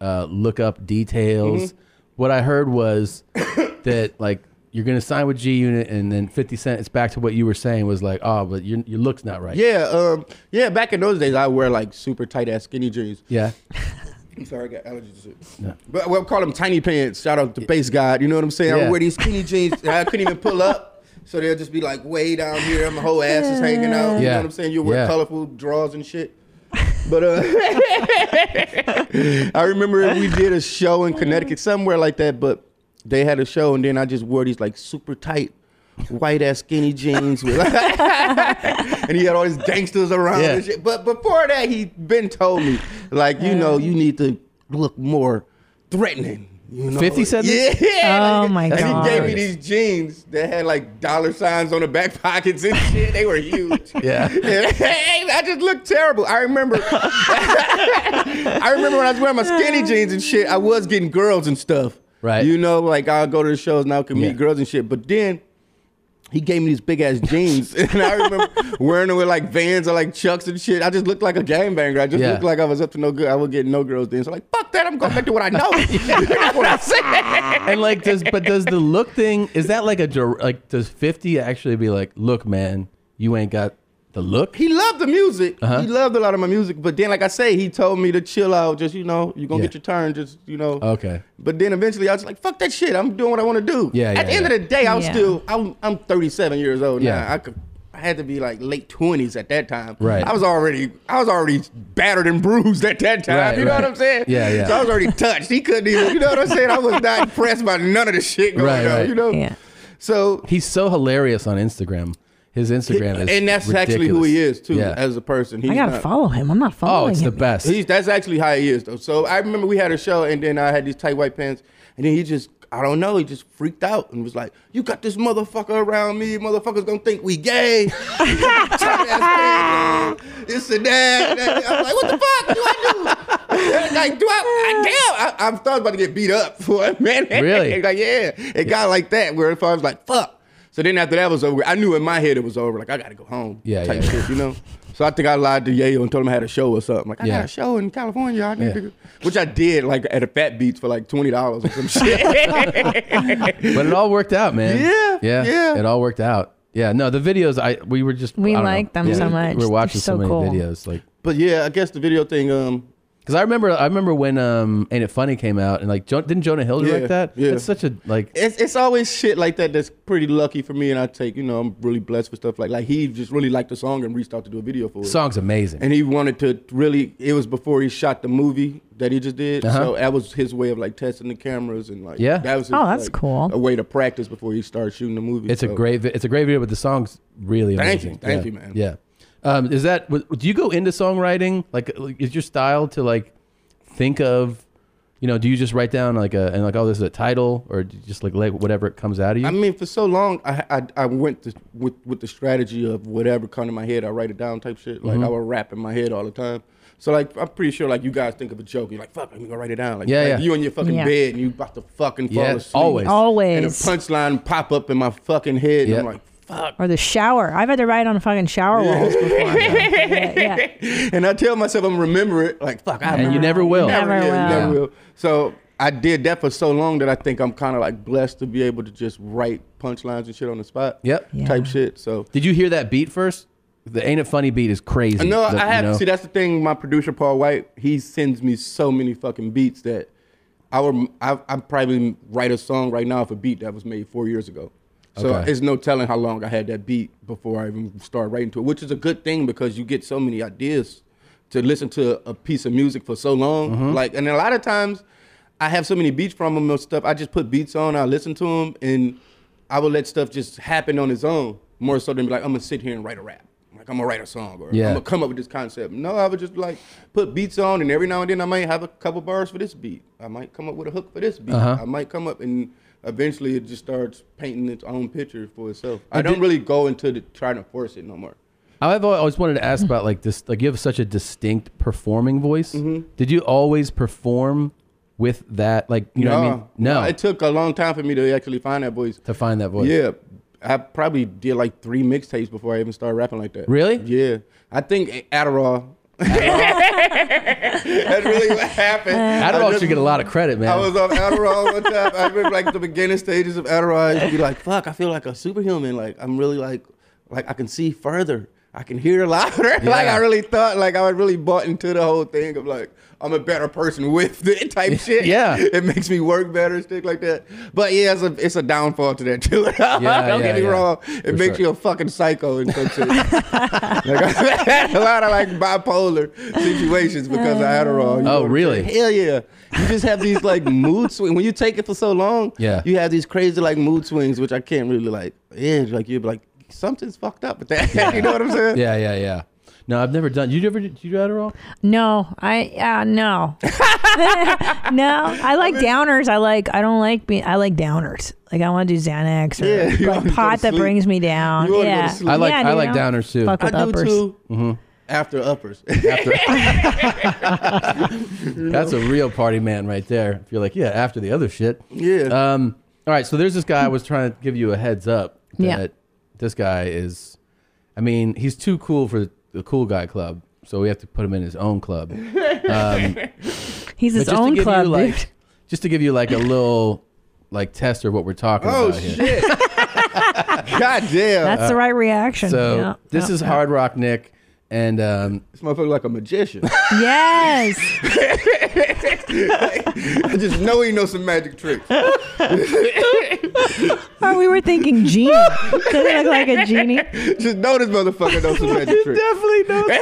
S1: uh, look up details.
S13: Mhm.
S1: What I heard was that like you're gonna sign with G Unit, and then Fifty Cent. It's back to what you were saying was like, oh, but your your look's not right.
S13: Yeah, um, yeah. Back in those days, I wear like super tight ass skinny jeans.
S1: Yeah.
S13: I'm sorry, I got allergies. and shit.
S1: No.
S13: But we'll call them tiny pants. Shout out to Base God. You know what I'm saying? I
S1: Yeah.
S13: would wear these skinny jeans. and I couldn't even pull up, so they'll just be like way down here. and My whole ass is hanging out. You
S1: Yeah.
S13: know what I'm saying? You wear
S1: Yeah.
S13: colorful drawers and shit. But uh, I remember we did a show in Connecticut, somewhere like that. But they had a show, and then I just wore these like super tight white ass skinny jeans with and he had all these gangsters around
S1: Yeah.
S13: and shit. But before that, he been told me, like, you know, you need to look more threatening. You know?
S1: 50 said
S13: Yeah.
S1: this?
S2: Oh, my
S13: and
S2: God.
S13: he gave me these jeans that had like dollar signs on the back pockets and shit. They were huge.
S1: Yeah.
S13: And I just looked terrible. I remember I remember when I was wearing my skinny jeans and shit, I was getting girls and stuff. Right. You know, like I'll go to the shows and I can meet girls and shit. But then he gave me these big ass jeans, and I remember wearing them with like Vans or like Chucks and shit. I just looked like a gangbanger. I just
S1: Yeah.
S13: looked like I was up to no good. I was getting no girls then. So like, fuck that. I'm going back to what I know. That's what I said.
S1: and like does but does the look thing is that like a dir- like does 50 actually be like look man you ain't got the look
S13: He loved the music.
S1: Uh-huh.
S13: He loved a lot of my music. But then, like I say, he told me to chill out. Just you know, you gonna
S1: Yeah.
S13: get your turn. Just you know.
S1: okay
S13: But then eventually, I was like, "Fuck that shit! I'm doing what I want to do."
S1: Yeah, yeah,
S13: At the end
S1: yeah.
S13: of the day, I was
S1: Yeah.
S13: still I'm I'm 37 years old now.
S1: Yeah.
S13: I could I had to be like late 20s at that time.
S1: Right.
S13: I was already I was already battered and bruised at that time.
S1: Right,
S13: you know
S1: right.
S13: what I'm saying?
S1: Yeah, yeah.
S13: So I was already touched. He couldn't even. You know what I'm saying? I was not impressed by none of the shit going
S1: right,
S13: on.
S1: right
S13: You know. so
S1: he's so hilarious on instagram his instagram is
S13: And that's actually who he
S1: ridiculous.
S13: is too,
S1: yeah.
S13: as a person.
S2: I gotta
S13: not-
S2: follow him. I'm not
S1: oh
S2: following
S1: it's
S2: him.
S1: the best
S13: He's that's actually how he is though. So I remember we had a show and then I had these tight white pants and then he just I don't know, he just freaked out and was like, You got this motherfucker around me, motherfuckers gonna think we gay. You got tight ass pants on, this and that. and that." I'm like, what the fuck do I do? like, do I, I damn I, I thought I was about to get beat up for a minute.
S1: Really?
S13: like, yeah. It got like that where if I was like, fuck. So then after that was over, I knew in my head it was over. Like I gotta go home.
S1: Yeah,
S13: type
S1: yeah,
S13: shit, you know. So I think I lied to Yale and told him I had a show or something. Like I
S7: Yeah.
S13: got a show in California. I need
S7: Yeah.
S13: to, go," which I did like at a Fat Beats for like twenty dollars or some shit.
S1: but it all worked out, man.
S13: Yeah,
S1: yeah,
S13: yeah.
S1: It all worked out. Yeah, no, the videos. I we were just
S2: We
S1: I don't
S2: like
S1: know.
S2: them
S1: Yeah,
S2: so much.
S1: We
S2: They're
S1: are watching
S2: so
S1: many
S2: cool.
S1: videos, like.
S13: But yeah, I guess the video thing. Um,
S1: because I remember, I remember when um, "Ain't It Funny" came out, and like, jo- didn't Jonah Hill direct
S13: Yeah,
S1: that?
S13: yeah.
S1: That's such a like.
S13: it's it's always shit like that that's pretty lucky for me, and I take you know I'm really blessed for stuff like like he just really liked the song and reached out to do a video for it.
S1: Song's amazing.
S13: and he wanted to really. It was before he shot the movie that he just did,
S1: Uh-huh.
S13: so that was his way of like testing the cameras and like
S1: Yeah.
S13: that was his,
S1: Oh, that's
S13: like,
S1: cool.
S13: a way to practice before he started shooting the movie.
S1: It's a
S13: so-
S1: great, vi- it's a great video, but the song's really
S13: Thank
S1: amazing.
S13: you, thank
S1: Yeah.
S13: you, man.
S1: Yeah, um, is that? w- Do you go into songwriting? Like, like, is your style to like think of? You know, do you just write down like a and like, oh, this is a title, or do you just like let whatever it comes out of you?
S13: I mean, for so long, I I, I went to, with with the strategy of whatever come to my head, I write it down type shit. Like
S1: Mhm.
S13: I would rap in my head all the time. So like, I'm pretty sure like you guys think of a joke, you're like, fuck, let me go write it down. Like,
S1: Yeah,
S13: like,
S1: yeah.
S13: you in your fucking
S1: Yeah.
S13: bed and you about to fucking fall
S1: Yeah,
S13: asleep.
S1: always.
S13: And a
S2: Always.
S13: punchline pop up in my fucking head. And I'm
S1: Yeah.
S13: like,
S2: Or the shower. I've had to write on fucking shower walls before.
S13: and I tell myself I'm gonna remember it. Like, fuck, I
S1: And you
S13: remember
S1: never
S13: it.
S1: will. Never
S13: yeah,
S1: will.
S13: never will. So I did that for so long that I think I'm kind of like blessed to be able to just write punchlines and shit on the spot.
S1: Yep.
S13: Type shit. So
S1: Did you hear that beat first? The "Ain't It Funny" beat is crazy.
S13: No,
S1: The-
S13: I have.
S1: you know?
S13: See, that's the thing. My producer Paul White, he sends me so many fucking beats that I would, I, I probably write a song right now of a beat that was made four years ago. So
S1: Okay.
S13: it's no telling how long I had that beat before I even started writing to it, which is a good thing because you get so many ideas to listen to a piece of music for so long.
S1: Mm-hmm.
S7: Mhm.
S13: Like, and a lot of times I have so many beats from him and stuff. I just put beats on, I listen to them, and I would let stuff just happen on its own more so than be like, I'm gonna sit here and write a rap. Like, I'm gonna write a song or
S7: Yeah.
S13: I'm gonna come up with this concept. No, I would just like put beats on, and every now and then I might have a couple bars for this beat. I might come up with a hook for this beat.
S1: Uh-huh.
S13: I might come up and eventually it just starts painting its own picture for itself. I
S1: And
S13: don't
S1: did-
S13: really go into the, trying to force it no more.
S1: I've al- always wanted to ask about like this. Like you have such a distinct performing voice.
S13: Mm-hmm.
S1: Did you always perform with that? Like you know what I mean? No,
S13: It took a long time for me to actually find that voice.
S1: to find that voice.
S13: Yeah, I probably did like three mixtapes before I even started rapping like that.
S1: Really?
S13: Yeah, I think Adderall. That's really what happened.
S1: Adderall
S13: I just-
S1: should get a lot of credit, man.
S13: I was on Adderall one time. I remember like the beginning stages of Adderall. I would be like, "Fuck, I feel like a superhuman. Like I'm really like, like I can see further. I can hear louder. like
S7: Yeah.
S13: I really thought, like I was really bought into the whole thing of like I'm a better person with it type shit.
S7: Yeah.
S13: it makes me work better, and stuff like that. But yeah, it's a it's a downfall to that too. Don't
S7: yeah,
S13: get me
S7: yeah.
S13: wrong. It
S7: For
S13: makes
S7: sure.
S13: you a fucking psycho and such. shit. like I've had a lot of like bipolar situations because of Adderall. you know
S1: Oh,
S13: what I'm
S1: really?
S13: saying? Hell yeah. You just have these like mood swings. When you take it for so long,
S1: Yeah.
S13: you have these crazy like mood swings, which I can't really like. Yeah, like you'd be like, something's fucked up with that. you know what I'm saying?
S1: yeah, yeah, yeah. No, I've never done. You ever did you do Adderall?
S2: No, I uh, no, no. I like downers. I like. I don't like being. I like downers. Like I want to do Xanax or
S1: Yeah, you wanna
S2: like
S1: go
S2: pot
S1: to
S2: that
S1: sleep.
S2: brings me down.
S13: You wanna go to
S2: yeah,
S13: sleep.
S1: I like
S2: Yeah,
S1: I
S2: dude,
S1: like
S2: don't
S1: downers too.
S2: Fuck with
S13: I do
S2: uppers.
S13: too.
S1: hmm
S13: After uppers.
S1: That's a real party man right there. If you're like, yeah, after the other shit.
S13: Yeah.
S1: Um. All right. So there's this guy. I was trying to give you a heads up. That
S2: Yeah.
S1: This guy is, I mean, he's too cool for the cool guy club. So we have to put him in his own club. Um,
S2: He's
S1: but
S2: his
S1: just to
S2: own
S1: give you,
S2: club,
S1: like,
S2: dude.
S1: Just to give you like a little like test of what we're talking
S2: Oh,
S1: about here. Uh,
S2: shit.
S13: God damn.
S2: That's the right reaction.
S1: So
S2: Yeah,
S1: this
S2: yeah,
S1: is
S2: yeah.
S1: Hard Rock Nick, and um,
S13: this motherfucker like a magician.
S2: Yes.
S13: I just know he knows some magic tricks.
S2: Or Oh, we were thinking genie. Does it look like a genie?
S13: Just know this motherfucker knows some magic tricks.
S1: Definitely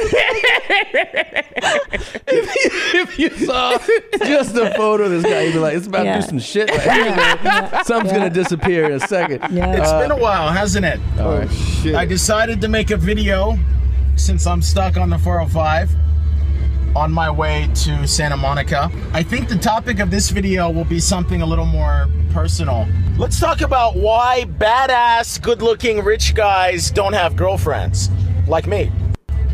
S1: if, you, if you saw just a photo of this guy, you'd be like, it's about
S9: Yeah.
S1: to do some shit. Right here, man. Something's gonna disappear in a second.
S10: It's
S1: Uh, oh,
S10: been a while, hasn't it?
S1: All right.
S13: shit.
S10: I decided to make a video since I'm stuck on the 405 on my way to Santa Monica. I think the topic of this video will be something a little more personal. Let's talk about why badass, good looking, rich guys don't have girlfriends like me.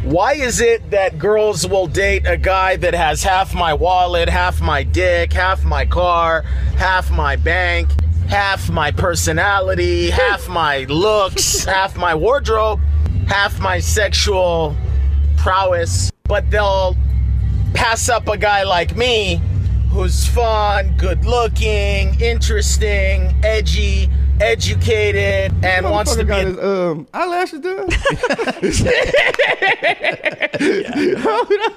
S10: Why is it that girls will date a guy that has half my wallet, half my dick, half my car, half my bank, half my personality, half my looks, half my wardrobe, half my sexual prowess, but they'll pass up a guy like me who's fun, good looking, interesting, edgy, educated, and wants to be.
S13: Motherfucker got his um, eyelashes done.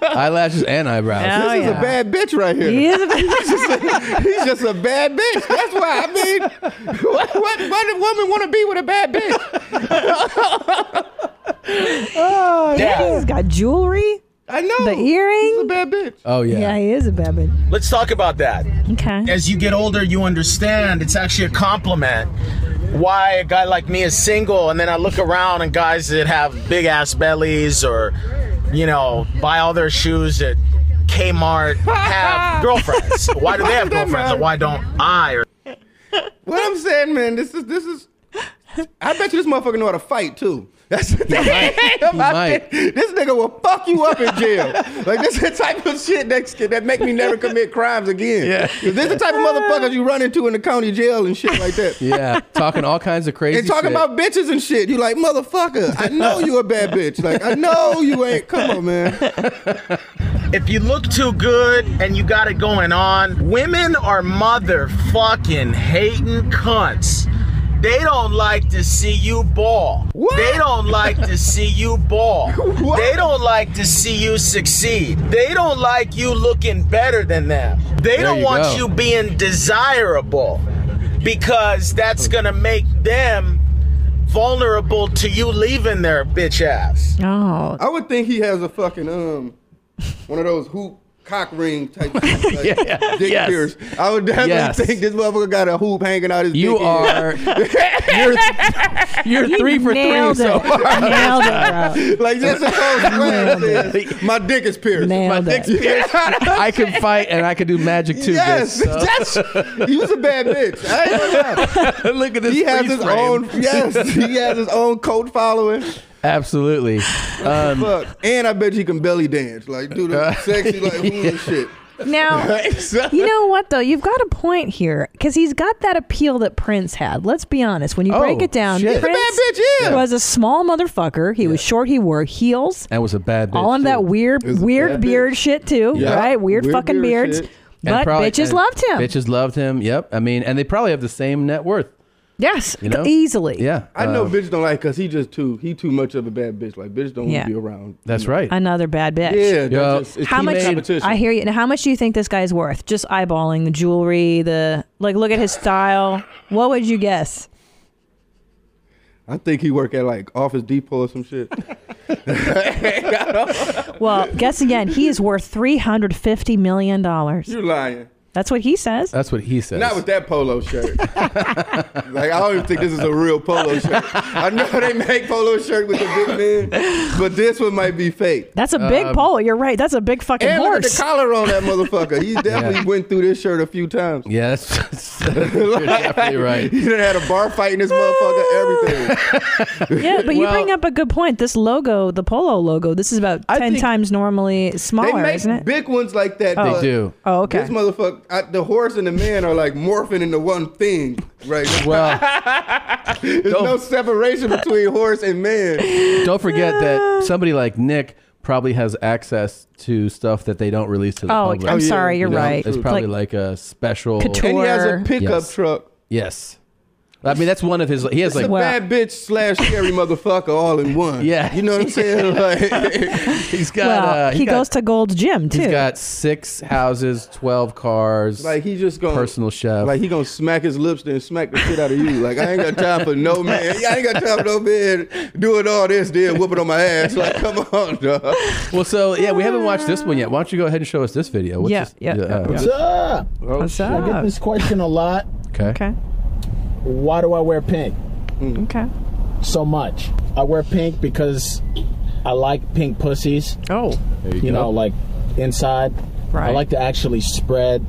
S1: Eyelashes and eyebrows.
S13: this Oh, is a bad bitch right here.
S1: He is a bad-
S13: he's, just a, he's just a bad bitch. That's why. I mean, what, what, what a woman want to be with a bad bitch?
S2: Oh,
S10: yeah.
S2: he's got jewelry.
S13: I know
S2: the earring. He's a
S13: bad bitch.
S1: Oh
S10: yeah.
S2: Yeah, he is a bad bitch.
S10: Let's talk about that.
S2: Okay.
S10: As you get older, you understand it's actually a compliment why a guy like me is single. And then I look around and guys that have big ass bellies or, you know, buy all their shoes at Kmart have girlfriends. Why do they have girlfriends and why don't I? Or
S13: What I'm saying, man, this is this is. I bet you this motherfucker know how to fight too. That's the thing. I bet-
S1: might.
S13: This nigga will fuck you up in jail. like this is the type of shit that that make me never commit crimes again.
S1: Yeah.
S13: 'Cause this is the type of motherfuckers you run into in the county jail and shit like that.
S1: Yeah, talking all kinds of crazy.
S13: and talking
S1: shit.
S13: about bitches and shit. You like motherfucker. I know you a bad bitch. Like I know you ain't. Come on, man.
S10: If you look too good and you got it going on, women are motherfucking hating cunts. They don't like to see you ball. They don't like to see you ball. They don't like to see you succeed. They don't like you looking better than them. They
S13: There
S10: don't
S13: you
S10: want
S13: go.
S10: you being desirable because that's gonna make them vulnerable to you leaving their bitch ass.
S2: Oh.
S13: I would think he has a fucking um, one of those hoop cock ring type. Like,
S1: Yeah.
S13: Dick
S1: Yes.
S13: pierce. I would definitely
S1: Yes.
S13: think this motherfucker got a hoop hanging out his.
S1: You
S13: dick
S1: are-
S13: you're
S1: You're three for three so far.
S2: Nailed it,
S13: like just suppose is, my dick is pierced.
S2: Nailed
S13: my
S2: it.
S13: dick's pierced.
S1: I can fight and I can do magic too.
S13: Yes,
S1: bitch, so.
S13: that's he was a bad bitch. I ain't gonna lie.
S1: Look at this.
S13: He has
S1: freeze
S13: his
S1: frame.
S13: own. Yes, he has his own cult following.
S1: Absolutely. Um,
S13: Fuck, and I bet you can belly dance, like do the sexy like hula shit.
S2: Now,
S13: Right, so-
S2: you know what though? You've got a point here because he's got that appeal that Prince had. Let's be honest. When you break
S1: Oh,
S2: it down,
S1: shit. He's a bad
S2: Prince
S1: bitch, yeah.
S2: was a small motherfucker. He was short. He wore heels.
S1: That was a bad bitch.
S2: all of that weird, weird beard shit too,
S1: Yeah.
S2: right? Weird,
S1: Weird
S2: fucking
S1: beard
S2: beards.
S1: shit. And
S2: But
S1: probably-
S2: bitches
S1: and
S2: loved him.
S1: Bitches loved him. Yep. I mean, and they probably have the same net worth.
S2: Yes,
S1: You know?
S2: easily.
S1: Yeah.
S13: I know
S1: Um,
S13: bitch don't like cause he just too he too much of a bad bitch. Like bitch don't
S2: Yeah.
S13: want to be around.
S1: That's right.
S2: Another bad bitch.
S13: Yeah, that's Yo, just- it's
S2: how
S13: too
S2: much?
S13: many competition.
S2: I hear you. Now, how much do you think this guy's worth? Just eyeballing the jewelry, the like. Look at his style. What would you guess?
S13: I think he work at like Office Depot or some shit.
S2: Well, guess again. He is worth three hundred fifty million dollars.
S13: you lying.
S2: That's what he says.
S1: That's what he says.
S13: Not with that polo shirt. like I don't even think this is a real polo shirt. I know they make polo shirt with the big man, but this one might be fake.
S2: That's a big
S1: Uh,
S13: Um,
S2: polo. You're right. That's a big fucking
S13: And look at the
S2: horse.
S13: collar on that motherfucker. He definitely went through this shirt a few times.
S1: Yeah, that's, you're definitely right.
S13: He done had a bar fight in this motherfucker. Everything.
S2: yeah, but you
S1: Well-
S2: bring up a good point. This logo, the polo logo, this is about ten times normally
S13: They
S2: smaller,
S13: make
S2: isn't it?
S13: big ones like that.
S2: Oh. They
S13: but
S1: do.
S2: Oh, okay.
S13: This motherfucker, I, the horse and the man are like morphing into one thing, right?
S1: Well,
S13: there's no separation between horse and man.
S1: Don't forget that somebody like Nick probably has access to stuff that they don't release to the
S2: Oh,
S1: public.
S2: I'm Oh, yeah. sorry, you're
S1: know,
S2: right.
S1: It's
S2: True.
S1: probably like, a special
S2: Couture. And he has a
S13: pickup
S1: Yes.
S13: truck.
S1: Yes. I mean, that's one of his. He
S13: It's
S1: has like
S13: a bad bitch slash scary motherfucker all in one. Yeah, you know what I'm saying? Like,
S1: he's got.
S2: well,
S1: uh,
S2: he,
S1: got-
S2: goes to Gold's Gym too.
S1: He's got six houses, twelve cars.
S13: Like, he just gonna-
S1: personal chef.
S13: like he gonna smack his lips then smack the shit out of you. Like I ain't got time for no man. I ain't got time for no man doing all this then whooping on my ass. Like come on, dog.
S1: well, so yeah, we haven't watched this one yet. Why don't you go ahead and show us this video?
S13: Yeah,
S1: this-
S13: yeah,
S1: uh,
S13: yeah.
S10: What's up?
S2: What's up?
S10: I get this question a lot.
S1: Okay.
S2: Okay. Mm.
S10: Why do I wear pink?
S2: Okay.
S10: So much. I wear pink because I like pink pussies.
S2: Oh.
S1: There you
S10: you
S1: go.
S10: know, like inside.
S2: Right.
S10: I like to actually spread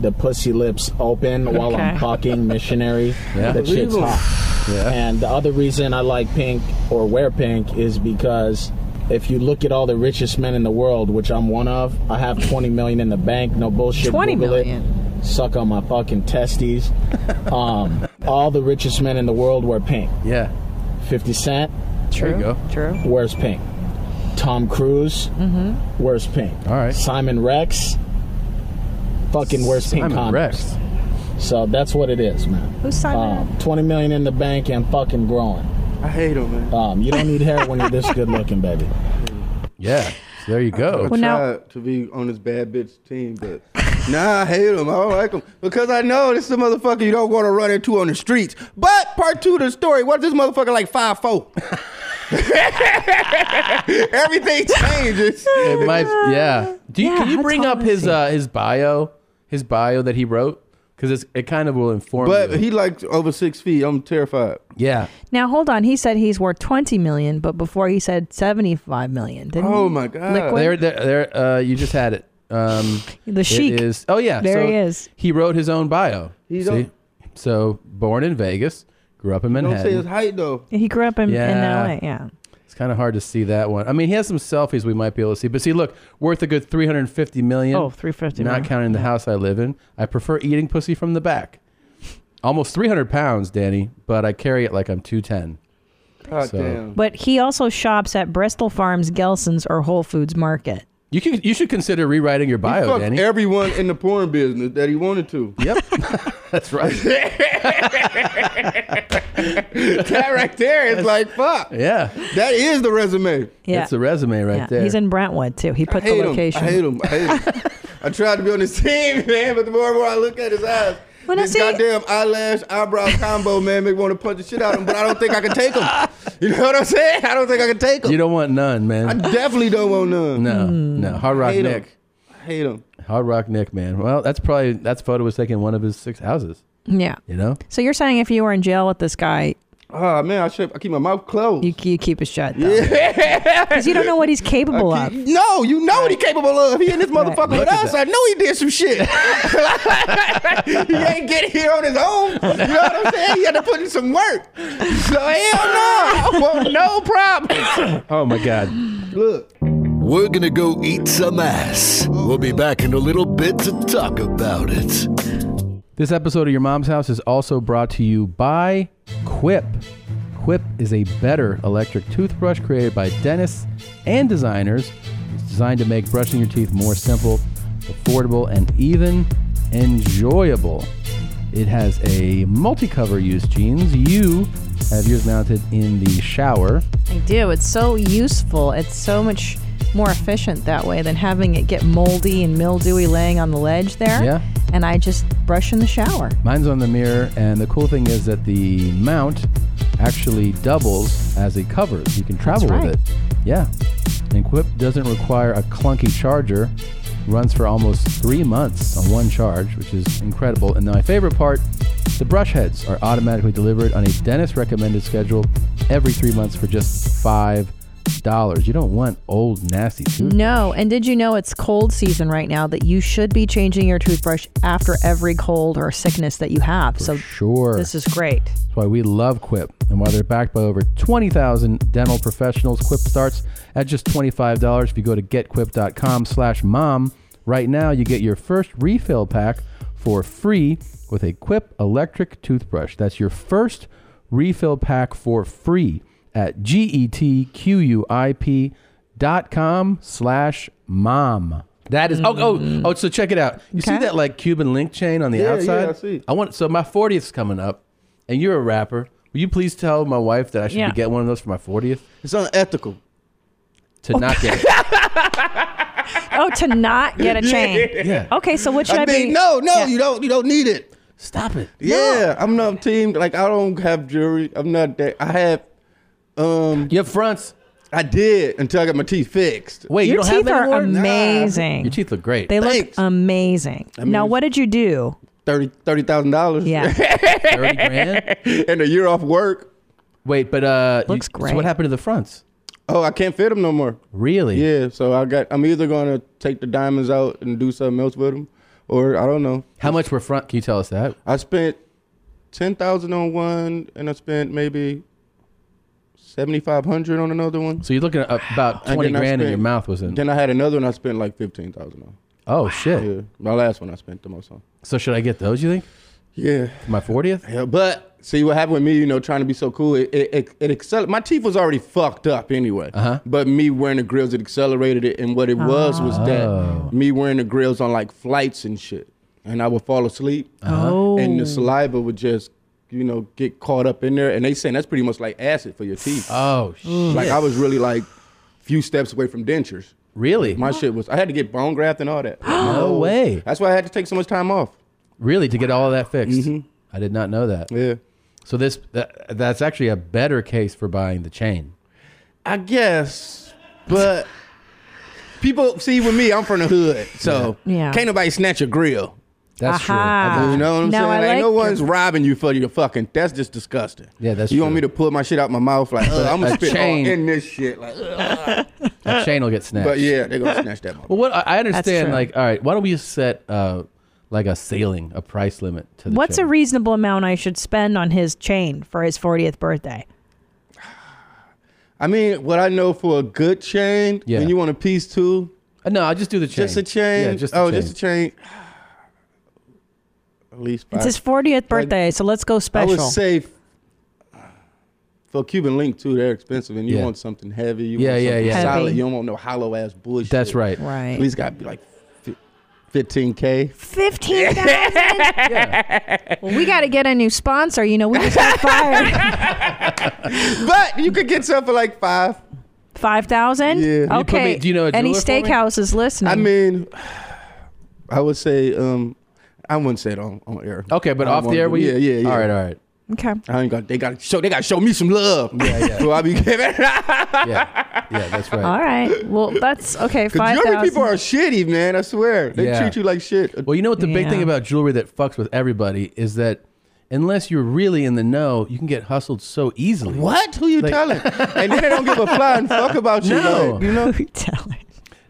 S10: the pussy lips open while I'm
S2: Okay.
S10: fucking missionary.
S1: Yeah.
S10: That shit's
S1: Unbelievable.
S10: hot. And the other reason I like pink or wear pink is because if you look at all the richest men in the world, which I'm one of, I have 20 million in the bank. No bullshit.
S2: 20
S10: Google
S2: million.
S10: It. Suck on my fucking testes. Um, all the richest men in the world wear pink.
S1: Yeah.
S10: 50 Cent
S1: There you
S2: True. Mm-hmm.
S1: go.
S2: True.
S10: wears pink. Tom Cruise, worst pink. All right. Simon Rex, fucking worst pink
S2: Simon
S10: comics. So that's what it is, man.
S2: Who's Simon?
S10: Um, Twenty million in the bank and fucking growing. I hate him, man. Um, you don't need hair when you're this good looking, baby.
S1: Yeah. So there you
S13: I
S1: go.
S13: tried to be on this bad bitch team, but nah, I hate him. I don't like him because I know this is a motherfucker you don't want to run into on the streets. But part two of the story: what if this motherfucker like five four? Everything changes.
S1: it might. Yeah. Do you, can you bring up his uh, his bio? His bio that he wrote because it kind of will inform.
S13: But
S1: you.
S13: he like over six feet. I'm terrified.
S1: Yeah.
S2: Now hold on. He said he's worth twenty million, but before he said seventy-five million. Didn't
S13: Oh
S2: he?
S1: There,
S2: Liquid?
S1: there, there. Uh, you just had it. Um,
S2: The
S1: it
S2: Sheik.
S1: is- oh yeah,
S2: There
S1: so
S2: he is.
S1: He wrote his own bio.
S13: He
S1: See?
S13: don't-
S1: So born in Vegas, grew up in
S13: Don't say his
S1: Manhattan.
S13: height though.
S2: He grew up in,
S1: Yeah.
S2: in LA. Yeah.
S1: It's kind of hard to see that one. I mean, he has some selfies we might be able to see, but see, look, worth a good three hundred fifty million.
S2: Oh, 350
S1: Not
S2: million.
S1: counting the house I live in. I prefer eating pussy from the back. Almost three hundred pounds, Danny, but I carry it like I'm two ten.
S13: God
S2: But he also shops at Bristol Farms, Gelson's, or Whole Foods Market.
S1: You can you should consider rewriting your bio,
S13: Fuck
S1: Danny.
S13: everyone in the porn business that he wanted to.
S1: Yep. That's right.
S13: that right there is like fuck.
S1: Yeah.
S13: That is the resume.
S2: Yeah.
S1: That's the resume right
S2: yeah.
S1: there.
S2: He's in Brentwood too. He put
S13: I hate
S2: the location.
S13: Him. I hate him. I hate him. I tried to be on his team, man, but the more and more I look at his eyes, this goddamn eyelash eyebrow combo, man, make me want to punch the shit out of him. But I don't think I can take him. You know what I'm saying? I don't think I can take him.
S1: You don't want none, man.
S13: I definitely don't want none.
S1: No, no. Hard Rock
S13: Hate
S1: Nick.
S13: Him. I hate him.
S1: Hard Rock Nick, man. Well, that's probably that's photo was taken in one of his six houses.
S2: Yeah.
S1: You know,
S2: So you're saying if you were in jail with this guy,
S13: Oh man, I should. I keep my mouth closed.
S2: You, you keep it shut. because you don't know what he's capable of.
S13: No, you know what he capable of. He in this motherfucker with us. I know he did some shit. he ain't get here on his own. You know what I'm saying? He had to put in some work. So hell no, I want no problem.
S1: Oh my God.
S13: Look.
S11: We're gonna go eat some ass. We'll be back in a little bit to talk about it.
S1: this episode of Your Mom's House is also brought to you by Quip. Quip is a better electric toothbrush created by dentists and designers. It's designed to make brushing your teeth more simple, affordable, and even enjoyable. It has a multi-cover use jeans. You have yours mounted in the shower.
S2: I do. It's so useful. It's so much more efficient that way than having it get moldy and mildewy laying on the ledge there.
S1: Yeah. Mm-hmm.
S2: And I just brush in the shower.
S1: Mine's on the mirror, and the cool thing is that the mount actually doubles as a cover. You can travel
S2: right.
S1: with it. Yeah. And Quip doesn't require a clunky charger. Runs for almost three months on one charge, which is incredible. And then my favorite part, the brush heads are automatically delivered on a dentist recommended schedule every three months for just five dollars. You don't want old nasty tooth.
S2: No, and did you know it's cold season right now that you should be changing your toothbrush after every cold or sickness that you have? so
S1: Sure.
S2: this is great.
S1: That's why we love Quip. And while they're backed by over 20,000 dental professionals, Quip starts at just $25. If you go to getquip.com slash mom, right now you get your first refill pack for free with a Quip electric toothbrush. That's your first refill pack for free at E G-E-T-Q-U-I-P dot com slash mom. That is, oh, oh, oh, so check it out. You see that like Cuban link chain on the
S13: Yeah, yeah,
S1: outside?
S13: I see.
S1: I want so my 40th is coming up, and you're a rapper. Will you please tell my wife that I should
S13: Yeah.
S1: get one of those for my 40th?
S13: It's unethical
S1: to not get it.
S2: Oh, to not get a chain.
S1: Yeah.
S2: Okay, so what should I,
S13: think,
S2: be?
S13: No, no,
S2: Yeah.
S13: you don't. You don't need it.
S1: Stop it.
S13: Yeah, I'm not teamed. Like I don't have jewelry. I'm not that. I have. Um,
S1: you have fronts.
S13: I did until I got my teeth fixed.
S1: Wait,
S2: Your teeth are amazing.
S1: Your teeth look great.
S2: They look amazing. now, what did you do?
S13: Thirty thirty thousand dollars.
S2: Yeah.
S1: Thirty grand
S13: and a year off work.
S1: Wait, but uh, looks
S13: great.
S1: what happened to the fronts?
S13: Oh, I can't fit them no more.
S1: Really?
S13: Yeah. So I got. I'm either going to take the diamonds out and do something else with them, or I don't know.
S1: How much were front? Can you tell us that?
S13: I spent ten thousand on one, and I spent maybe seventy five hundred on another one.
S1: So you're looking at about
S13: And
S1: 20
S13: then I
S1: grand in your
S13: spent-
S1: mouth was in.
S13: Then I had another one. I spent like fifteen thousand on.
S1: Oh, shit.
S13: Yeah, my last one I spent the most on.
S1: So should I get those, you think?
S13: Yeah.
S1: My 40th?
S13: Yeah, but See what happened with me, you know, trying to be so cool. It it, it, it accel- My teeth was already fucked up anyway. Uh-huh. But me wearing the grills, it accelerated it. And what it was was
S1: Oh.
S13: that me wearing the grills on like flights and shit, and I would fall asleep.
S1: Uh-huh.
S13: And
S1: Oh.
S13: the saliva would just, you know, get caught up in there. And they saying that's pretty much like acid for your teeth.
S1: Oh shit!
S13: Like I was really like few steps away from dentures.
S1: Really?
S13: My shit was. I had to get bone graft and all that.
S1: no way.
S13: Oh. That's why I had to take so much time off. Mm-hmm.
S1: Really, to get all of that fixed. I did not know that.
S13: Yeah.
S1: So this that, that's actually a better case for buying the chain.
S13: I guess, but people see with me, I'm from the hood, so
S1: Yeah.
S13: can't nobody snatch a grill.
S1: That's true. I Aha. got
S13: You know what I'm
S1: you.
S13: saying?
S1: Now I
S13: Ain't no
S1: like
S13: one's robbing you for your fucking. That's just disgusting.
S1: Yeah, that's
S13: You want
S1: true.
S13: me to pull my shit out my mouth like "Ugh, I'm
S1: A
S13: gonna spit all
S1: chain.
S13: in this shit like. ugh."
S1: A chain will get snatched.
S13: But yeah, they're gonna snatch that.
S1: Well, what I I
S2: That's
S1: understand,
S2: true.
S1: like, all right, why don't we set uh, like a ceiling, a price limit to the
S2: What's a reasonable amount I should spend on his chain for his 40th birthday?
S13: I mean, what I know for a good chain,
S1: Yeah. Uh,
S13: when you want a piece too.
S1: No, I just do the chain.
S13: Just a chain.
S1: Yeah, just a
S13: oh,
S1: chain.
S13: just a chain. At least
S2: It's
S13: five-
S2: his 40th birthday, so let's go special.
S13: I would say f- for Cuban Link too, they're expensive, and you
S1: Yeah.
S13: want something heavy. You
S1: Yeah,
S13: want
S1: yeah,
S13: something
S1: yeah.
S13: solid.
S1: Heavy.
S13: You don't want no hollow ass bullshit.
S1: That's right.
S2: Right.
S13: At least got to be like fifteen k.
S2: 15,000? Well, we got to get a new sponsor. You know, we just got fired.
S13: but you could get some for like five.
S2: 5,000?
S13: Yeah.
S1: put
S2: Okay.
S1: me- do you know a
S2: Any
S1: jeweler for me?
S2: steakhouses listening?
S13: I mean, I would say um, I wouldn't say it on, on air.
S1: Okay, but
S13: I don't
S1: off the
S13: wanna
S1: air,
S13: do-
S1: we
S13: yeah, yeah, yeah.
S1: All right, all right.
S2: okay.
S13: I ain't got. They got to show. They got to show me some love. Yeah, yeah. so I be giving.
S1: Yeah, that's right.
S2: All right. Well, that's okay.
S13: Because
S2: 5,000.
S13: jewelry people are shitty, man. I swear, they
S1: Yeah.
S13: treat you like shit.
S1: Well, you know what the big thing
S13: Yeah.
S1: about jewelry that fucks with everybody is that unless you're really in the know, you can get hustled so easily.
S13: What? Who you
S1: Like-
S13: telling? And then they don't give a flying fuck about you.
S1: No.
S13: like, you know.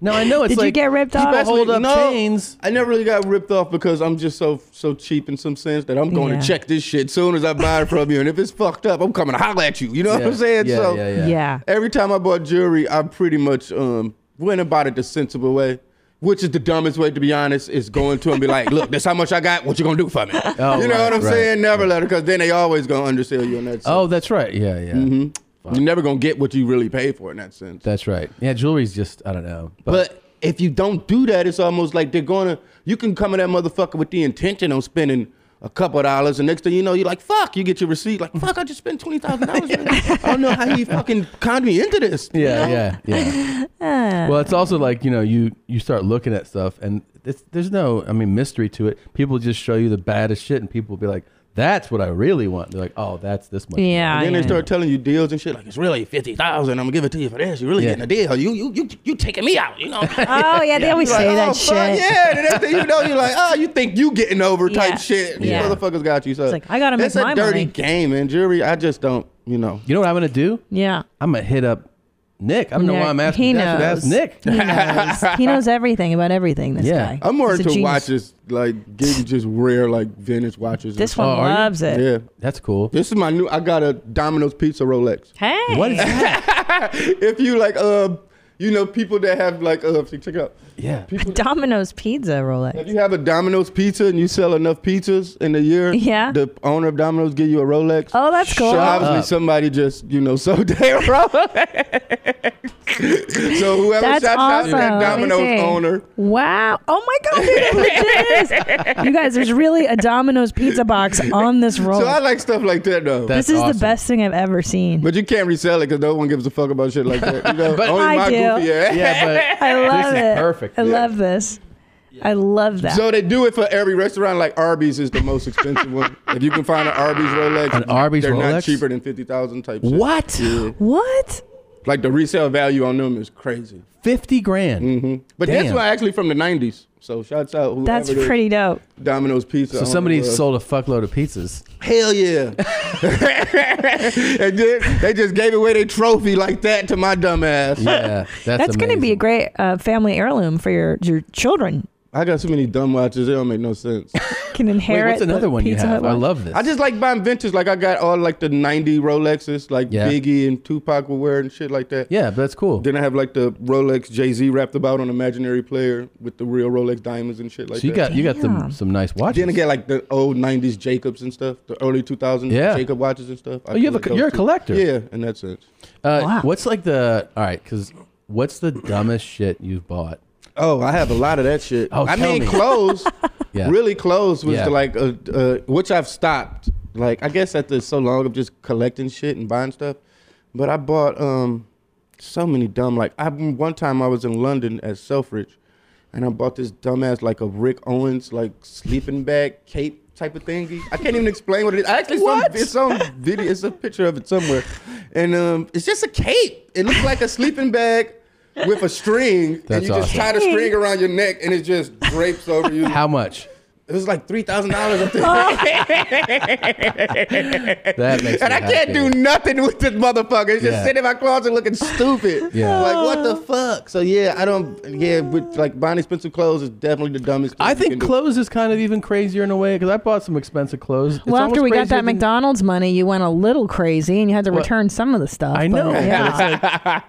S1: No, I know it's
S13: Did you
S1: like
S13: get ripped
S1: people
S13: off?
S1: Hold up
S13: No.
S1: chains.
S13: I never really got ripped off because I'm just so so cheap in some sense that I'm going
S1: Yeah.
S13: to check this shit soon as I buy it from you, and if it's fucked up, I'm coming to holler at you. You know what
S1: Yeah.
S13: I'm saying?
S1: Yeah,
S13: so
S1: yeah, yeah. Yeah.
S13: every time I bought jewelry, I pretty much um went about it the sensible way. Which is the dumbest way to be honest, is going to and be like, look, that's how much I got, what you gonna do for me?
S1: Oh,
S13: you know
S1: right,
S13: what I'm
S1: right.
S13: saying? Never let it cause then they always gonna undersell you in that
S1: Oh, that's right. Yeah, yeah.
S13: Mm-hmm. You're never gonna get what you really pay for in that sense.
S1: That's right. Yeah, jewelry's just I don't know.
S13: But, if you don't do that, it's almost like they're gonna. You can come at that motherfucker with the intention of spending a couple of dollars, and next thing you know, you're like, "Fuck!" You get your receipt, like, "Fuck!" I just spent twenty thousand dollars. I don't know how he fucking conned me into this.
S1: Yeah, yeah, yeah. well, it's also like you know you you start looking at stuff and it's, there's no I mean mystery to it. People just show you the baddest shit and people will be like, "That's what I really want." They're like, "Oh, that's this much." more."
S13: And then they start telling you deals and shit like it's really fifty thousand. I'm gonna give it to you for this. You're really
S1: Yeah.
S13: getting a deal. You you you you taking me out. You know.
S2: Oh, yeah, they always
S13: You're
S2: say that
S13: "Oh, fuck,
S2: shit."
S13: Yeah. The next thing you know, you're like, oh, you think you getting over type
S2: Yeah.
S13: shit. These
S2: Yeah.
S13: motherfuckers got you. So
S2: It's like, I gotta make
S13: it's a
S2: my
S13: dirty
S2: money.
S13: game, and jury. I just don't. You know.
S1: You know what I'm gonna do?
S2: yeah.
S1: I'm gonna hit up Nick. I don't know
S2: Nick,
S1: why I'm asking.
S2: He knows.
S1: that's- That's
S2: He
S1: Nick.
S2: knows. he knows everything about everything, this guy.
S13: I'm more
S2: He's a
S13: into
S2: genius.
S13: watches, like getting just rare, like vintage watches. and
S2: This
S13: stuff.
S2: one Oh, are you? loves it.
S13: Yeah,
S1: that's cool.
S13: This is my new. I got a Domino's Pizza Rolex.
S2: Hey. What is
S13: if you like, uh, you know, people that have like, uh, check it out.
S1: Yeah.
S2: Domino's Pizza Rolex.
S13: If you have a Domino's Pizza and you sell enough pizzas in a year,
S2: Yeah.
S13: the owner of Domino's give you a Rolex.
S2: Oh, that's cool.
S13: So obviously
S2: Up.
S13: somebody just you know sold their Rolex. so whoever
S2: That's
S13: shouts
S2: awesome.
S13: out that
S2: Let me
S13: Domino's
S2: see.
S13: owner,
S2: Wow. Oh my God, dude, it legit is. You guys, there's really a Domino's pizza box on this roll.
S13: so I like stuff like that though.
S2: this is the best thing I've ever seen.
S13: But you can't resell it because no one gives a fuck about shit like that. You know, only
S2: I
S13: my
S2: do.
S13: goofy ass.
S2: I love it. I love this. I love that.
S13: So they do it for every restaurant. Like Arby's is the most expensive one. If you can find an Arby's Rolex,
S1: An Arby's
S13: they're
S1: Rolex?
S13: not cheaper than fifty thousand type. Shit.
S1: What?
S13: Yeah.
S2: What?
S13: Like the resale value on them is crazy.
S1: Fifty grand.
S13: Mm-hmm. But that's
S1: Damn.
S13: why actually from the nineties. So shouts out. Whoever
S2: That's
S13: the
S2: pretty dope.
S13: Domino's Pizza.
S1: So
S13: owner
S1: somebody
S13: was.
S1: sold a fuckload of pizzas.
S13: Hell yeah. and then they just gave away their trophy like that to my dumb ass.
S1: Yeah,
S2: That's going to be a great uh, family heirloom for your, your children.
S13: I got so many dumb watches. It don't make no sense.
S2: can inherit.
S1: what's another
S2: the
S1: one you
S2: Pizza
S1: have?
S2: Hut
S1: I
S2: one.
S1: love this.
S13: I just like buying vintage. Like I got all like the '90 Rolexes, like
S1: Yeah.
S13: Biggie and Tupac were wearing shit like that.
S1: Yeah, but that's cool.
S13: Then I have like the Rolex Jay Z wrapped about on imaginary player with the real Rolex diamonds and shit like
S1: so you
S13: that.
S1: got you got some some nice watches.
S13: Then I get like the old '90s Jacobs and stuff, the early 2000s
S1: Yeah.
S13: Jacob watches and stuff. I
S1: Oh, you have a
S13: collect
S1: co-
S13: those
S1: you're a
S13: too.
S1: collector.
S13: Yeah, in that sense.
S1: Uh, What's like the all right? Because what's the dumbest shit you've bought?
S13: Oh, I have a lot of that shit.
S1: Oh,
S13: I
S1: tell
S13: mean,
S1: me.
S13: clothes.
S1: Yeah.
S13: Really, clothes was
S1: Yeah.
S13: the, like, uh, uh, which I've stopped. Like, I guess after so long of just collecting shit and buying stuff, but I bought um so many dumb. Like, I one time I was in London at Selfridge, and I bought this dumbass like a Rick Owens like sleeping bag cape type of thingy. I can't even explain what it is. I actually saw it's on video. It's a picture of it somewhere, and um, it's just a cape. It looks like a sleeping bag. With a string, and
S1: That's
S13: you just
S1: awesome.
S13: tie the string around your neck, and it just drapes over you.
S1: How much?
S13: It was like three thousand dollars.
S2: Oh.
S13: That
S1: makes
S13: and
S1: me
S13: I can't do
S1: happy.
S13: nothing with this motherfucker. It's
S1: Yeah.
S13: just sitting in my closet looking stupid.
S1: Yeah.
S13: like what the
S2: Oh.
S13: fuck. So yeah, I don't. Yeah, with like buying expensive clothes is definitely the dumbest.
S1: I think clothes is kind of even crazier in a way because I bought some expensive clothes. It's
S2: well, after
S1: almost
S2: we got
S1: crazier
S2: that
S1: than-
S2: McDonald's money, you went a little crazy and you had to return some of the stuff.
S1: I
S2: but,
S1: know. but
S2: yeah.
S1: it's,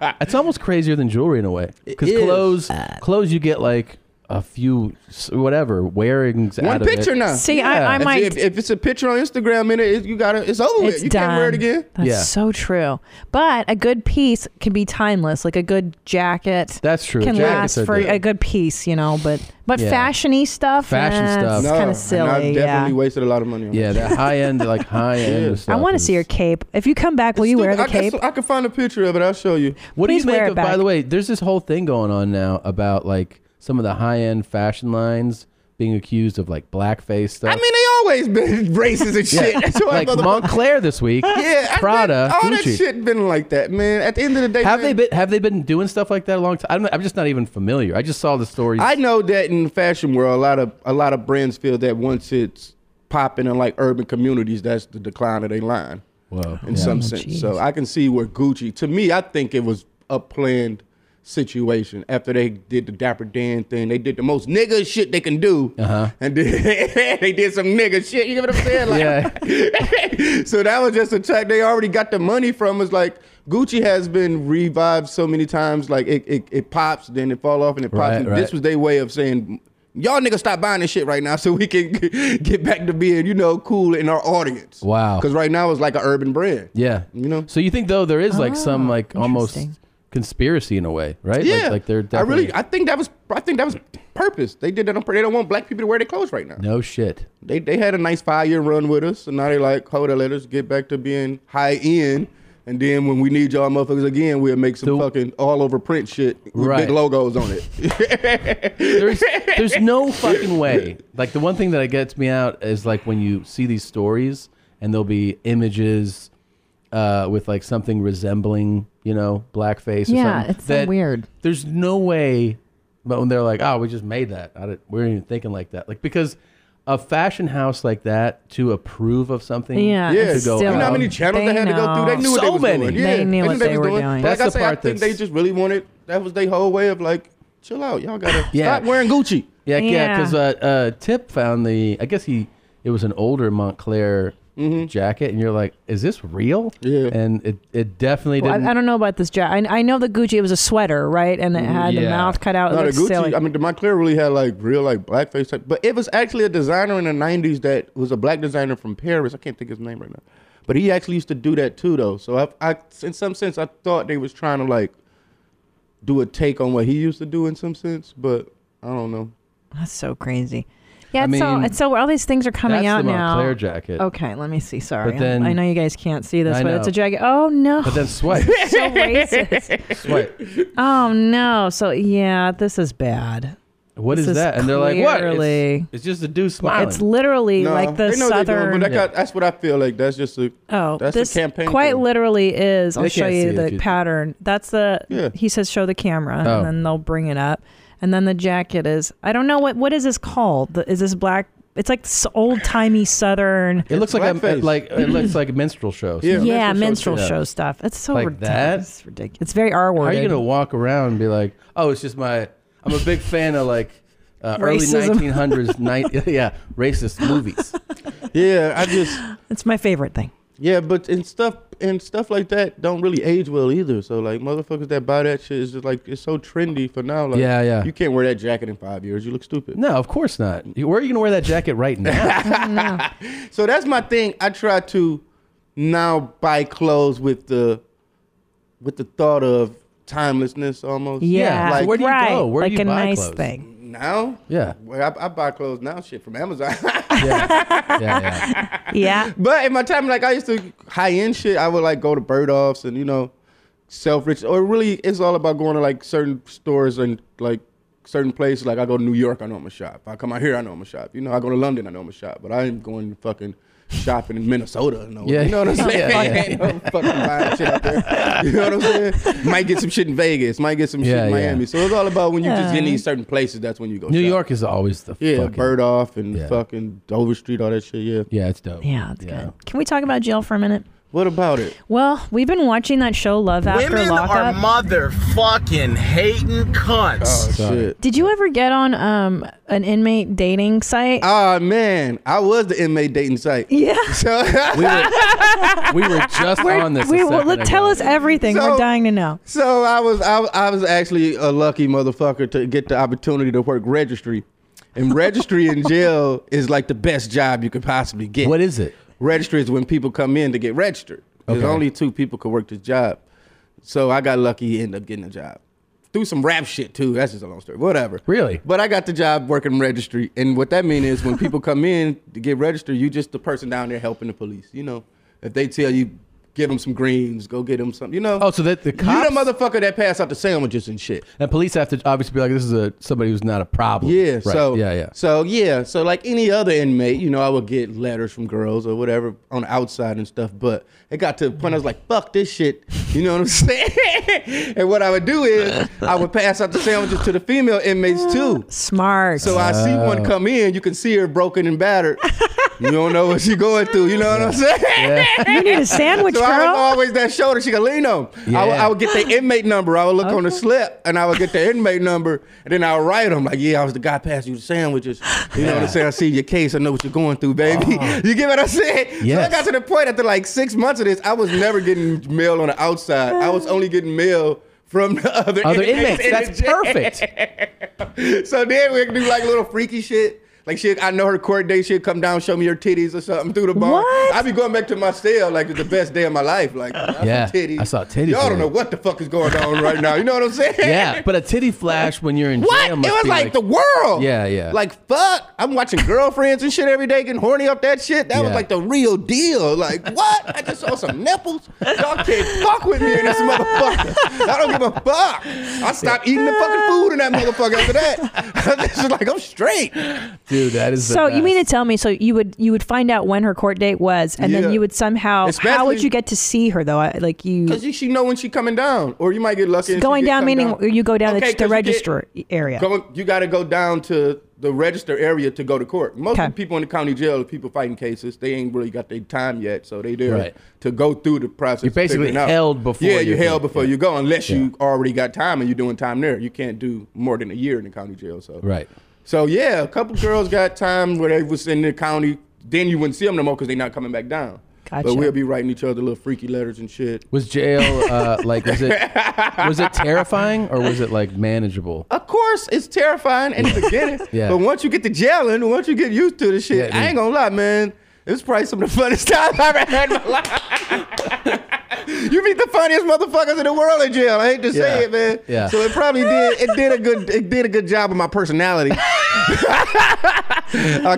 S1: like- it's almost crazier than jewelry in a way because
S13: is.
S1: clothes
S2: Uh,
S1: clothes you get like a few s- whatever wearings
S13: One
S1: out of
S13: picture
S1: it.
S13: now.
S1: Yeah.
S13: If- If, if it's a picture on Instagram, in it, it- you gotta. It's over
S2: It's
S13: with. You
S2: done.
S13: can't wear it again.
S2: That's so true. But a good piece can be timeless. Like a good jacket.
S1: That's true.
S2: Can
S1: Jackets
S2: last
S1: are
S2: for
S1: good.
S2: a good piece, you know. But but
S1: Yeah.
S2: fashiony stuff.
S1: Fashion
S2: eh,
S1: stuff.
S2: It's
S1: No,
S2: kind
S13: And
S2: of
S13: I've
S2: silly.
S13: definitely
S2: Yeah.
S13: wasted a lot of money on
S1: yeah, that high end like high end
S2: I
S1: stuff.
S2: want to see your cape. If you come back, will you wear the
S13: I, can-
S2: cape?
S13: I can find a picture of it. I'll show you.
S1: What
S2: Please
S1: do you
S2: wear
S1: make
S2: it
S1: of? By
S2: back.
S1: the way, there's this whole thing going on now about like some of the high end fashion lines being accused of like blackface stuff.
S13: I mean, they always been racist and shit.
S1: Yeah.
S13: That's why
S1: like
S13: motherfuckers-
S1: Montclair this week.
S13: Yeah, I-
S1: Prada,
S13: all that
S1: Gucci.
S13: shit been like that, man. At the end of the day,
S1: Have
S13: man,
S1: they been Have they been doing stuff like that a long time? I'm, I'm just not even familiar. I just saw the stories.
S13: I know that in the fashion world, a lot of a lot of brands feel that once it's popping in like urban communities, that's the decline of their line.
S1: Whoa,
S13: in
S1: Yeah.
S13: some
S1: Oh,
S13: sense.
S1: geez.
S13: So I can see where Gucci. To me, I think it was a planned situation. After they did the Dapper Dan thing, they did the most nigga shit they can do, uh-huh. and then they did some nigga shit. You get what I'm saying? Like,
S1: Yeah.
S13: so that was just a check they already got the money from us like gucci has been revived so many times like it, it, it pops then it fall off and it pops
S1: Right,
S13: and
S1: right.
S13: this was their way of saying y'all niggas stop buying this shit right now so we can get back to being you know cool in our audience
S1: Wow.
S13: because right now it's like an urban brand
S1: Yeah.
S13: you know
S1: So you think though there is like some like almost conspiracy in a way, right? Like-
S13: yeah
S1: Like, they're
S13: i
S1: definitely
S13: really i think that was i think that was purpose they did that on purpose they don't want black people to wear their clothes right now
S1: no shit.
S13: they they had a nice five year run with us, and now they like, hold on, let us get back to being high end, and then when we need y'all motherfuckers again, we'll make some fucking all over print shit with
S1: Right.
S13: big logos on it.
S1: there's there's no fucking way. Like the one thing that gets me out is like when you see these stories and there'll be images uh, with like something resembling, you know, blackface. Or
S2: Yeah,
S1: something,
S2: it's so
S1: weird. There's no way. But when they're like, "Oh, we just made that," I didn't, we weren't even thinking like that. Like because a fashion house like that to approve of something,
S2: Yeah,
S1: to
S2: it's
S1: go
S2: still-
S1: out-
S13: you know how many channels they had to go through? They knew what
S1: so
S13: they was
S1: many.
S13: doing. Yeah, knew was But Like
S1: That's
S13: I
S1: the
S13: say, I
S1: part
S13: think
S1: that's
S13: they just really wanted. That was their whole way of like, chill out, y'all gotta
S1: Yeah.
S13: stop wearing Gucci.
S1: Yeah, yeah,
S13: Yeah.
S1: because uh, uh, Tip found the. I guess he. It was an older Montclair jacket, and you're like, "Is this real?" Yeah, and it it definitely
S2: Well,
S1: didn't. Mm,
S2: I, I don't know about this jacket. I, I know the Gucci. It was a sweater, right? And it had the
S13: Yeah.
S2: mouth cut out. It
S13: No, the
S2: looked
S13: Gucci.
S2: silly.
S13: I mean, the Montclair really had like real like blackface type, but it was actually a designer in the '90s that was a black designer from Paris. I can't think of his name right now, but he actually used to do that too, though. So I, I in some sense, I thought they was trying to like do a take on what he used to do in some sense, but I don't know.
S2: That's so crazy. Yeah,
S13: I
S2: it's so
S13: mean,
S2: it's so all these things are coming
S13: that's
S2: out
S13: the
S2: now.
S1: Montclair jacket.
S2: Okay, let me see. Sorry,
S1: But then-
S2: I know you guys can't see this,
S1: I
S2: but it's
S1: know.
S2: a jacket. Oh no!
S1: But then swipe.
S2: so racist. Oh no! So yeah, this is bad.
S1: What is
S2: This is
S1: that? And they're like, "What?
S2: clearly-
S1: It's, it's just a dude smiling."
S2: It's literally
S13: No,
S2: like the
S13: they know they doing,
S2: southern.
S13: but that got- that's what I feel like. That's just a
S2: Oh,
S13: that's
S2: this
S13: a campaign.
S2: quite
S13: thing.
S2: literally is. I'll
S13: They
S2: show
S13: can't see
S2: you
S13: it if
S2: the
S13: you-
S2: pattern. That's the.
S13: Yeah.
S2: He says show the camera,
S13: Oh.
S2: and then they'll bring it up, and then the jacket is. I don't know what what is this called. The- Is this black? It's like old timey southern.
S1: it looks like a, like it looks like a minstrel show.
S2: Yeah, minstrel, show,
S1: Yeah.
S2: stuff. It's so
S1: like
S2: ridiculous.
S1: that.
S2: It's ridiculous. It's very R
S1: How are
S2: worded.
S1: you gonna walk around and be like, "Oh, it's just my. I'm a big fan of like uh, early
S2: Racism.
S1: 1900s, ni- yeah, racist movies.
S13: Yeah, I just.
S2: It's my favorite thing.
S13: Yeah, but and stuff and stuff like that don't really age well either. So like motherfuckers that buy that shit is just like it's so trendy for now. Like,
S1: Yeah, yeah.
S13: You can't wear that jacket in five years. You look stupid.
S1: No, of course not. You- Where are you gonna wear that jacket right now?
S13: So that's my thing. I try to now buy clothes with the with the thought of timelessness almost.
S2: Yeah,
S13: like
S2: where do you right. go? Where do Like you a buy nice clothes? thing.
S13: Now,
S1: Yeah.
S13: well, I, I buy clothes now, shit from Amazon.
S2: Yeah.
S13: But in my time, like I used to high end shit, I would like go to Birdoff's and you know, self rich. Or really, it's all about going to like certain stores and like certain places. Like I go to New York, I know I'm a shop. I come out here, I know I'm a shop. You know, I go to London, I know I'm a shop. But I ain't going fucking shopping in Minnesota. No,
S1: Yeah.
S13: you know what I'm saying?
S1: Yeah, yeah.
S13: I ain't no fucking buying shit out there. You know what I'm saying? Might get some shit in Vegas. Might get some shit
S1: Yeah,
S13: in
S1: yeah.
S13: Miami. So it's all about when you just get in
S1: Yeah.
S13: these certain places. That's when you go.
S1: New
S13: shop.
S1: York is always the
S13: Yeah,
S1: fucking-
S13: Birdoff and
S1: Yeah.
S13: fucking Dover Street, all that shit. Yeah,
S1: yeah, it's dope.
S2: Yeah, it's good. Can we talk about jail for a minute?
S13: What about it?
S2: Well, we've been watching that show Love After
S10: Women are
S2: Lockup.
S10: motherfucking hating cunts.
S13: Oh, shit.
S2: Did you ever get on um, an inmate dating site?
S13: Ah man, I was the inmate dating site.
S2: Yeah.
S13: So
S1: we were, we were just
S2: We're-
S1: on this. a
S2: we- well,
S1: second
S2: look, tell
S1: ago.
S2: us everything. We're
S13: So-
S2: dying to know.
S13: So I was I, was- I was actually a lucky motherfucker to get the opportunity to work registry. And registry in jail is like the best job you could possibly get. What
S1: is it?
S13: Registry is when people come in to get registered. There's
S1: Okay.
S13: only two people could work this job. So I got lucky, end up getting a job. Through some rap shit too. That's just a long story. Whatever.
S1: Really?
S13: But I got the job working registry. And what that means is when people come in to get registered, you just the person down there helping the police. You know, if they tell you, give them some greens, go get them some, you know.
S1: Oh, so that the
S13: You
S1: cops
S13: the motherfucker that passed out the sandwiches and shit.
S1: and police have to obviously be like, this is a somebody who's not a problem.
S13: Yeah.
S1: Right.
S13: So
S1: yeah, yeah.
S13: So yeah. So like any other inmate, you know, I would get letters from girls or whatever on the outside and stuff. But it got to the point I was like, fuck this shit. You know what I'm saying? and what I would do is I would pass out the sandwiches to the female inmates too.
S2: Smart.
S13: So I see one
S1: Oh.
S13: come in, you can see her broken and battered. you don't know what she going through. You know what I'm saying?
S2: You need a sandwich,
S13: so I
S2: girl.
S13: was always that shoulder she could lean on. I, would,
S1: Yeah.
S13: I would get the inmate number. I would look on the slip and I would get the inmate number and then I would write them like, yeah, I was the guy passing you the sandwiches. You know what I'm saying? I see your case. I know what you're going through, baby. you get what I'm saying? So I
S1: Uh-huh. Yes.
S13: got to the point after like six months of this, I was never getting mail on the outside. I was only getting mail from the other,
S1: Other inmates.
S13: in the
S1: That's
S13: jail.
S1: perfect.
S13: So then we can do like little freaky shit. Like she, I know her court date. She'd come down, show me her titties or something through the bar. I'd be going back to my cell like it's the best day of my life. Like I saw
S1: Yeah,
S13: titties.
S1: I saw titties
S13: Y'all don't
S1: today.
S13: know what the fuck is going on right now. You know what I'm saying?
S1: yeah, but a titty flash when you're in
S13: What?
S1: jail.
S13: It
S1: must
S13: was
S1: be
S13: like, the world.
S1: Yeah, yeah.
S13: Like fuck. I'm watching girlfriends and shit every day, getting horny up that shit. That was
S1: Yeah.
S13: like the real deal. Like what? I just saw some nipples. Y'all can't fuck with me in this motherfucker. I don't give a fuck. I stopped eating the fucking food in that motherfucker after that. It's just like I'm straight.
S1: dude, that is the
S2: So you
S1: best.
S2: mean to tell me? So you would you would find out when her court date was, and
S13: Yeah.
S2: then you would somehow? how
S13: Especially-
S2: would you get to see her though? I- Like you
S13: Cause you, she know when she coming down, or you might get lucky. and she
S2: going
S13: get
S2: down,
S13: come
S2: meaning you go down
S13: Okay,
S2: the,
S13: 'cause you
S2: the
S13: get-
S2: register area.
S13: Going, you got to go down to the register area to go to court. Most of the people in the county jail are people fighting cases. They ain't really got their time yet, so they there
S1: Right.
S13: to go through the process.
S1: You're
S13: of
S1: basically
S13: figuring out.
S1: held before
S13: Yeah,
S1: you
S13: you're held
S1: go.
S13: before
S1: Yeah.
S13: you go, unless you already got time and you're doing time there. You can't do more than a year in the county jail. So
S1: right?
S13: So yeah, a couple girls got time where they was in the county. Then you wouldn't see them no more because they not coming back down.
S2: Gotcha.
S13: But we'll be writing each other little freaky letters and shit.
S1: Was jail uh, like was it was it terrifying or was it like manageable?
S13: Of course, it's terrifying in the beginning.
S1: Yeah.
S13: But once you get to jailing, once you get used to the shit,
S1: Yeah,
S13: I ain't gonna lie, man. It was probably some of the funnest times I've ever had in my life. you meet the funniest motherfuckers in the world in jail. I hate to
S1: Yeah.
S13: say it, man.
S1: Yeah.
S13: So it probably did. It did a good. It did a good job of my personality. I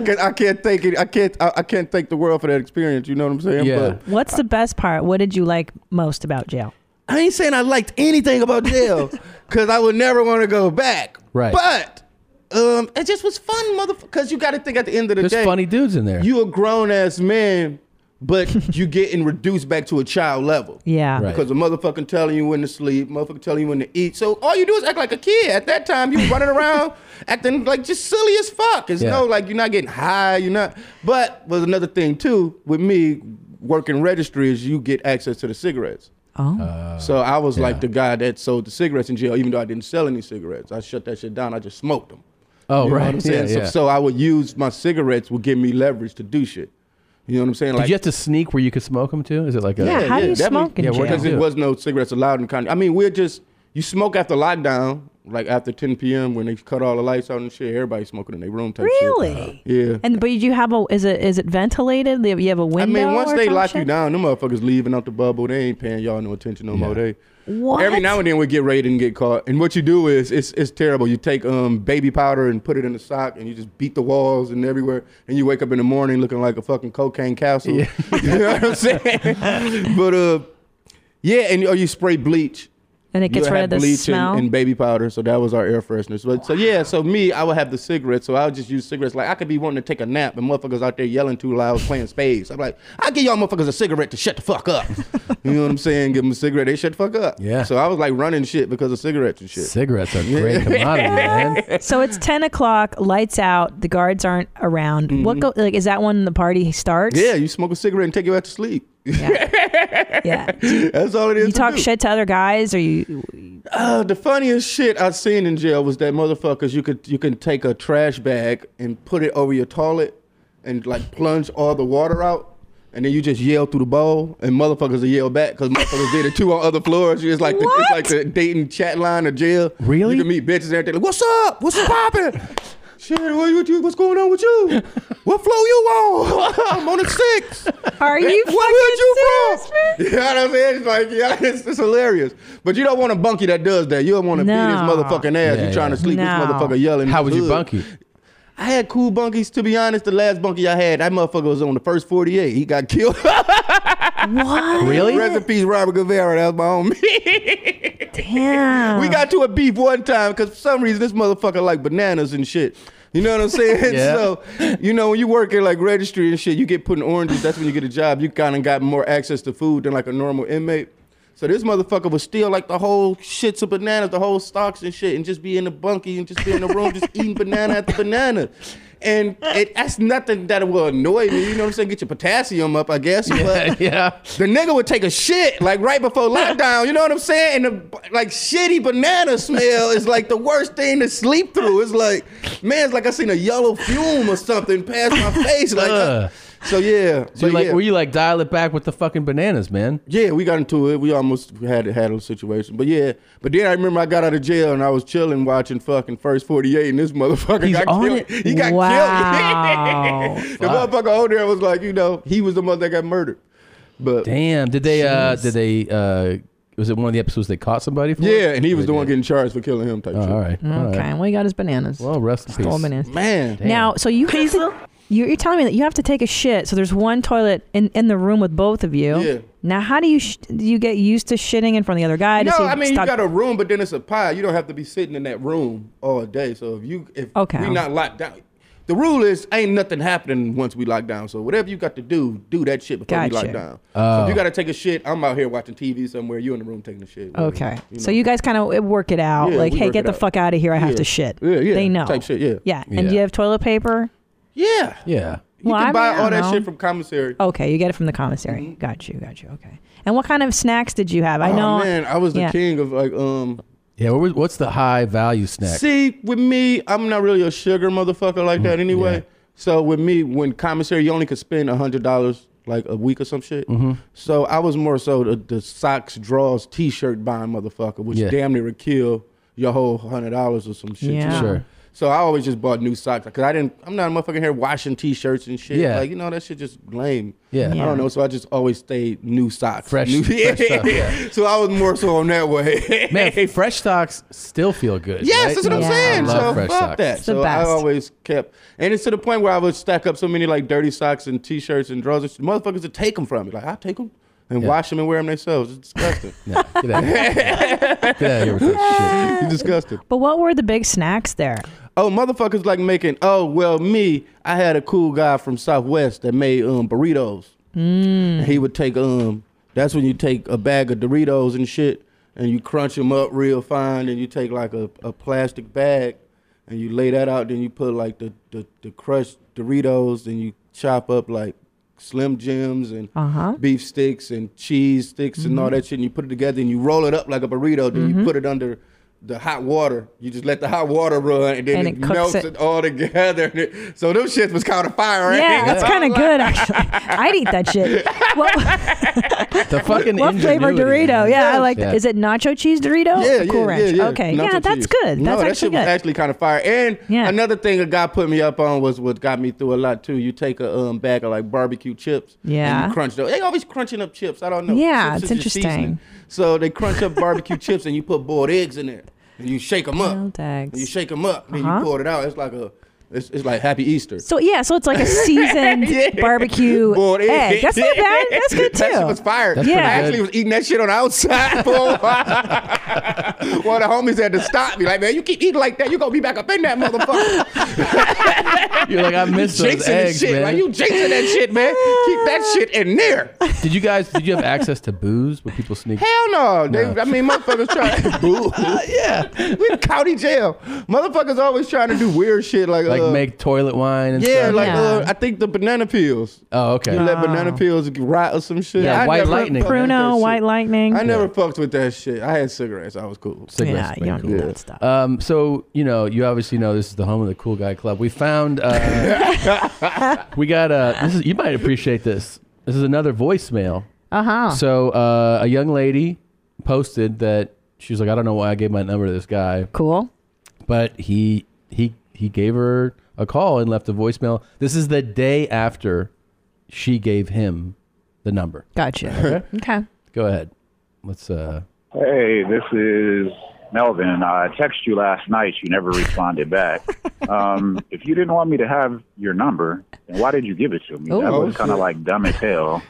S13: can I can't thank it. I can't. I, I can't thank the world for that experience. You know what I'm saying? But
S2: What's the best part? What did you like most about jail?
S13: I ain't saying I liked anything about jail because I would never want to go back.
S1: Right.
S13: But um, it just was fun, motherfucker. Because you got to think at the end of the
S1: There's
S13: day,
S1: funny dudes in there.
S13: you a grown ass man, but you getting reduced back to a child level.
S2: Yeah.
S1: Right.
S13: Because a motherfucking telling you when to sleep, motherfucker telling you when to eat. So all you do is act like a kid. At that time, you running around acting like just silly as fuck. It's
S1: Yeah.
S13: no like you're not getting high. You're not. But was another thing too with me working registry is you get access to the cigarettes.
S2: Oh.
S1: Uh,
S13: So I was like the guy that sold the cigarettes in jail, even though I didn't sell any cigarettes. I shut that shit down. I just smoked them.
S1: Oh,
S13: You know
S1: right.
S13: what I'm saying?
S1: Yeah,
S13: so,
S1: yeah.
S13: so I would use my cigarettes would give me leverage to do shit. You know what I'm saying?
S1: Did you have to sneak where you could smoke them too? Is it like a
S13: definitely.
S1: yeah, where
S13: Because there
S1: do you do it?
S13: was no cigarettes allowed in Congress. I mean, we're just you smoke after lockdown, like after 10 p.m. when they cut all the lights out and shit. Everybody smoking in their room. Type shit.
S1: Uh-huh.
S2: Really?
S13: Yeah.
S2: And but you have a is it is it ventilated? Do You have a
S13: I
S2: window.
S13: mean, once
S2: or
S13: they
S2: some
S13: lock
S2: shit?
S13: you down, them motherfuckers leaving out the bubble. They ain't paying y'all no attention no more. They
S2: What?
S13: every now and then we get raided and get caught. And what you do is it's it's terrible. You take um baby powder and put it in a sock and you just beat the walls and everywhere. And you wake up in the morning looking like a fucking cocaine castle. you know what I'm saying? but uh, yeah, and or you spray bleach.
S2: And it
S13: You
S2: gets rid
S13: had
S2: of the
S13: bleach and-
S2: smell?
S13: And, baby powder, so that was our air fresheners. But so yeah, so me, I would have the cigarettes, so I would just use cigarettes. Like I could be wanting to take a nap, and motherfuckers out there yelling too loud, playing spades. I'm like, I give y'all motherfuckers a cigarette to shut the fuck up. you know what I'm saying? Give them a cigarette, they shut the fuck up. Yeah. So I was like running shit because of cigarettes and shit.
S1: Cigarettes are great commodity, man.
S2: So it's ten o'clock, lights out, the guards aren't around. What go like is that when the party starts?
S13: Mm-hmm. Yeah, you smoke a cigarette and take it out to sleep.
S2: Yeah.
S13: That's all it is.
S2: You
S13: to
S2: talk
S13: do.
S2: shit to other guys, or you?
S13: Uh, the funniest shit I've seen in jail was that motherfuckers you could you can take a trash bag and put it over your toilet and like plunge all the water out. And then you just yell through the bowl, and motherfuckers will yell back because motherfuckers did it too on other floors. It's like the, it's like the dating chat line of jail. Really? You can meet bitches and everything. Like, what's up? What's poppin'? Shit, what, what you, what's going on with you? What floor you on? I'm on the six.
S2: Are you
S13: Where you from? You know what I'm saying? It's like, yeah, it's, it's hilarious. But you don't want a bunkie that does that. You don't want to beat his
S1: No.
S13: motherfucking ass.
S1: Yeah,
S13: you trying
S1: yeah.
S13: to sleep
S1: No.
S13: this motherfucker yelling.
S1: How
S13: in
S1: was
S13: his
S1: your
S13: hood.
S1: bunkie?
S13: I had cool bunkies. To be honest, the last bunkie I had, that motherfucker was on the first 48. He got killed.
S2: what?
S13: Really? Rest in peace, Robert Guevara. That was my homie.
S2: Damn.
S13: We got to a beef one time because for some reason this motherfucker like bananas and shit. You know what I'm saying?
S1: Yeah.
S13: So, you know, when you work at like registry and shit, you get put in oranges. That's when you get a job. You kind of got more access to food than like a normal inmate. So this motherfucker would steal like the whole shits of bananas, the whole stalks and shit, and just be in the bunkie and just be in the room just eating banana after banana. And it, that's nothing that will annoy me. You know what I'm saying? Get your potassium up, I guess. but
S1: yeah.
S13: The nigga would take a shit like right before lockdown. You know what I'm saying? And the like shitty banana smell is like the worst thing to sleep through. It's like, man, it's like I seen a yellow fume or something pass my face. Like,
S1: Ugh.
S13: so yeah.
S1: So
S13: but
S1: you like,
S13: yeah.
S1: were you like dial it back with the fucking bananas, man?
S13: Yeah, we got into it. We almost had had a situation, but yeah. But then I remember I got out of jail and I was chilling watching fucking First Forty Eight, and this motherfucker
S1: He's
S13: got
S1: on
S13: killed.
S1: it?
S13: He got
S1: Wow.
S13: killed. the motherfucker over there was like, you know, he was the mother that got murdered. But
S1: damn, did they? uh Did they? uh Was it one of the episodes they caught somebody for?
S13: Yeah, and he was the one getting charged for killing him. Type
S1: shit. All right. all
S2: Okay,
S1: right.
S2: well, he got his bananas.
S1: Well, rest in
S2: Stole
S1: peace.
S2: bananas.
S13: Man.
S2: Now, so you have to, you're, you're telling me that you have to take a shit. So there's one toilet in, in the room with both of you.
S13: Yeah.
S2: Now, how do you sh- do you get used to shitting in front of the other guy? Does
S13: no,
S2: he
S13: I mean
S2: stop-
S13: you got a room, but then it's a pod. You don't have to be sitting in that room all day. So if you if
S2: Okay.
S13: we not locked down, the rule is ain't nothing happening once we lock down. So whatever you got to do, do that shit before we
S2: Gotcha.
S13: lock down. so
S1: Oh.
S13: if you got to take a shit, I'm out here watching TV somewhere. You in the room taking a shit. whatever,
S2: Okay.
S13: you
S2: So
S13: know.
S2: you guys kind of work it out.
S13: Yeah,
S2: like,
S13: we
S2: hey,
S13: work
S2: get
S13: it
S2: the
S13: out.
S2: fuck out of here. I have
S13: Yeah.
S2: to shit.
S13: Yeah, yeah,
S2: They know.
S13: type shit, yeah.
S2: Yeah. And do
S13: Yeah.
S2: you have toilet paper?
S13: yeah
S1: yeah.
S13: You
S2: Well, I
S13: can buy
S2: mean, I
S13: all
S2: don't
S13: that
S2: know.
S13: shit from commissary.
S2: Okay, you get it from the commissary. Got you, got you. Okay. And what kind of snacks did you have? I
S13: Oh,
S2: know.
S13: man, I was the
S2: yeah.
S13: king of like um.
S1: Yeah. What was, what's the high value snack?
S13: See, with me, I'm not really a sugar motherfucker like
S1: Mm,
S13: that anyway. So with me, when commissary, you only could spend hundred dollars like a week or some shit.
S1: Mhm.
S13: So I was more so the, the socks, drawers, t-shirt buying motherfucker, which
S1: Yeah.
S13: damn near would kill your whole hundred dollars or some shit. you
S1: Yeah.
S13: know?
S1: Sure.
S13: So I always just bought new socks because I didn't. I'm not a motherfucker here washing t-shirts and shit.
S1: Yeah.
S13: Like you know that shit just lame.
S1: Yeah.
S13: I
S1: Yeah.
S13: don't know. So I just always stayed new socks,
S1: Fresh-
S13: New,
S1: fresh stuff, yeah.
S13: So I was more so on that way.
S1: Man, fresh stocks still feel good.
S13: Yes,
S1: right?
S13: that's what I'm saying.
S1: I love
S13: so
S1: fresh
S13: fuck
S1: socks.
S13: that. so I always kept, and it's to the point where I would stack up so many like dirty socks and t-shirts and drawers. and shit. Motherfuckers would take them from me. Like I take them and wash them and wear them themselves. It's disgusting.
S1: no, get out of here. Get out of here with that shit.
S13: You're disgusting.
S2: But what were the big snacks there?
S13: Oh, motherfuckers like making. Oh well, me. I had a cool guy from Southwest that made um burritos.
S2: mm.
S13: And He would take um. That's when you take a bag of Doritos and shit, and you crunch them up real fine, and you take like a, a plastic bag, and you lay that out. Then you put like the the, the crushed Doritos, and you chop up like Slim Jims and
S2: Uh-huh.
S13: beef sticks and cheese sticks and all
S2: Mhm. Mm-hmm.
S13: that shit, and you put it together and you roll it up like a burrito. Then you put it under the hot water. You just let the hot water run, and then
S2: And
S13: it,
S2: it cooks
S13: melts
S2: it.
S13: it. all together. So them shits was caught a fire.
S2: Yeah,
S13: ant.
S2: that's kind of good actually. I'd eat that shit.
S1: The fucking
S2: what flavor
S1: ingenuity.
S2: Dorito? Yeah, I like.
S13: Yeah.
S2: Is it nacho cheese Dorito?
S13: Yeah, yeah,
S2: Oh, cool Ranch.
S13: yeah, yeah.
S2: Okay,
S13: Nacho
S2: yeah, that's
S13: cheese.
S2: good.
S13: No,
S2: That's
S13: that
S2: actually
S13: shit was
S2: good.
S13: actually kind of fire. And another thing a guy put me up on was what got me through a lot too. You take a um, bag of like barbecue chips,
S2: Yeah.
S13: and you crunch those. They always crunching up chips. I don't know.
S2: Yeah,
S13: Chips
S2: it's
S13: is just
S2: interesting.
S13: seasoning. So they crunch up barbecue chips, and you put boiled eggs in there, and you shake them up.
S2: Boiled eggs.
S13: You shake them up, then
S2: Uh-huh.
S13: you pour it out. It's like a, it's, it's like Happy Easter.
S2: So yeah, so it's like a seasoned barbecue
S13: Boiled
S2: egg.
S13: egg.
S2: That's not bad. That's good too.
S13: That shit was fire.
S2: That's pretty
S13: I
S2: good.
S13: actually was eating that shit on the outside for a while. One of the homies had to stop me. Like, man, you keep eating like that, you gonna be back up in that motherfucker.
S1: You're like I missed
S13: you
S1: those
S13: jinxing
S1: eggs,
S13: the shit.
S1: man.
S13: Like, you jinxing that shit, man. keep that shit in there.
S1: Did you guys? Did you have access to booze? Where people sneak?
S13: Hell no. They,
S1: No.
S13: I mean, motherfuckers trying to boo. yeah. We in county jail. Motherfuckers always trying to do weird shit like
S1: Like
S13: uh,
S1: make toilet wine and
S13: Yeah,
S1: stuff.
S13: like Uh, I think the banana peels.
S1: Oh, okay.
S13: You let
S1: Oh.
S13: banana peels rot or some shit.
S1: Yeah,
S13: I
S1: white
S13: never
S1: lightning.
S13: fucked with that
S2: Pruno,
S13: shit.
S2: White Lightning.
S13: I never fucked with that shit. I had cigarettes. I was cool.
S1: Cigarettes is pretty cool. Um, so you know, you obviously know this is the home of the cool guy club. We found uh, we got uh, this is you might appreciate this. This is another voicemail.
S2: Uh-huh.
S1: So uh, a young lady posted that she was like, I don't know why I gave my number to this guy.
S2: Cool.
S1: But he he he gave her a call and left a voicemail. This is the day after she gave him the number.
S2: Gotcha. okay.
S1: Go ahead. Let's uh
S16: Hey, this is Melvin. I texted you last night. You never responded back. Um, if you didn't want me to have your number, then why did you give it to me? that
S17: Oh,
S16: was kind of
S17: shit.
S16: like dumb as hell.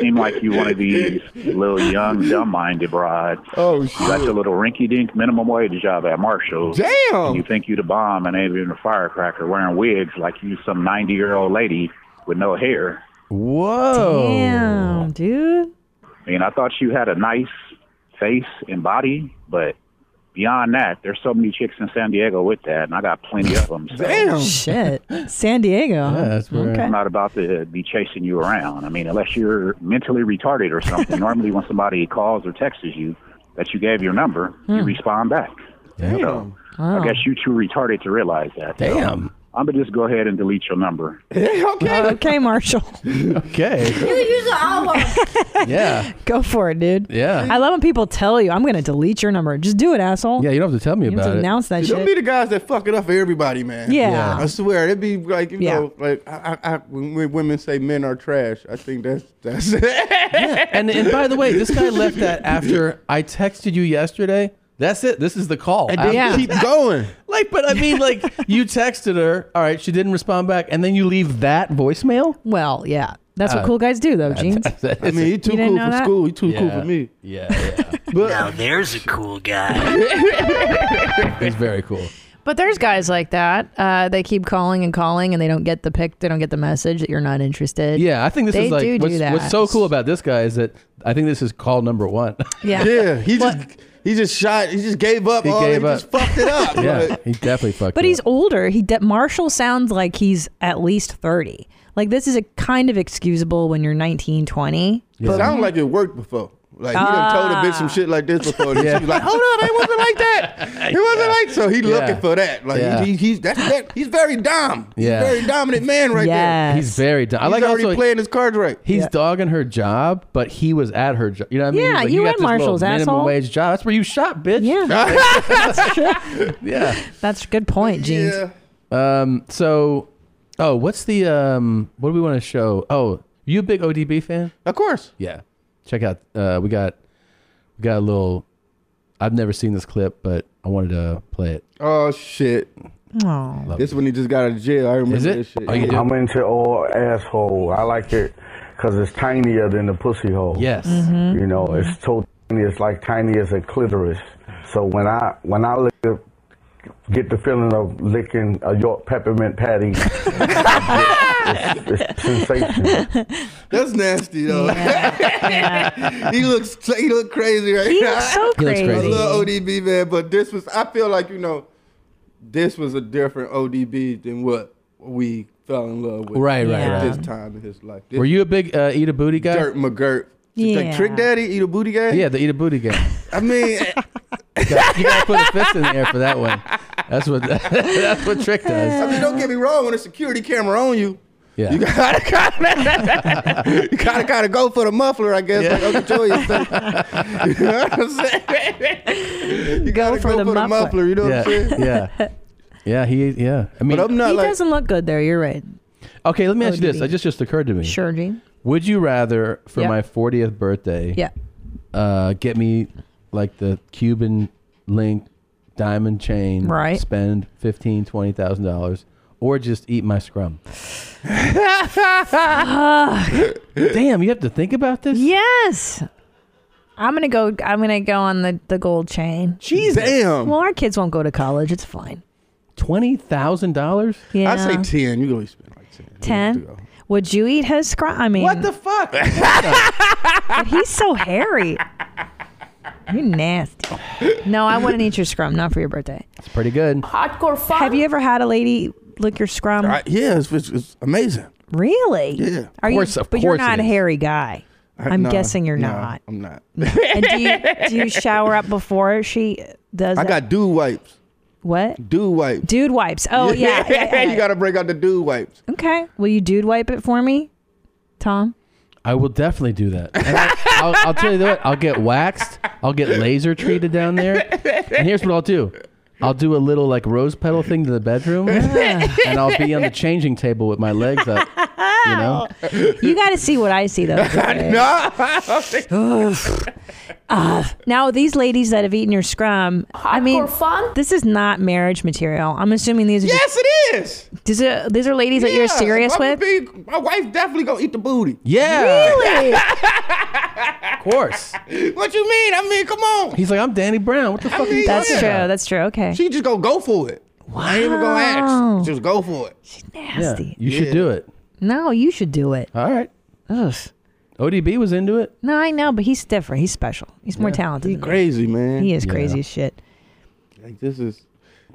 S16: Seemed like you one of these little young, dumb-minded broads.
S13: Oh,
S16: You got your little rinky-dink minimum wage job at Marshall's.
S13: Damn.
S16: You think you the bomb and ain't even a firecracker wearing wigs like you some 90-year-old lady with no hair.
S1: Whoa.
S2: Damn, dude.
S16: I mean, I thought you had a nice face and body, but beyond that, there's so many chicks in San Diego with that, and I got plenty of them. So
S2: Shit. San Diego. huh?
S16: I'm
S2: okay.
S16: not about to be chasing you around. I mean, unless you're mentally retarded or something. normally, when somebody calls or texts you that you gave your number, you
S2: Hmm.
S16: respond back.
S1: Damn.
S16: So,
S2: Wow.
S16: I guess you too retarded to realize that. So,
S1: Damn.
S16: I'm gonna just go ahead and delete your number.
S2: okay. Okay, Marshall.
S1: okay.
S8: You could use an hour.
S1: Yeah.
S2: Go for it, dude.
S1: Yeah.
S2: I love when people tell you, I'm going to delete your number. Just do it, asshole.
S1: Yeah, you don't have to tell me
S2: You don't have
S1: about
S2: to
S1: it.
S2: announce that
S13: See, Don't
S2: shit.
S13: be the guys that fuck it up for everybody, man.
S2: Yeah. Yeah.
S13: I swear, it'd be like you
S2: Yeah.
S13: know, like I, I, I, when when women say men are trash, I think that's that's
S1: yeah. And and by the way, this guy left that after I texted you yesterday. That's it. This is the call.
S13: And then
S1: After-
S13: keep going.
S1: Like, but I mean, like, you texted her. All right, she didn't respond back, and then you leave that voicemail.
S2: Well, yeah, that's what
S1: Uh,
S2: cool guys do, though,
S1: that-
S2: Jeans.
S1: that- that I mean, is- he too
S2: You didn't
S1: cool
S2: know
S1: for
S2: that?
S1: school. He too cool for
S13: me.
S1: Yeah, yeah.
S5: now Oh, there's a cool guy.
S1: It's very cool.
S2: But there's guys like that. Uh, they keep calling and calling, and they don't get the pick. They don't get the message that you're not interested.
S1: Yeah, I think this
S2: they
S1: is like
S2: do
S1: what's,
S2: do that.
S1: what's so cool about this guy is that I think this is call number one.
S2: Yeah.
S13: yeah. He just he just shot. He just gave up.
S1: He
S13: all,
S1: gave
S13: he
S1: up.
S13: Just fucked it up.
S1: yeah, he definitely fucked.
S2: But
S1: it
S2: he's older. He de- Marshall sounds like he's at least thirty. Like this is a kind of excusable when you're 19, 20.
S13: It sounded like it worked before. Like he done told a bitch
S2: Ah.
S13: some shit like this before. And she was like, "Hold up, it wasn't like that. It wasn't like." So he
S1: Yeah.
S13: looking for that. Like
S1: Yeah.
S13: he, he, he's that's that. He's very dumb. He's
S1: Yeah.
S13: very dominant man right there.
S1: He's very. Do- I
S13: He's
S1: like
S13: already
S1: also,
S13: playing his cards right.
S1: He's
S13: Yeah.
S1: dogging her job, but he was at her job. You know what I mean?
S2: Yeah,
S1: Like,
S2: you
S1: got
S2: and
S1: this little
S2: Marshall's
S1: minimum
S2: asshole.
S1: wage job. That's where you shop, bitch.
S2: Yeah, that's true.
S1: yeah.
S2: That's a good point, Jeans.
S1: Um. So, oh, what's the um? What do we want to show? Oh, you a big ODB fan?
S13: Of course.
S1: Yeah. Check out. Uh, we got, we got a little. I've never seen this clip, but I wanted to play it.
S13: Oh shit.
S2: Oh.
S13: This when he just got out of jail. I remember this shit.
S18: I'm into old asshole. I like it because it's tinier than the pussy hole.
S1: Yes.
S18: You know, it's so tiny. It's like tiny as a clitoris. So when I when I lick the, get the feeling of licking a York peppermint patty, it's, it's sensational.
S13: That's nasty though. he looks he look crazy right
S18: He
S13: now.
S18: looks so He looks crazy.
S13: I love ODB man, but this was I feel like you know, this was a different ODB than what we fell in love with.
S1: Right, right,
S13: at
S1: right.
S13: This time in his life. This
S1: Were you a big uh, eat a booty guy?
S13: Dirt McGirt. Like Trick Daddy, eat a booty gang.
S1: Yeah, the eat a booty gang.
S13: I mean,
S1: you, gotta, you gotta put a fist in the air for that one. That's what that's what Trick
S13: I
S1: does.
S13: mean, don't get me wrong. When a security camera on you,
S1: Yeah.
S13: you gotta kinda, you gotta kinda go for the muffler, I guess. Like Uncle Joey said. you know what I'm saying? You gotta go for, the, muffler. You know
S1: yeah,
S13: what I'm saying?
S1: yeah, yeah. He, yeah. I mean,
S2: he doesn't look good there. You're right.
S1: Okay, let me ask you
S2: ODB.
S1: this. It just just occurred to me.
S2: Sure, Gene.
S1: Would you rather for
S2: Yeah.
S1: my 40th birthday?
S2: Yeah.
S1: Uh, get me like the Cuban link diamond chain.
S2: Right.
S1: Spend fifteen, twenty thousand dollars, or just eat my scrum. Damn, you have to think about this.
S2: Yes. I'm gonna go. I'm gonna go on the the gold chain.
S13: Jesus. Damn.
S2: Well, our kids won't go to college. It's fine.
S1: Twenty thousand dollars.
S2: Yeah.
S13: I'd say ten. You gonna spend like ten.
S2: Ten. Would you eat his scrum? I mean,
S13: What the fuck?
S2: but he's so hairy. You're nasty. No, I wouldn't eat your scrum. Not for your birthday.
S1: It's pretty good.
S2: Hardcore fun. Have you ever had a lady lick your scrum?
S13: I, yeah, it's, it's, it's amazing.
S2: Really?
S13: Yeah. Of
S2: Are
S13: course-
S2: you,
S13: of
S2: but you're
S13: course it
S2: not a
S13: is.
S2: hairy guy.
S13: I-
S2: I'm
S13: nah,
S2: guessing you're
S13: nah,
S2: not.
S13: I'm not.
S2: and do you, do you shower up before she does?
S13: I
S2: that?
S13: got dude wipes.
S2: What?
S13: Dude wipes.
S2: Dude wipes. Oh yeah. yeah, yeah, yeah.
S13: you gotta break out the dude wipes.
S2: Okay. Will you dude wipe it for me, Tom?
S1: I will definitely do that. And I, I'll, I'll tell you what. I'll get waxed. I'll get laser treated down there. And here's what I'll do. I'll do a little like rose petal thing to the bedroom, and I'll be on the changing table with my legs up. You know,
S2: You got to see what I see though.
S13: no.
S2: Ah, now these ladies that have eaten your scrum, I mean, this is not marriage material. I'm assuming these are
S13: Yes,
S2: just,
S13: it is.
S2: these are these are ladies that you're
S13: Yeah,
S2: serious
S13: I'm a
S2: with.
S13: big- my wife definitely gonna eat the booty.
S1: Yeah.
S2: Really?
S1: of course.
S13: what you mean? I mean, come on.
S1: He's like, I'm Danny Brown. What the fuck? are you
S2: That's
S1: talking
S2: true.
S1: about?
S2: That's true. Okay.
S13: She just gonna go for it. I ain't even gonna ask. Just go for it. She's
S1: Yeah, you should do it.
S2: No, you should do it.
S1: All right.
S2: Ugh.
S1: ODB was into it.
S2: No, I know, but he's different. He's special. He's more talented. than me.
S13: Crazy man.
S2: He is crazy as shit.
S13: Like this is,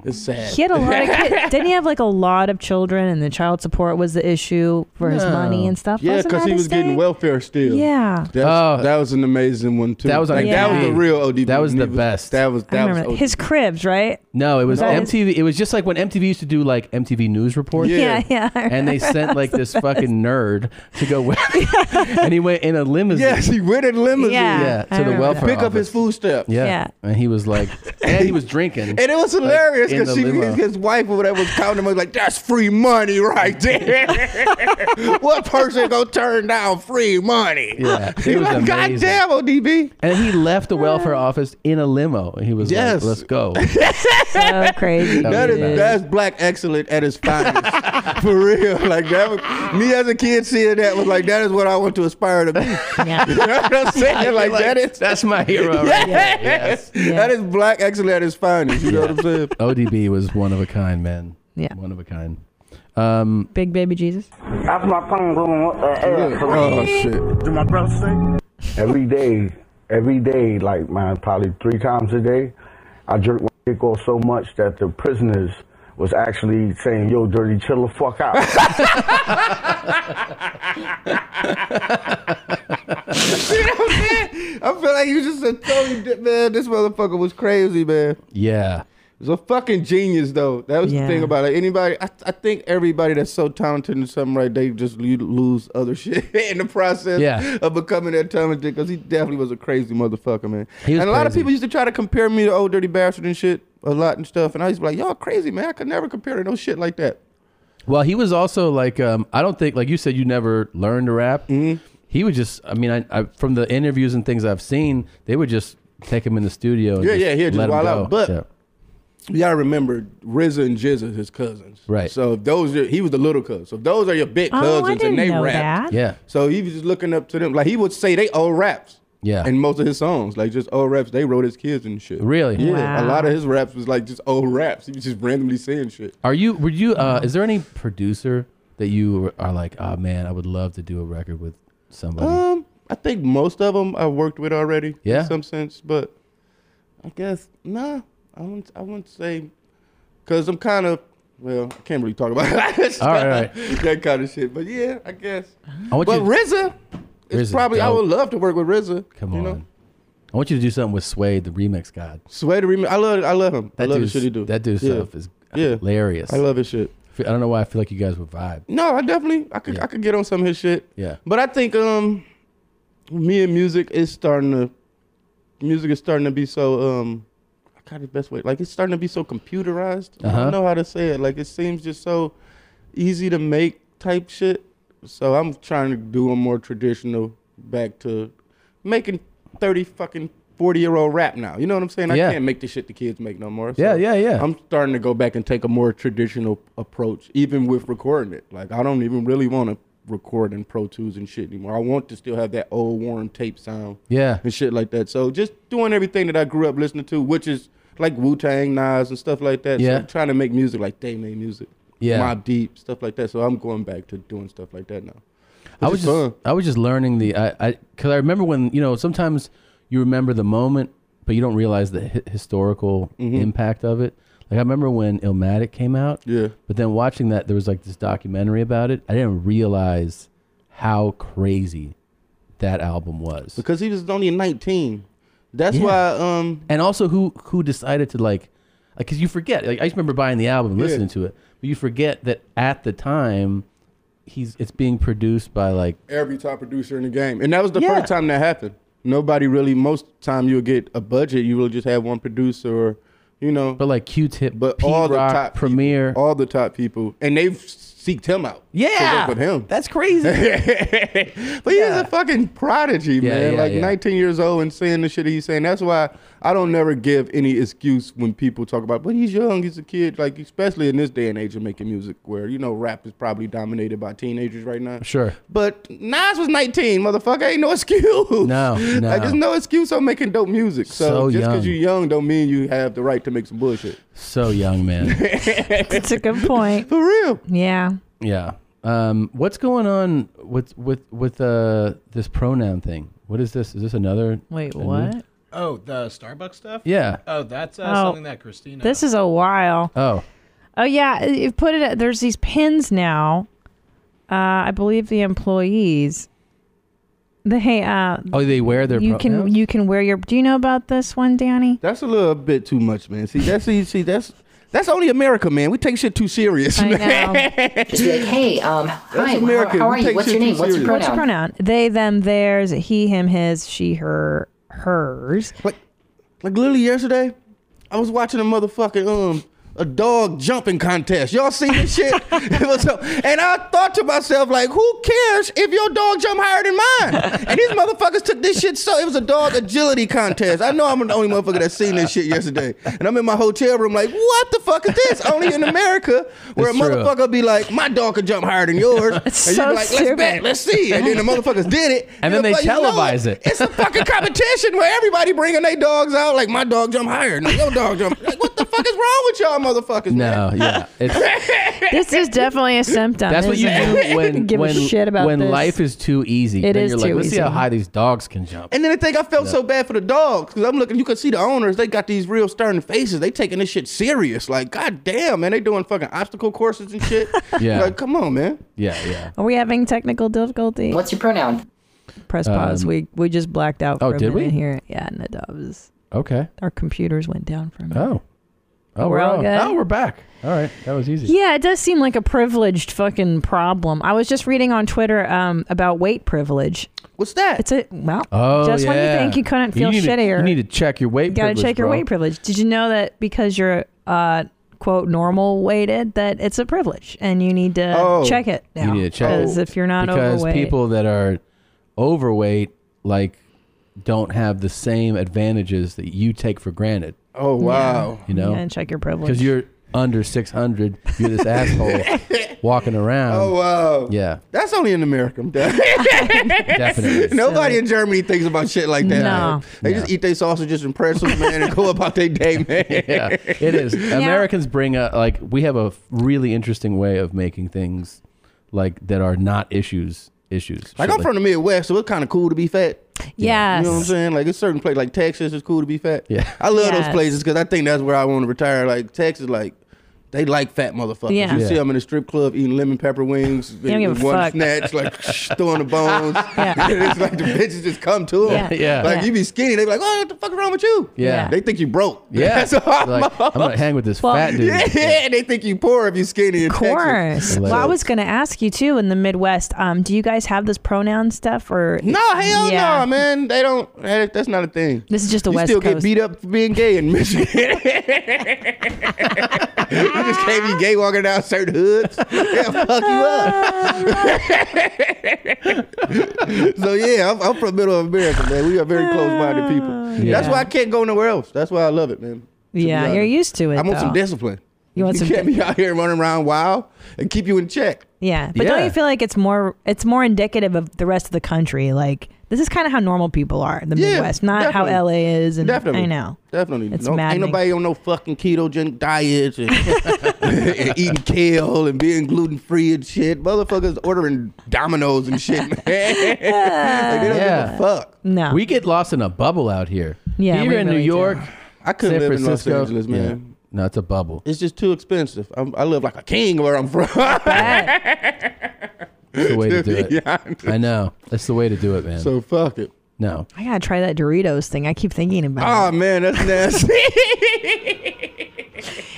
S13: it's sad.
S2: He had a lot of kids. Didn't he have like a lot of children, and the child support was the issue for his money and stuff?
S13: Yeah,
S2: Wasn't
S13: because
S2: that
S13: he
S2: his
S13: was getting
S2: thing?
S13: welfare still.
S2: Yeah.
S13: That's, that was an amazing one too.
S1: Oh. That was on
S13: like, that was
S1: MTV.
S13: the real ODB.
S1: That was
S13: He
S1: the best.
S13: That was
S2: I
S13: that was
S2: remember that. his cribs, right?
S1: No, it was
S2: No.
S1: MTV. It was just like when MTV used to do like MTV news reports.
S2: Yeah. Yeah, yeah, I
S1: And they
S2: remember.
S1: sent like this fucking nerd to go with, and he went in a limousine.
S13: Yes, he went in limousine.
S1: Yeah, Yeah, to I the remember welfare that.
S13: Pick up his food step.
S1: Yeah. And he was like, and he was drinking.
S13: And it was
S1: like,
S13: hilarious
S1: in
S13: because
S1: the
S13: she,
S1: limo.
S13: his, his wife or whatever was counting him. I was like, "That's free money right there. what person gonna turn down free money?"
S1: Yeah, it
S13: You're
S1: was
S13: like, God
S1: amazing.
S13: damn, ODB.
S1: And he left the
S2: Uh.
S1: welfare office in a limo. And he was
S13: Yes.
S1: like, let's go.
S2: so crazy.
S13: That is that's black excellent at its finest, for real. Like that, was, me as a kid seeing that was like that is what I want to aspire to be. you know what I'm saying?
S1: You're
S13: Like,
S1: like,
S13: that is
S1: that's my hero right
S13: Yes.
S1: there. Yes.
S13: that is black excellent at its finest. You know what I'm saying?
S1: ODB was one of a kind, man.
S2: Yeah.
S1: One of a kind. Um,
S2: Big baby Jesus.
S17: That's my phone going up the air.
S13: Oh shit!
S17: Did my brother say?
S18: every day, every day, like man, probably three times a day, I jerked my dick off so much that the prisoners was actually saying, "Yo, dirty, chill the fuck out."
S13: you know what I'm saying? I feel like you just said, totally di- man, this motherfucker was crazy, man.
S1: Yeah.
S13: He's a fucking genius, though. That was
S1: Yeah.
S13: the thing about it. Anybody, I, I think everybody that's so talented in something, right, they just lo- lose other shit in the process
S1: Yeah.
S13: of becoming that talented because he definitely was a crazy motherfucker, man.
S1: He
S13: And a
S1: was
S13: lot of
S1: crazy.
S13: people used to try to compare me to Old Dirty Bastard and shit a lot and stuff. And I used to be like, y'all crazy, man. I could never compare to no shit like that.
S1: Well, he was also like, um, I don't think, like you said, you never learned to rap.
S13: Mm-hmm.
S1: He would just, I mean, I, I from the interviews and things I've seen, they would just take him in the studio. And
S13: Yeah, yeah, he'd just
S1: let him
S13: wild
S1: go.
S13: out. But-
S1: Yeah.
S13: You gotta remember RZA and Jizza, his cousins.
S1: Right.
S13: So if those are, he was the little cousin. So if those are your big
S2: Oh, I
S13: cousins and
S2: didn't
S13: they
S2: know
S13: rap.
S2: that. Yeah.
S13: So he was just looking up to them. Like he would say they old raps.
S1: Yeah.
S13: And most of his songs, like just old raps, they wrote his kids and shit.
S1: Really?
S13: Yeah. A
S1: Wow.
S13: lot of his raps was like just old raps. He was just randomly saying shit.
S1: Are you? Were you? Uh, is there any producer that you are like? Oh man, I would love to do a record with somebody.
S13: Um, I think most of them I worked with already.
S1: Yeah.
S13: In some sense, but I guess nah. I wouldn't. I wouldn't say because I'm kind of well. I can't really talk about that.
S1: All right, all
S13: that kind of shit. But yeah, I guess.
S1: I want
S13: but
S1: you-
S13: RZA It's probably I would love to work with RZA.
S1: Come
S13: you
S1: on.
S13: know?
S1: I want you to do something with Suede, the remix god.
S13: Suede remix. I love I love him. I
S1: That
S13: love the
S1: dude's-
S13: shit he do.
S1: that dude's stuff is hilarious.
S13: I love his shit.
S1: I don't know why I feel like you guys would vibe.
S13: No, I definitely I could I could get on some of his shit.
S1: Yeah.
S13: But I think um me and music is starting to music is starting to be so um I got the best way. Like it's starting to be so computerized. I
S1: Uh-huh.
S13: don't know how to say it. Like it seems just so easy to make type shit. So I'm trying to do a more traditional back to making 30 fucking 40 year old rap now. You know what I'm saying?
S1: Yeah.
S13: I can't make the shit the kids make no more.
S1: Yeah, yeah, yeah.
S13: I'm starting to go back and take a more traditional approach, even with recording it. Like I don't even really want to record in Pro Tools and shit anymore. I want to still have that old worn tape sound.
S1: Yeah.
S13: And shit like that. So just doing everything that I grew up listening to, which is like Wu Tang, Nas, and stuff like that.
S1: Yeah.
S13: So I'm trying to make music like they made music.
S1: Yeah.
S13: Mob Deep, stuff like that. So I'm going back to doing stuff like that now.
S1: I
S13: Which
S1: was
S13: is
S1: just
S13: fun.
S1: I was just learning the I I because I remember when you know sometimes you remember the moment but you don't realize the hi- historical
S13: Mhm.
S1: impact of it. Like I remember when Illmatic came out.
S13: Yeah.
S1: But then watching that there was like this documentary about it. I didn't realize how crazy that album was.
S13: because he was only 19. That's
S1: Yeah.
S13: why um
S1: and also who who decided to like because you forget like i just remember buying the album and
S13: Yeah.
S1: listening to it but you forget that at the time he's it's being produced by like
S13: every top producer in the game. And that was the
S1: Yeah.
S13: first time that happened. Nobody really most time you'll get a budget, you will just have one producer or you know But
S1: like Q tip
S13: but all the
S1: P-Rock,
S13: top premier all the top people and they've seeked him out. to work
S1: Yeah.
S13: with him.
S1: That's crazy.
S13: but he's a fucking prodigy,
S1: Yeah,
S13: man.
S1: yeah,
S13: like
S1: yeah.
S13: 19 years old and saying the shit he's saying. That's why I don't never give any excuse when people talk about, but he's young, he's a kid. Like, especially in this day and age of making music where, you know, rap is probably dominated by teenagers right now.
S1: Sure.
S13: But Nas was 19, motherfucker. Ain't no excuse. No,
S1: no.
S13: Like, there's no excuse on making dope music. So,
S1: So
S13: just because
S1: young.
S13: you're young don't mean you have the right to make some bullshit.
S1: so young man
S2: That's a good point.
S13: For real.
S2: Yeah.
S1: yeah um what's going on with with with uh this pronoun thing what is this is this another
S2: Wait,
S1: a new-
S2: what?
S9: Oh, the Starbucks stuff.
S1: Yeah.
S9: Oh, that's uh,
S2: Oh,
S9: something that Christina.
S2: This is a while.
S1: oh
S2: Oh yeah, you put it. There's these pins now. Uh, I believe the employees. They uh.
S1: oh they wear their
S2: you
S1: pronouns?
S2: can you can wear your. Do you know about this one, Danny?
S13: That's a little bit too much, man. See, that's see, see that's that's only America, man. We take shit too serious.
S2: I
S13: man.
S2: know.
S13: Just be like, hey, um, That's hi, America. how- how We are you? take What's shit your name? too What's your
S2: What's your pronoun? They, them, theirs, he, him, his, she, her, hers.
S13: Like, like literally yesterday, I was watching a motherfucking um a dog jumping contest. Y'all seen this shit? It was so- and I thought to myself, like, who cares if your dog jump higher than mine? And these motherfuckers took this shit so it was a dog agility contest. I know I'm the only motherfucker that seen this shit yesterday. And I'm in my hotel room like, what the fuck is this? Only in America where
S1: It's
S13: a
S1: true.
S13: motherfucker be like, my dog could jump higher than yours.
S1: It's
S13: and
S1: so
S13: be like, let's
S1: stupid.
S13: bet, let's see. And then the motherfuckers did it.
S1: and then they
S13: before you know
S1: televise it
S13: it's a fucking competition where everybody bringing their dogs out. Like my dog jump higher, no, your dog jump. Like what the fuck is wrong with y'all motherfuckers?
S1: no yeah it's
S2: this is definitely a symptom.
S1: That's what you
S2: isn't it?
S1: do when
S2: give
S1: when,
S2: a shit about
S1: when
S2: this.
S1: life is too easy.
S2: It
S1: then
S2: is
S1: you're like,
S2: too
S1: let's see how
S2: easy.
S1: high these dogs can jump.
S13: And then the thing I felt
S1: No.
S13: so bad for the dogs because I'm looking, you could see the owners. They got these real stern faces. They taking this shit serious. Like god damn, man, they doing fucking obstacle courses and shit.
S1: Yeah.
S13: like come on, man.
S1: Yeah, yeah.
S2: Are we having technical difficulty?
S13: What's your
S2: pronoun? Press pause.
S1: Um,
S2: we we just blacked out.
S1: oh,
S2: For a
S1: did we?
S2: minute Here, yeah, no, that was
S1: Okay.
S2: our computers went down for a minute.
S1: Oh. Oh,
S2: We're
S1: we're,
S2: all
S1: all-
S2: good?
S1: Oh, we're back. All right, that was easy.
S2: Yeah, it does seem like a privileged fucking problem. I was just reading on Twitter um, about weight privilege.
S13: What's that?
S2: It's a well.
S1: Oh,
S2: just when you
S1: yeah.
S2: think you couldn't feel
S1: need to-
S2: shittier,
S1: you need to check your weight.
S2: you gotta
S1: privilege,
S2: check your
S1: bro.
S2: weight privilege. Did you know that because you're uh, quote normal weighted that it's a privilege and you need to
S1: Oh.
S2: Uh, check it now?
S1: You need to check it.
S2: because if you're not
S1: because
S2: overweight,
S1: people that are overweight like don't have the same advantages that you take for granted.
S13: Oh wow.
S1: You know,
S2: Yeah, and check your privilege.
S1: because you're under six hundred. You're this asshole walking around.
S13: Oh wow.
S1: Yeah.
S13: That's only in America. I'm done.
S1: Definitely.
S13: Nobody in Germany thinks about shit like that.
S1: No.
S13: They just eat their sausages and pretzels, man, and go about their day, man.
S1: yeah, it is. Americans bring up like we have a f- really interesting way of making things like that are not issues. Issues.
S13: Like
S1: Shit
S13: I'm from the Midwest, so it's kind of cool to be fat.
S2: Yes.
S13: You know what I'm saying? Like it's certain place like Texas is cool to be fat.
S1: Yeah.
S13: I love
S2: Yes.
S13: those places because I think that's where I want to retire. Like Texas, like They like fat motherfuckers.
S2: Yeah.
S13: You
S2: Yeah.
S13: see them in a strip club eating lemon pepper wings,
S2: They don't give a
S13: one
S2: fuck.
S13: snatch, like throwing the bones.
S2: Yeah.
S13: it's like the bitches just come to them.
S1: Yeah. Yeah.
S13: Like
S1: Yeah.
S13: you be skinny, they be like, "Oh, what the fuck is wrong with you?"
S1: Yeah.
S13: They think you broke.
S1: Yeah.
S13: That's all
S1: Like, I'm gonna hang with this Well- fat dude.
S13: Yeah, they think you poor if you skinny. Of
S2: course. Well, I was going to ask you too. In the Midwest, um, do you guys have this pronoun stuff or
S13: No, hell
S2: Yeah.
S13: no, man. They don't. eh, That's not a thing.
S2: This is just the
S13: you
S2: West
S13: still get
S2: Coast.
S13: beat up for being gay in Michigan. you just can't be gay walking down certain hoods. They'll fuck you up. so yeah, I'm, I'm from middle of America, man. We are very close-minded people.
S1: Yeah.
S13: That's why I can't go nowhere else. That's why I love it, man. To be
S2: Yeah,
S13: honest.
S2: you're used to it,
S13: I want some
S2: though.
S13: discipline.
S2: You want some
S13: can't
S2: di-
S13: be out here running around wild and keep you in check.
S2: Yeah, but don't
S13: Yeah.
S2: you feel like it's more it's more indicative of the rest of the country? Like this is kind of how normal people are in the
S13: Yeah,
S2: Midwest, not how
S13: definitely.
S2: LA is. And
S13: Definitely.
S2: I know.
S13: Definitely.
S2: It's
S13: no, ain't
S2: maddening.
S13: nobody on no fucking ketogenic diets and, and eating kale and being gluten free and shit. Motherfuckers ordering Domino's and shit, man. like, they don't give a fuck.
S2: No.
S1: We get lost in a bubble out here.
S13: Yeah,
S1: Here
S13: we
S1: in
S13: really
S1: New
S13: do.
S1: York.
S13: I couldn't
S1: San
S13: live in Los
S1: Francisco,
S13: Angeles, man.
S1: yeah. No, it's a bubble.
S13: It's just too expensive. I'm, I live like a king where I'm from.
S1: That's the way to do
S13: be
S1: it. I know. That's the way to do it, man.
S13: So fuck it.
S1: No.
S2: I gotta try that Doritos thing. I keep thinking about.
S13: Oh man, that's nasty.
S2: it.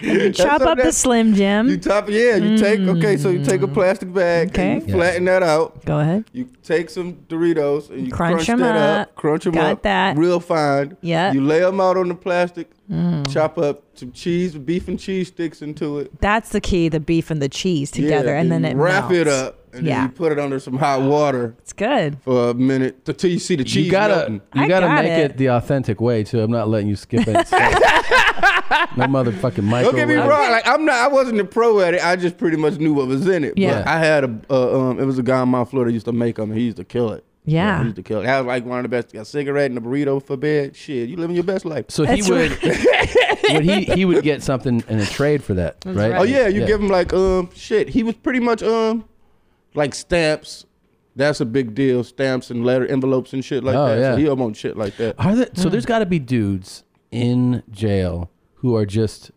S2: You chop up the Slim Jim. Mm.
S13: You top, yeah. You take okay, so you take a plastic bag, and you
S2: Okay.
S13: flatten that out.
S2: Go ahead.
S13: You take some Doritos and you crunch,
S2: Crunch 'em
S13: that up,
S2: up.
S13: crunch them
S2: Got
S13: up,
S2: that.
S13: real fine.
S2: Yeah.
S13: You lay them out on the plastic,
S2: Mm.
S13: chop up some cheese, beef and cheese sticks into it.
S2: That's the key: the beef and the cheese together,
S13: Yeah,
S2: and then
S13: you
S2: it
S13: wrap it
S2: melts.
S13: up, and then
S2: yeah,
S13: you put it under some hot water.
S2: It's good.
S13: for a minute t- till you see the cheese.
S1: You gotta
S13: melting.
S1: you
S2: I
S1: gotta
S2: got
S1: make
S2: it.
S1: it. the authentic way too. I'm not letting you skip it. no motherfucking microwave.
S13: Don't get me wrong. Like I'm not. I wasn't a pro at it. I just pretty much knew what was in it.
S1: Yeah.
S13: But I had a. Uh, um, it was a guy in my Florida used to make them. He used to kill it.
S2: Yeah.
S13: He used to kill it. That was like one of the best. A cigarette and a burrito for bed. Shit, you living your best life.
S1: So he would, would he he would get something in a trade for that, right?
S13: Oh yeah, you give him like um shit. He was pretty much um like stamps. That's a big deal. Stamps and letter envelopes and shit like
S1: Oh,
S13: that.
S1: yeah.
S13: So he almost shit like that.
S1: Are there, so there's got to be dudes in jail who are just,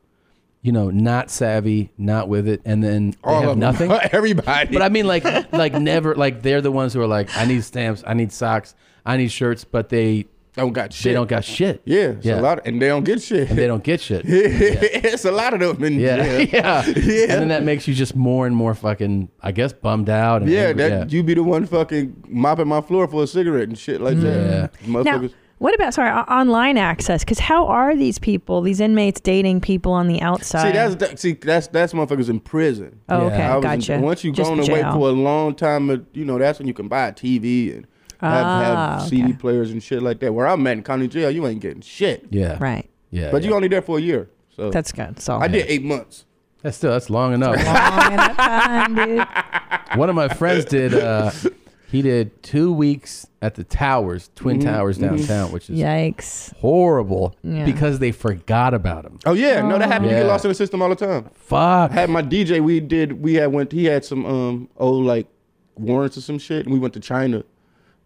S1: you know, not savvy, not with it, and then they
S13: All
S1: have
S13: of 'em.
S1: nothing.
S13: Everybody.
S1: But I mean, like, like never, like they're the ones who are like, I need stamps, I need socks, I need shirts, but they
S13: don't got
S1: They
S13: shit.
S1: don't got shit.
S13: Yeah, it's a lot, and they don't get shit.
S1: And they don't get shit.
S13: it's a lot of them in
S1: Yeah.
S13: jail. yeah.
S1: yeah, And then that makes you just more and more fucking, I guess, bummed out. And
S13: yeah,
S1: angry.
S13: that you be the one fucking mopping my floor for a cigarette and shit like that. Yeah,
S2: Now,
S13: motherfuckers.
S2: what about sorry o- online access? Because how are these people, these inmates, dating people on the outside?
S13: See that's that, see that's that's motherfuckers in prison.
S2: Oh, okay,
S13: I was in-
S2: gotcha.
S13: once you
S2: Just
S13: gone
S2: in
S13: away
S2: jail.
S13: for a long time, uh, you know that's when you can buy a TV and have,
S2: Ah,
S13: have CD players and shit like that. Where I'm at in county jail, you ain't getting shit.
S1: Yeah.
S2: Right.
S1: Yeah.
S13: but you only there for a year, so
S2: That's good. So
S13: I did eight months.
S1: That's still that's long enough.
S2: Oh,
S1: One of my friends did. Uh, he did two weeks at the towers, Twin
S13: Mhm,
S1: Towers
S13: mhm.
S1: downtown, which is
S2: Yikes.
S1: horrible
S13: Yeah.
S1: because they forgot about him.
S13: Oh yeah, no, that happened. You
S1: Yeah.
S13: get lost in the system all the time.
S1: Fuck.
S13: I had my DJ. We did. We had went. He had some um old like warrants or some shit, and we went to China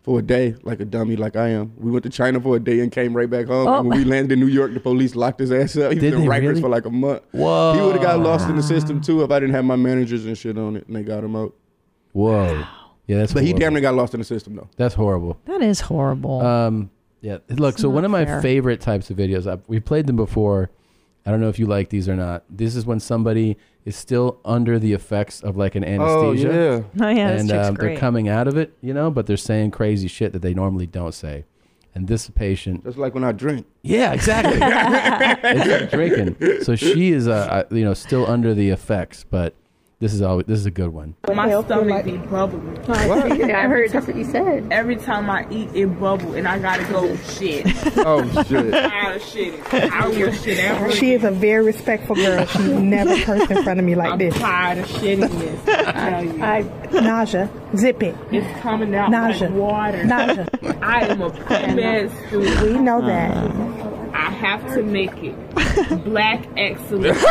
S13: for a day, like a dummy, like I am. We went to China for a day and came right back
S18: Oh.
S13: home.
S2: Oh.
S13: And when we landed in New York, the police locked his ass up. He
S1: Did
S13: was in
S1: they
S13: Rikers
S1: really?
S13: for like a month. He would have got lost in the system too if I didn't have my managers and shit on it, and they got him out.
S1: Whoa. Yeah, that's.
S13: But he
S1: horrible.
S13: damn near got lost in the system though.
S1: That's horrible.
S2: That is horrible.
S1: Um, yeah. Look,
S2: It's
S1: so one
S2: not
S1: of my
S2: fair.
S1: favorite types of videos. I, we played them before. I don't know if you like these or not. This is when somebody is still under the effects of like an anesthesia.
S2: yeah. Oh, yeah, this
S1: and um,
S2: chick's
S1: they're
S2: great.
S1: coming out of it, you know, but they're saying crazy shit that they normally don't say. And this patient,
S13: That's like when I drink.
S1: yeah, exactly. it's like drinking. So she is, uh, uh, you know, still under the effects, but this is always this is a good one.
S12: My stomach be bubbling.
S19: What? Yeah, I heard
S12: that's what you said. Every time I eat, it bubble, and I gotta go shit.
S13: Oh shit.
S12: I shit. I will shit out.
S20: She is a very respectful girl. She never cursed in front of me like this.
S12: Tired of shittiness. I tell you.
S20: I nausea. Zip it.
S12: it's coming out
S20: Nausea.
S12: like water.
S20: Nausea.
S12: I am a pre-med student.
S20: We know that.
S1: Ah.
S12: I have to make it. Black excellence.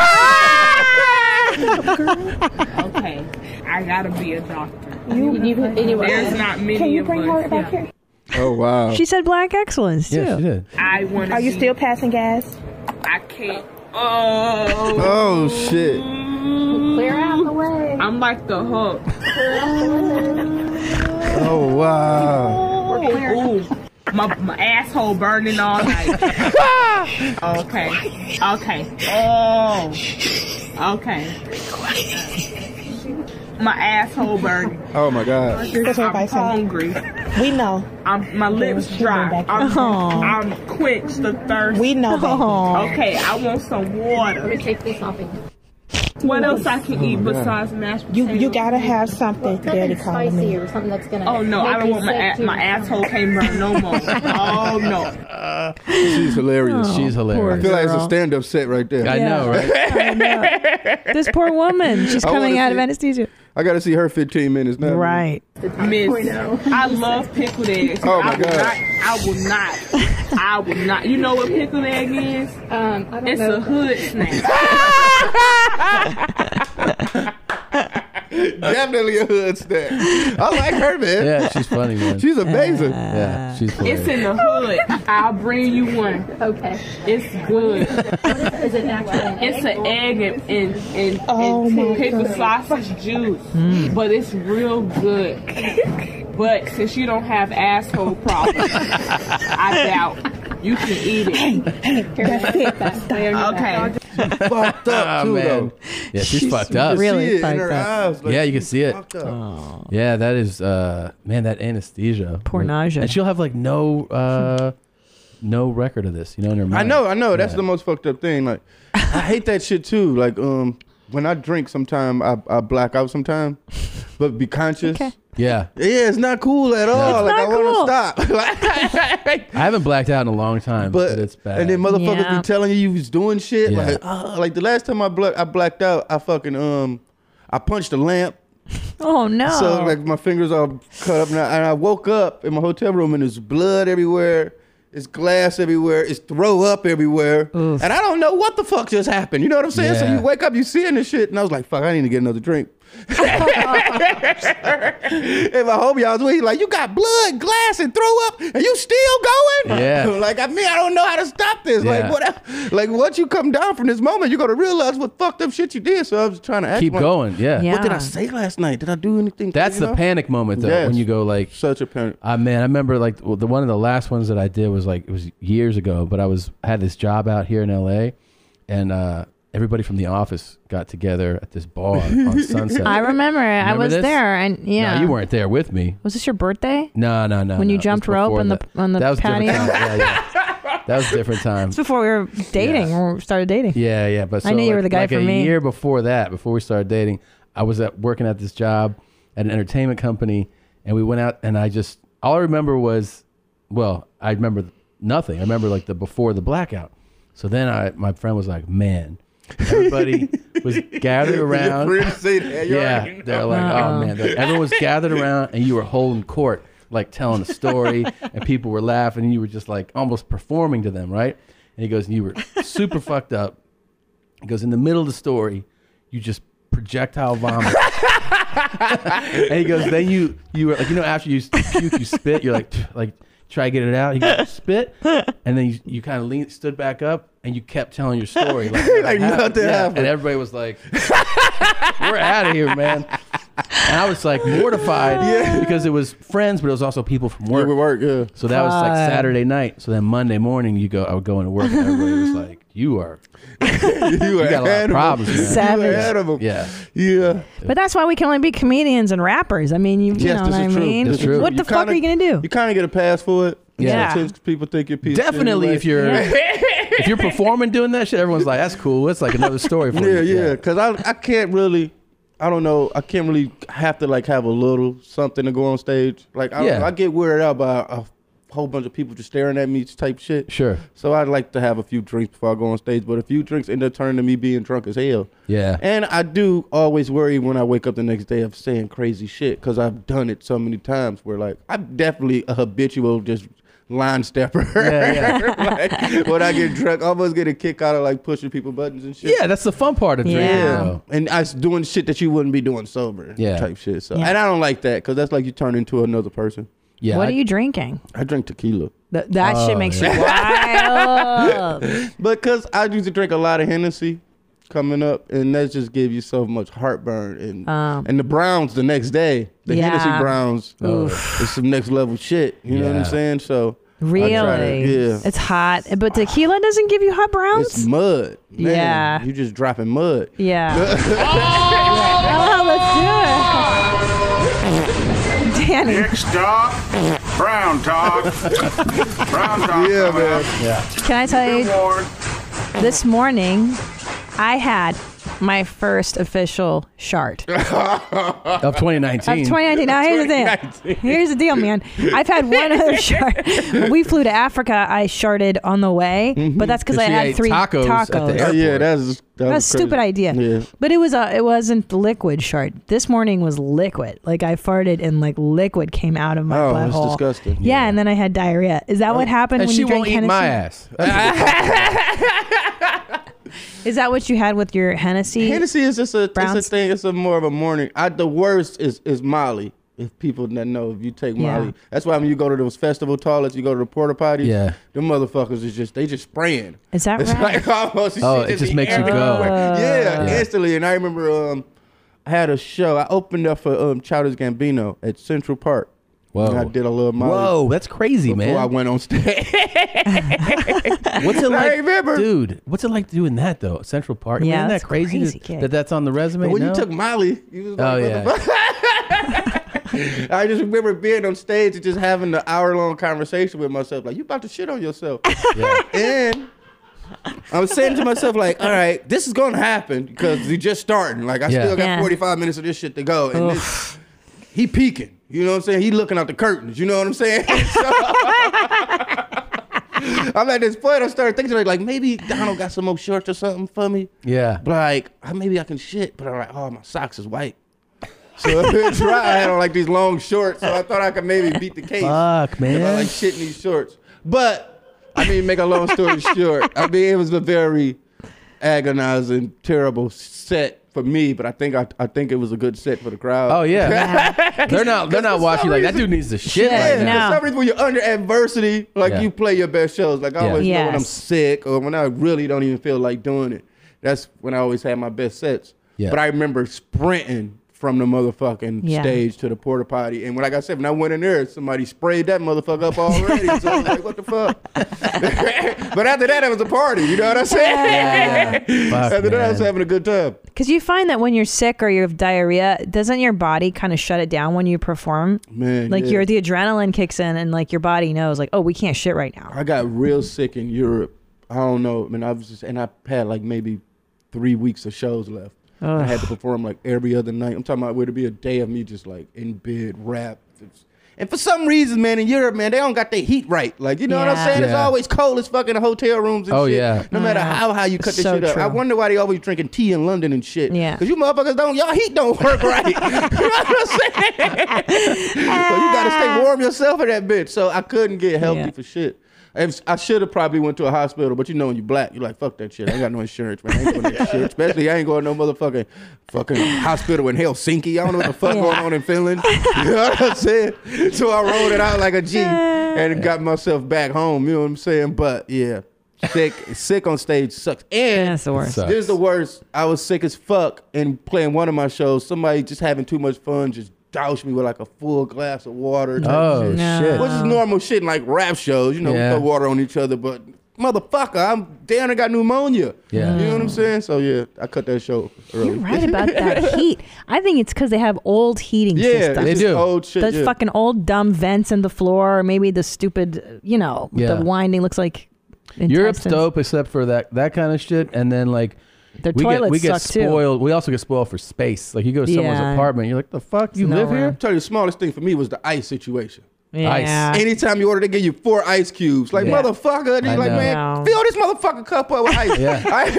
S12: okay, I gotta be a doctor.
S19: You- you- anyway.
S12: There's not many
S19: Can you
S12: of
S19: bring Hart
S12: us.
S19: back
S12: Yeah.
S13: Oh wow.
S2: She said black excellence too.
S13: Yeah, she did.
S12: I want to.
S20: Are you still passing gas?
S12: I can't. Oh.
S13: Oh shit.
S21: Clear out the way.
S12: I'm like the Hulk.
S13: Oh wow!
S12: Ooh, my, my asshole burning all night. okay. Okay. Oh. Okay. My asshole burning.
S13: Oh my god!
S12: I'm hungry.
S22: We know.
S12: I'm, my lips dry. I'm,
S22: Aw.
S12: I'm quench the thirst.
S22: We know, baby. Aw.
S12: Okay, I want some water. Let me take this off. What else I can eat besides mashed
S22: You
S12: potatoes?
S22: you gotta have something, Daddy calling me.
S12: or something that's gonna. Oh no, I don't want my a- my asshole can't burn no more. oh no.
S13: She's hilarious.
S1: Oh, She's hilarious.
S13: I feel like it's a
S1: girl.
S13: stand-up set right there.
S1: I know, right?
S2: This poor woman. She's
S13: I wanna
S2: coming out of
S13: see-
S2: anesthesia.
S13: I got to see her 15 minutes now.
S2: Right.
S12: Miss, I love pickled eggs.
S13: Oh, my
S12: I will
S13: God.
S12: Not, I will not. I will not. You know what pickled egg is? Um, I don't it's a hood snack.
S13: Definitely a hood snack. I like her, man.
S1: Yeah, she's funny, man.
S13: She's amazing.
S1: yeah, she's
S12: it's
S1: hilarious.
S12: in the hood. I'll bring you one. Okay. It's good.
S21: Is it actually?
S12: It's an egg and and, and,
S21: Oh my
S12: and pickle
S21: God.
S12: sausage juice,
S2: Hmm.
S21: Mm.
S12: but it's real good. But since you don't have asshole problems, I doubt you can eat it. okay.
S13: fucked up
S1: Oh,
S13: too,
S1: man.
S13: though.
S1: Yeah, she's,
S13: She's
S1: fucked up.
S13: really See it in fucked her up. eyes, like
S1: yeah, you can
S13: she's
S1: see it.
S13: fucked up.
S1: Yeah, that is uh man, that anesthesia. Poor
S2: nausea.
S1: And she'll have like no uh no record of this, you know, in her mind.
S13: I know, I know. That's the most fucked up thing. Like, I hate that shit too. Like, um, when I drink, sometime I, I black out sometime, but be conscious.
S1: Yeah.
S13: Yeah, it's not cool at all.
S1: It's
S13: like,
S1: not
S13: I want to stop.
S1: I haven't blacked out in a long time, but, it's bad.
S13: and then motherfuckers be telling you you was doing shit.
S1: Yeah.
S13: Like, ah, like the last time I black, I blacked out. I fucking um, I punched a lamp.
S2: Oh no.
S13: So like my fingers all cut up, and I, and I woke up in my hotel room, and there's blood everywhere. It's glass everywhere. It's throw up everywhere, and I don't know what the fuck just happened. You know what I'm saying? So
S1: Yeah.
S13: you wake up, you seeing this shit, and I was like, "Fuck, I need to get another drink." and my homie, I was with, he like, "You got blood, glass, and throw up, and you still going?"
S1: Yeah.
S13: like I mean, I don't know how to stop this. Like
S1: Yeah.
S13: what? Like once you come down from this moment, you're gonna realize what fucked up shit you did. So I was trying to ask
S1: Keep
S13: my-
S1: going, yeah.
S13: What did
S1: Yeah.
S13: I say last night? Did I do anything?
S1: That's
S13: you
S1: the
S13: know?
S1: panic moment though,
S13: Yes.
S1: when you go like
S13: such a panic.
S1: I man, I remember like well, the one of the last ones that I did was like it was years ago, but I was had this job out here in L.A. and uh, everybody from the office got together at this bar on Sunset.
S2: I remember it. I
S1: Remember
S2: was
S1: this?
S2: there, and yeah.
S1: No, you weren't there with me.
S2: Was this your birthday?
S1: No, no, no.
S2: When
S1: no.
S2: you
S1: It was
S2: jumped rope
S1: before
S2: on the-
S1: that.
S2: on the
S1: that was a different
S2: patio?
S1: time. Yeah, yeah. That was a different time.
S2: It's before we were dating, or started dating.
S1: Yeah, yeah. But
S2: I
S1: so,
S2: knew you
S1: like-
S2: were the guy
S1: like
S2: for
S1: a
S2: me.
S1: year before that, before we started dating, I was at working at this job at an entertainment company, and we went out, and I just all I remember was, well, I remember nothing. I remember like the before the blackout. So then I, my friend was like, man. Everybody was gathered around.
S13: Your friend said that, you
S1: yeah,
S13: already
S1: they're
S13: know.
S1: like,
S13: Uh-uh.
S1: oh man, They're- everyone was gathered around, and you were holding court, like telling a story, and people were laughing, and you were just like almost performing to them, right? And he goes, and you were super fucked up, he goes, in the middle of the story, you just projectile vomit. and he goes, then you you were like, you know, after you s- puke, you spit. You're like, like try to get it out. You goes, spit, and then you, you kind of lean, stood back up, and you kept telling your story, like,
S13: Like nothing happened.
S1: And everybody was like, we're out of here, man. And I was like mortified because it was friends, but it was also people from work.
S13: work, yeah.
S1: So that was like
S13: Fuck.
S1: Saturday night. So then Monday morning, you go, I would go into work, and everybody was like, "You are,
S13: you,
S1: got a lot of
S13: animal.
S1: problems, man.
S13: You
S2: Savage.
S13: animal.
S1: Yeah.
S13: Yeah.
S2: But that's why we can only be comedians and rappers. I mean, you, you
S13: Yes,
S2: know
S13: this
S2: what I
S13: is true.
S2: mean?
S13: This is true.
S2: What the
S13: You
S2: fuck
S13: kinda-
S2: are you gonna do?
S13: You kind of get a pass for it.
S1: Yeah.
S13: Sometimes people think you're piece of shit
S1: Definitely,
S13: anyway.
S1: if you're if you're performing doing that shit, everyone's like, "That's cool." It's like another story for
S13: yeah,
S1: you.
S13: yeah. Because I, I can't really, I don't know, I can't really have to like have a little something to go on stage. Like I,
S1: Yeah.
S13: I get weirded out by a whole bunch of people just staring at me type shit.
S1: Sure.
S13: So I'd like to have a few drinks before I go on stage, but a few drinks end up turning to me being drunk as hell.
S1: Yeah.
S13: And I do always worry when I wake up the next day of saying crazy shit because I've done it so many times where like I'm definitely a habitual just line stepper.
S1: Yeah,
S13: Like, when I get drunk, I almost get a kick out of like pushing people buttons and shit.
S1: Yeah, that's the fun part of drinking.
S13: Yeah.
S1: though.
S13: And I was doing shit that you wouldn't be doing sober.
S1: Yeah.
S13: Type shit. So
S2: Yeah.
S13: and I don't like that because that's like you turn into another person.
S1: Yeah. Oh,
S2: what are you drinking?
S13: I drink tequila.
S2: Th- that shit makes you wild.
S13: But because I used to drink a lot of Hennessy. coming up, and that just gave you so much heartburn. And
S2: Um.
S13: and the Browns the next day, the
S2: Yeah.
S13: Hennessy Browns,
S1: Oh.
S2: Oof.
S13: is some next level shit. You know what
S2: Yeah.
S13: I'm saying? So I
S2: Really?
S13: tried it. yeah,
S2: It's hot, but tequila doesn't give you hot browns.
S13: it's mud. Man,
S2: Yeah.
S13: you just dropping mud.
S2: yeah. oh, let's do it. Danny.
S18: Dog, brown dog, brown dog. Yeah, man. Yeah.
S2: Can I tell you? This morning, I had my first official shart.
S1: of 2019.
S2: Of 2019. Now, here's the thing. Here's the deal, man. I've had one other shart. When we flew to Africa, I sharted on the way, but that's because I
S13: Mm-hmm. she
S2: had
S13: ate
S2: three tacos.
S13: Oh, yeah, that's that was
S2: That's a stupid
S13: crazy.
S2: idea.
S13: Yeah.
S2: But it was a, it wasn't the liquid shard. This morning was liquid. Like I farted and like liquid came out of my
S13: Oh,
S2: butthole.
S13: that's disgusting. Oh,
S2: Yeah, and then I had diarrhea. Is that what happened
S1: and
S2: when
S1: she
S2: you drank
S1: won't eat my ass.
S2: Is that what you had with your Hennessy?
S13: Hennessy is just a,
S2: Browns?
S13: it's a thing. It's a more of a morning. I, the worst is is Molly. If people that know, if you take
S2: Yeah.
S13: Molly, that's why when you go to those festival toilets, you go to the porta potties.
S1: Yeah.
S13: them motherfuckers is just they just spraying.
S2: Is that
S13: it's
S2: right?
S13: Like almost,
S1: Oh,
S13: shit
S1: it
S13: in
S1: just
S13: the
S1: makes you
S13: air.
S1: go.
S13: Yeah,
S1: Yeah.
S13: instantly. And I remember um, I had a show. I opened up for um, Childish Gambino at Central Park.
S1: Whoa.
S13: And I did a little Molly.
S1: Whoa, that's crazy,
S13: before
S1: man.
S13: I went on stage.
S1: What's it
S13: I
S1: like,
S13: remember.
S1: dude? What's it like doing that though? at Central Park.
S13: Yeah,
S1: Isn't
S13: that's
S1: that
S13: a
S1: crazy,
S13: crazy
S1: that-
S13: gig.
S1: that that's on the resume.
S13: But when
S1: no?
S13: you took Molly, you was like,
S1: oh
S13: what
S1: yeah,
S13: the fuck? I just remember being on stage and just having an hour long conversation with myself, like you about to shit on yourself. and I was saying to myself, like, all right, this is gonna happen because you just starting. Like I
S1: Yeah.
S13: still got
S1: Yeah.
S13: 45 minutes of this shit to go. And this, he peeking. You know what I'm saying? He looking out the curtains. You know what I'm saying? So- I'm at this point. I started thinking like, like maybe Donald got some more shorts or something for me.
S1: yeah.
S13: But like, I- maybe I can shit. But I'm like, oh, my socks is white. So if it's right, I had on like these long shorts. So I thought I could maybe beat the case.
S1: Fuck, man.
S13: If I like shit in these shorts. But I mean, make a long story short, I mean, it was a very agonizing, terrible set for me. But I think I, I think it was a good set for the crowd.
S1: Oh yeah, they're not they're not watching like that dude needs to shit right
S13: yeah,
S1: now.
S13: For some reason, when you're under adversity, like
S1: Yeah.
S13: you play your best shows. Like I
S1: Yeah.
S13: always know when I'm
S1: Yes.
S13: sick or when I really don't even feel like doing it. That's when I always had my best sets.
S1: Yeah.
S13: But I remember sprinting from the motherfucking
S1: Yeah.
S13: stage to the porta potty, and when like I said, when I went in there, somebody sprayed that motherfucker up already. so I was like, what the fuck? but after that, it was a party. You know what I'm saying?
S2: Yeah.
S1: Ah,
S13: after that, I was having a good time.
S2: Because you find that when you're sick or you have diarrhea, doesn't your body kind of shut it down when you perform?
S13: Man,
S2: Like
S13: yeah.
S2: your the adrenaline kicks in and like your body knows like oh we can't shit right now.
S13: I got real sick in Europe. I don't know. I mean, I was just, and I had like maybe three weeks of shows left. I had to perform like every other night. I'm talking about where to be a day of me just like in bed, rap. And for some reason, man, in Europe, man, they don't got their heat right. Like, you know what
S1: Yeah.
S13: I'm saying? It's
S1: Yeah.
S13: always cold as fuck in the hotel rooms and
S1: Oh,
S13: shit.
S1: yeah.
S13: No matter how high you cut the
S1: So
S13: shit up. I
S1: true.
S13: wonder why they always drinking tea in London and shit.
S1: Yeah.
S13: Because you motherfuckers don't, y'all heat don't work right. you know what I'm saying? so you gotta stay warm yourself in that bitch. So I couldn't get healthy
S1: Yeah.
S13: for shit. If- I should have probably went to a hospital, but you know when you black, you're like, fuck that shit. I ain't got no insurance, man. I ain't going to that shit. Especially I ain't going to no motherfucking fucking hospital in Helsinki. I don't know what the fuck going on in Finland. You know what I'm saying? So I rolled it out like a G and got myself back home. You know what I'm saying? But yeah. Sick sick on stage sucks. And
S2: that's the worst.
S13: This is the worst. I was sick as fuck and playing one of my shows. Somebody just having too much fun just doused me with like a full glass of water. type
S1: Oh,
S13: shit.
S1: shit.
S13: Which is normal shit in like rap shows. You know,
S1: Yeah.
S13: we throw water on each other, but motherfucker, I'm down and got pneumonia.
S1: Yeah.
S13: You know what I'm saying? So yeah, I cut that show early.
S2: You're right about that heat. I think it's because they have old heating
S13: Yeah,
S2: systems.
S13: they do. Old shit,
S2: Those
S13: yeah.
S2: fucking old dumb vents in the floor, or maybe the stupid, you know,
S1: Yeah.
S2: the winding looks like.
S1: Europe's
S2: intestines.
S1: dope except for that that kind of shit, and then like.
S2: Their
S1: we get,
S2: toilets
S1: we get
S2: suck, too.
S1: spoiled. We also get spoiled for space. Like you go to someone's
S13: Yeah.
S1: apartment, you're like, "The fuck, you live here?"
S13: Tell you the smallest thing for me was the ice situation.
S1: Yeah. Ice.
S13: Anytime you order, they give you four ice cubes. Like
S1: Yeah.
S13: motherfucker, and
S1: I
S13: you're like
S1: know.
S13: man, fill this motherfucking cup up with ice.
S1: Yeah.
S13: I-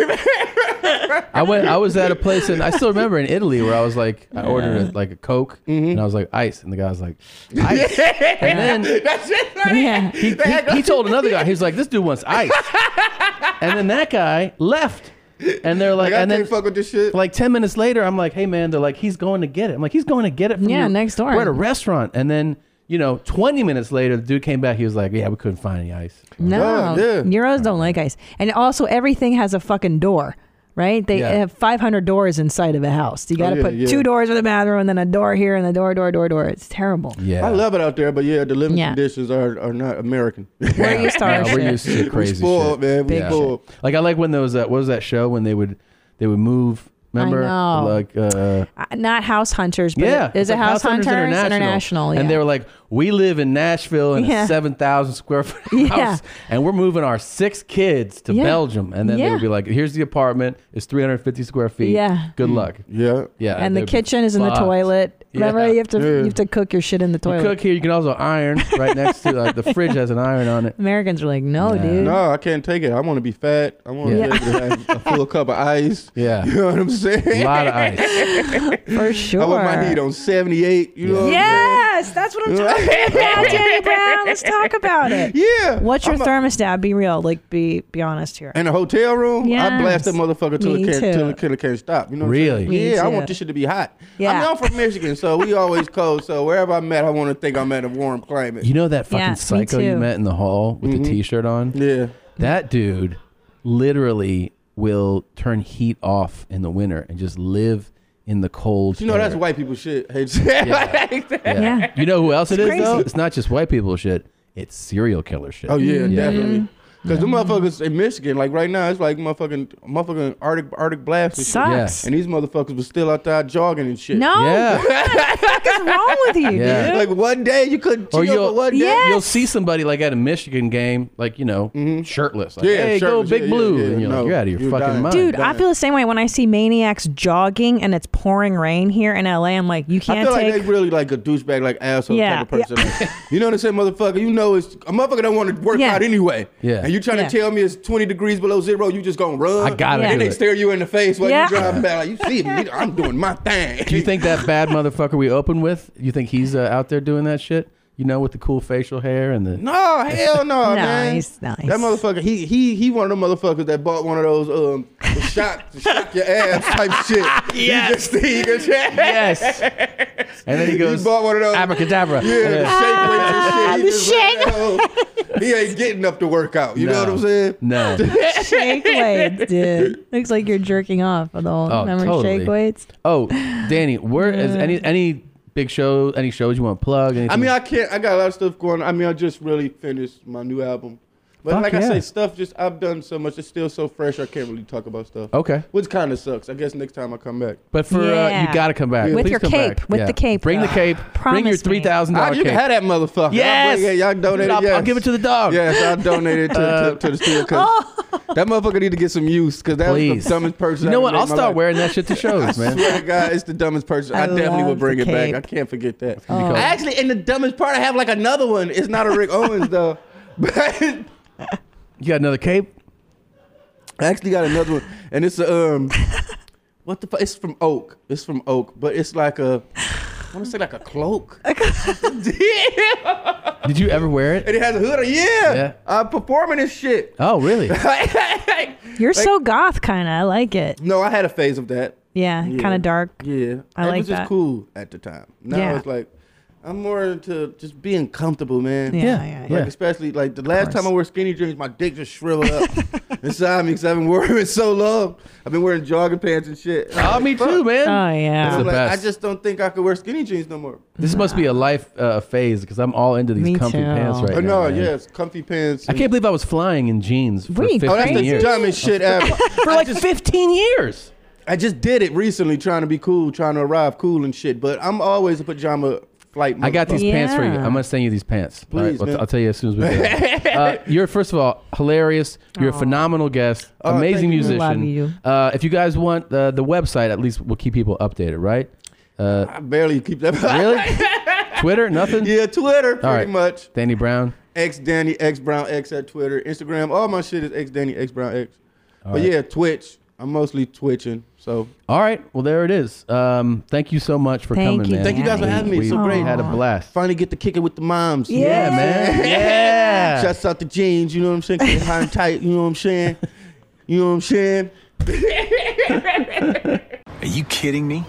S1: I went. I was at a place, and I still remember in Italy where I was like, I ordered
S13: Yeah. Mm-hmm.
S1: a, like a Coke, and I was like ice, and the guy was like, ice. And then
S13: That's it.
S1: yeah. he, he, he told another guy, he was like, this dude wants ice, and then that guy left. And they're like,
S13: Like, I
S1: and then
S13: can't fuck with this shit.
S1: Like ten minutes later, I'm like, hey man, they're like, he's going to get it. I'm like, he's going to get it. From
S2: Yeah,
S1: your-
S2: next door.
S1: We're at a restaurant, and then you know, 20 minutes later, the dude came back. He was like, yeah, we couldn't find any ice.
S2: No, Euros don't like ice, and also everything has a fucking door. right? They
S1: Yeah.
S2: have 500 doors inside of a house. You got to
S13: yeah,
S2: put
S13: yeah.
S2: two doors for the bathroom and then a door here and a door, door, door, door. It's terrible.
S1: Yeah.
S13: I love it out there, but yeah, the living
S2: Yeah.
S13: conditions are, are not American.
S2: We're used to our
S1: Yeah, we're used
S2: shit.
S1: to crazy
S13: spoiled,
S1: shit.
S13: man. We
S1: Yeah.
S13: spoiled.
S1: Like I like when those uh, what was that show when they would they would move. Remember,
S2: I know.
S1: like uh,
S2: Uh, Not house hunters, but
S1: yeah, it's
S2: is it
S1: like
S2: house, hunters, international? yeah.
S1: And they were like, "We live in Nashville in
S2: Yeah.
S1: a seven thousand square foot
S2: Yeah.
S1: house, and we're moving our six kids to
S2: Yeah.
S1: Belgium." And then they
S2: Yeah.
S1: would be like, "Here's the apartment. It's three hundred fifty square feet.
S2: Yeah.
S1: good luck.
S13: Yeah,
S1: yeah."
S2: and
S1: Uh,
S2: the
S1: they'd be
S2: kitchen is in the
S1: fucked.
S2: toilet.
S1: Yeah.
S2: Remember, you have to
S1: Yeah.
S2: you have to cook your shit in the
S1: You
S2: toilet.
S1: cook here. You can also iron right next to like the fridge has an iron on it.
S2: Americans are like, no, dude.
S13: No, I can't take it. I want to be fat. I want to
S2: Yeah.
S13: be able to have a full cup of ice.
S1: Yeah.
S13: You know what I'm saying?
S1: A lot of ice.
S2: For
S13: I want my
S2: sure.
S13: heat on 78. You know what I'm
S2: Yes, that's what I'm talking about, Jenny Brown. Let's talk about it.
S13: Yeah.
S2: What's your thermostat? Be real. Like, be be honest here.
S13: In a hotel room, I blast that
S2: Yes.
S13: motherfucker till
S2: Me
S13: it can't till
S2: too.
S13: it can't, can't stop. You know what
S1: Really?
S13: I'm saying?
S1: Me
S13: yeah, I
S1: too.
S13: want this shit to be hot. I
S1: Yeah.
S13: mean, I'm from Michigan, so we always cold. So wherever I'm at, I want to think I'm at a warm climate.
S1: You know that fucking
S13: Yeah, me
S1: psycho you
S13: too.
S1: met in the hall with
S13: Mhm.
S1: the t-shirt on?
S13: Yeah.
S1: That dude literally will turn heat off in the winter and just live in the cold.
S13: You know that's
S1: air.
S13: white people shit. Hey,
S1: Yeah.
S13: like that.
S1: Yeah. You know who else it
S13: It's
S1: is
S13: crazy.
S1: though? It's not just white people shit. It's serial killer shit. Mm-hmm.
S13: Oh yeah, definitely.
S2: Mm-hmm.
S13: Because the motherfuckers in Michigan, like right now, it's like motherfucking motherfucking Arctic Arctic blast. and shit.
S1: Sucks. Yeah.
S13: And these motherfuckers were still out there jogging and shit.
S1: No. Yeah.
S2: What the fuck is wrong with you,
S1: Yeah.
S2: dude?
S13: Like one day you couldn't chill,
S1: Or
S13: but
S1: you'll,
S13: one day
S1: you'll see somebody like at a Michigan game, like, you know, shirtless. Like,
S13: Mm-hmm. Yeah,
S1: hey,
S13: shirtless.
S1: go big
S13: Yeah, yeah,
S1: blue.
S13: yeah.
S1: and you're like,
S13: No,
S1: you're out of your
S13: you're
S1: fucking
S13: dying.
S1: mind.
S2: Dude, I feel the same way when I see maniacs jogging and it's pouring rain here in LA. I'm like, you
S13: I
S2: can't
S13: feel
S2: take.
S13: like they really like a douchebag, like asshole
S2: Yeah,
S13: type of person. Like, you know what I'm saying, motherfucker? You know it's a motherfucker don't want to work out anyway.
S1: Yeah.
S13: And you trying
S1: Yeah.
S13: to tell me it's 20 degrees below zero, you just gonna run.
S1: I gotta
S13: And
S1: do
S13: they
S1: it.
S13: stare you in the face while
S1: Yeah.
S13: you driving back. Like you see me, I'm doing my thing.
S1: Do you think that bad motherfucker we open with? You think he's uh, out there doing that shit? You know, with the cool facial hair and the
S13: No, hell no,
S1: No,
S13: man.
S1: he's nice.
S13: That motherfucker, he he he one of them motherfuckers that bought one of those um the shot the shock your ass type shit.
S1: Yes.
S13: You just, you just,
S1: yes. And then he goes,
S13: bought one of those.
S1: Abracadabra.
S13: Yeah, the
S1: Ah.
S13: shake weights and shit. He just like, "Oh, he ain't getting up to work out. You know what I'm saying?
S1: No.
S2: Shake weights, dude. Looks like you're jerking off. with all
S1: Oh,
S2: remember
S1: totally.
S2: shake weights?
S1: Oh, Danny, where is any any big show? Any shows you want to plug? Anything?
S13: I mean, I can't. I got a lot of stuff going. on. I mean, I just really finished my new album, but
S1: Fuck
S13: like I
S1: yeah.
S13: say, stuff just I've done so much. It's still so fresh. I can't really talk about stuff.
S1: Okay.
S13: which kind of sucks. I guess next time I come back.
S1: But for uh,
S13: Yeah.
S1: you got to come back
S13: With
S1: Please
S13: your
S1: come
S13: cape,
S1: back.
S13: with the cape.
S1: Bring the cape. Bring your
S13: Promise me.
S1: three thousand
S13: Ah,
S1: dollar
S13: you
S1: cape.
S13: can have that motherfucker.
S1: Yes.
S13: I'll, bring it. y'all donated.
S1: I'll- I'll
S13: yes.
S1: give it to the dog. Uh,
S13: Yes, I donated to, to, to the steel cut. That motherfucker need to get some use because that was
S1: Please.
S13: the dumbest person.
S1: You
S13: I
S1: know
S13: ever
S1: what?
S13: met in
S1: I'll
S13: my
S1: start
S13: life.
S1: wearing that shit to shows, man.
S13: I swear to God, it's the dumbest person. I,
S1: I
S13: definitely will
S1: love
S13: bring
S1: the
S13: it back.
S1: cape.
S13: I can't forget that.
S1: gonna be Oh. cold.
S13: Actually, and the dumbest part, I have like another one. It's not a Rick Owens though.
S1: You got another cape?
S13: I actually got another one, and it's a um, what the fuck? It's from Oak. It's from Oak, but it's like a, I want to say like a cloak.
S1: Did you ever wear it?
S13: And it has a hood. on- Yeah,
S1: Yeah.
S13: I'm performing this shit.
S1: Oh, really?
S2: You're so goth, kind of. I like it.
S13: No, I had a phase of that.
S2: Yeah, kind of dark.
S13: Yeah,
S2: I
S13: it
S2: like
S13: was just
S2: that.
S13: cool at the time. Now
S2: Yeah.
S13: it's like I'm more into just being comfortable, man.
S2: Yeah, Yeah. yeah,
S13: like
S2: yeah.
S13: especially like the last time I wore skinny jeans, my dick just shriveled up inside me because I've been wearing it so long. I've been wearing jogging pants and shit. And I'm
S1: Oh, me
S13: like,
S1: too,
S13: fuck.
S1: man.
S2: Oh, yeah.
S13: And
S1: It's
S13: I'm
S1: the
S13: like, I
S1: best.
S13: just don't think I could wear skinny jeans no more.
S1: This must be a life uh, phase because I'm all into these
S13: Me
S1: comfy
S13: too.
S1: pants right
S13: Oh,
S1: now.
S13: no,
S1: man.
S13: yes, comfy pants.
S1: I can't believe I was flying in jeans for
S13: What are you
S1: 15
S13: Oh, that's the
S1: years.
S13: dumbest shit ever.
S1: for like 15 years.
S13: I just did it recently, trying to be cool, trying to arrive cool and shit. But I'm always a pajama flight.
S1: I got these
S13: motherfucker.
S1: pants for you. I'm gonna send you these pants. All right,
S13: Please,
S1: I'll,
S13: man.
S1: I'll tell you as soon as we. Get out. uh, you're first of all hilarious. You're a phenomenal guest,
S13: Oh,
S1: amazing
S13: thank you.
S1: musician.
S13: Love you.
S1: Uh, if you guys want uh, the website, at least we'll keep people updated, right? Uh, I
S13: barely keep that.
S1: really? Twitter, nothing.
S13: Yeah, Twitter, pretty much.
S1: Danny Brown.
S13: X Danny X Brown X at Twitter, Instagram. All my shit is X Danny X Brown X.
S1: All
S13: but
S1: right.
S13: yeah, Twitch. I'm mostly twitching. So
S1: All right. Well, there it is. Um, thank you so much for
S13: Thank
S1: coming,
S13: you,
S1: man.
S13: Thank you guys for having me.
S1: We,
S13: So
S1: we
S13: great.
S1: Had a
S13: Aw.
S1: blast.
S13: finally get to kick it with the moms.
S1: Yeah, Yeah. man. Yeah.
S13: Shouts out to jeans. You know what I'm saying? Keep it high and tight. You know what I'm saying? You know what I'm saying?
S6: Are you kidding me?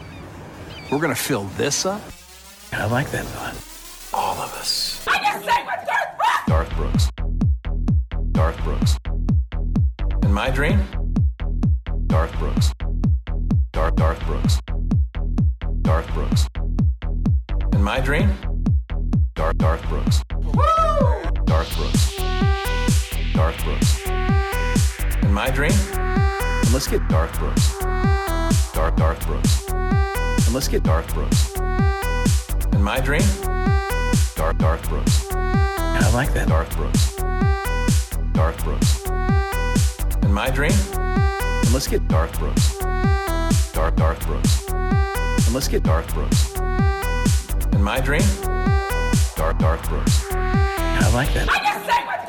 S6: We're gonna fill this up? I like that thought. All of us.
S23: I just say with Darth Brooks.
S6: Darth Brooks. Darth Brooks. And my dream? Darth Darth Brooks. Darth Darth Brooks. Darth Brooks.
S24: In my dream?
S6: Darth Darth Brooks. Darth Brooks. Darth Brooks.
S24: In my dream?
S6: And let's get Darth Brooks. Darth Darth Brooks. And let's get Darth Brooks.
S24: In my dream?
S6: Darth Darth Brooks.
S24: I like that.
S6: Darth Brooks. Darth Brooks.
S24: In my dream?
S6: And let's get Darth Brooks. Darth Darth Brooks. And let's get Darth Brooks.
S24: In my dream?
S6: Darth Darth Brooks.
S24: I like that.
S11: I just say what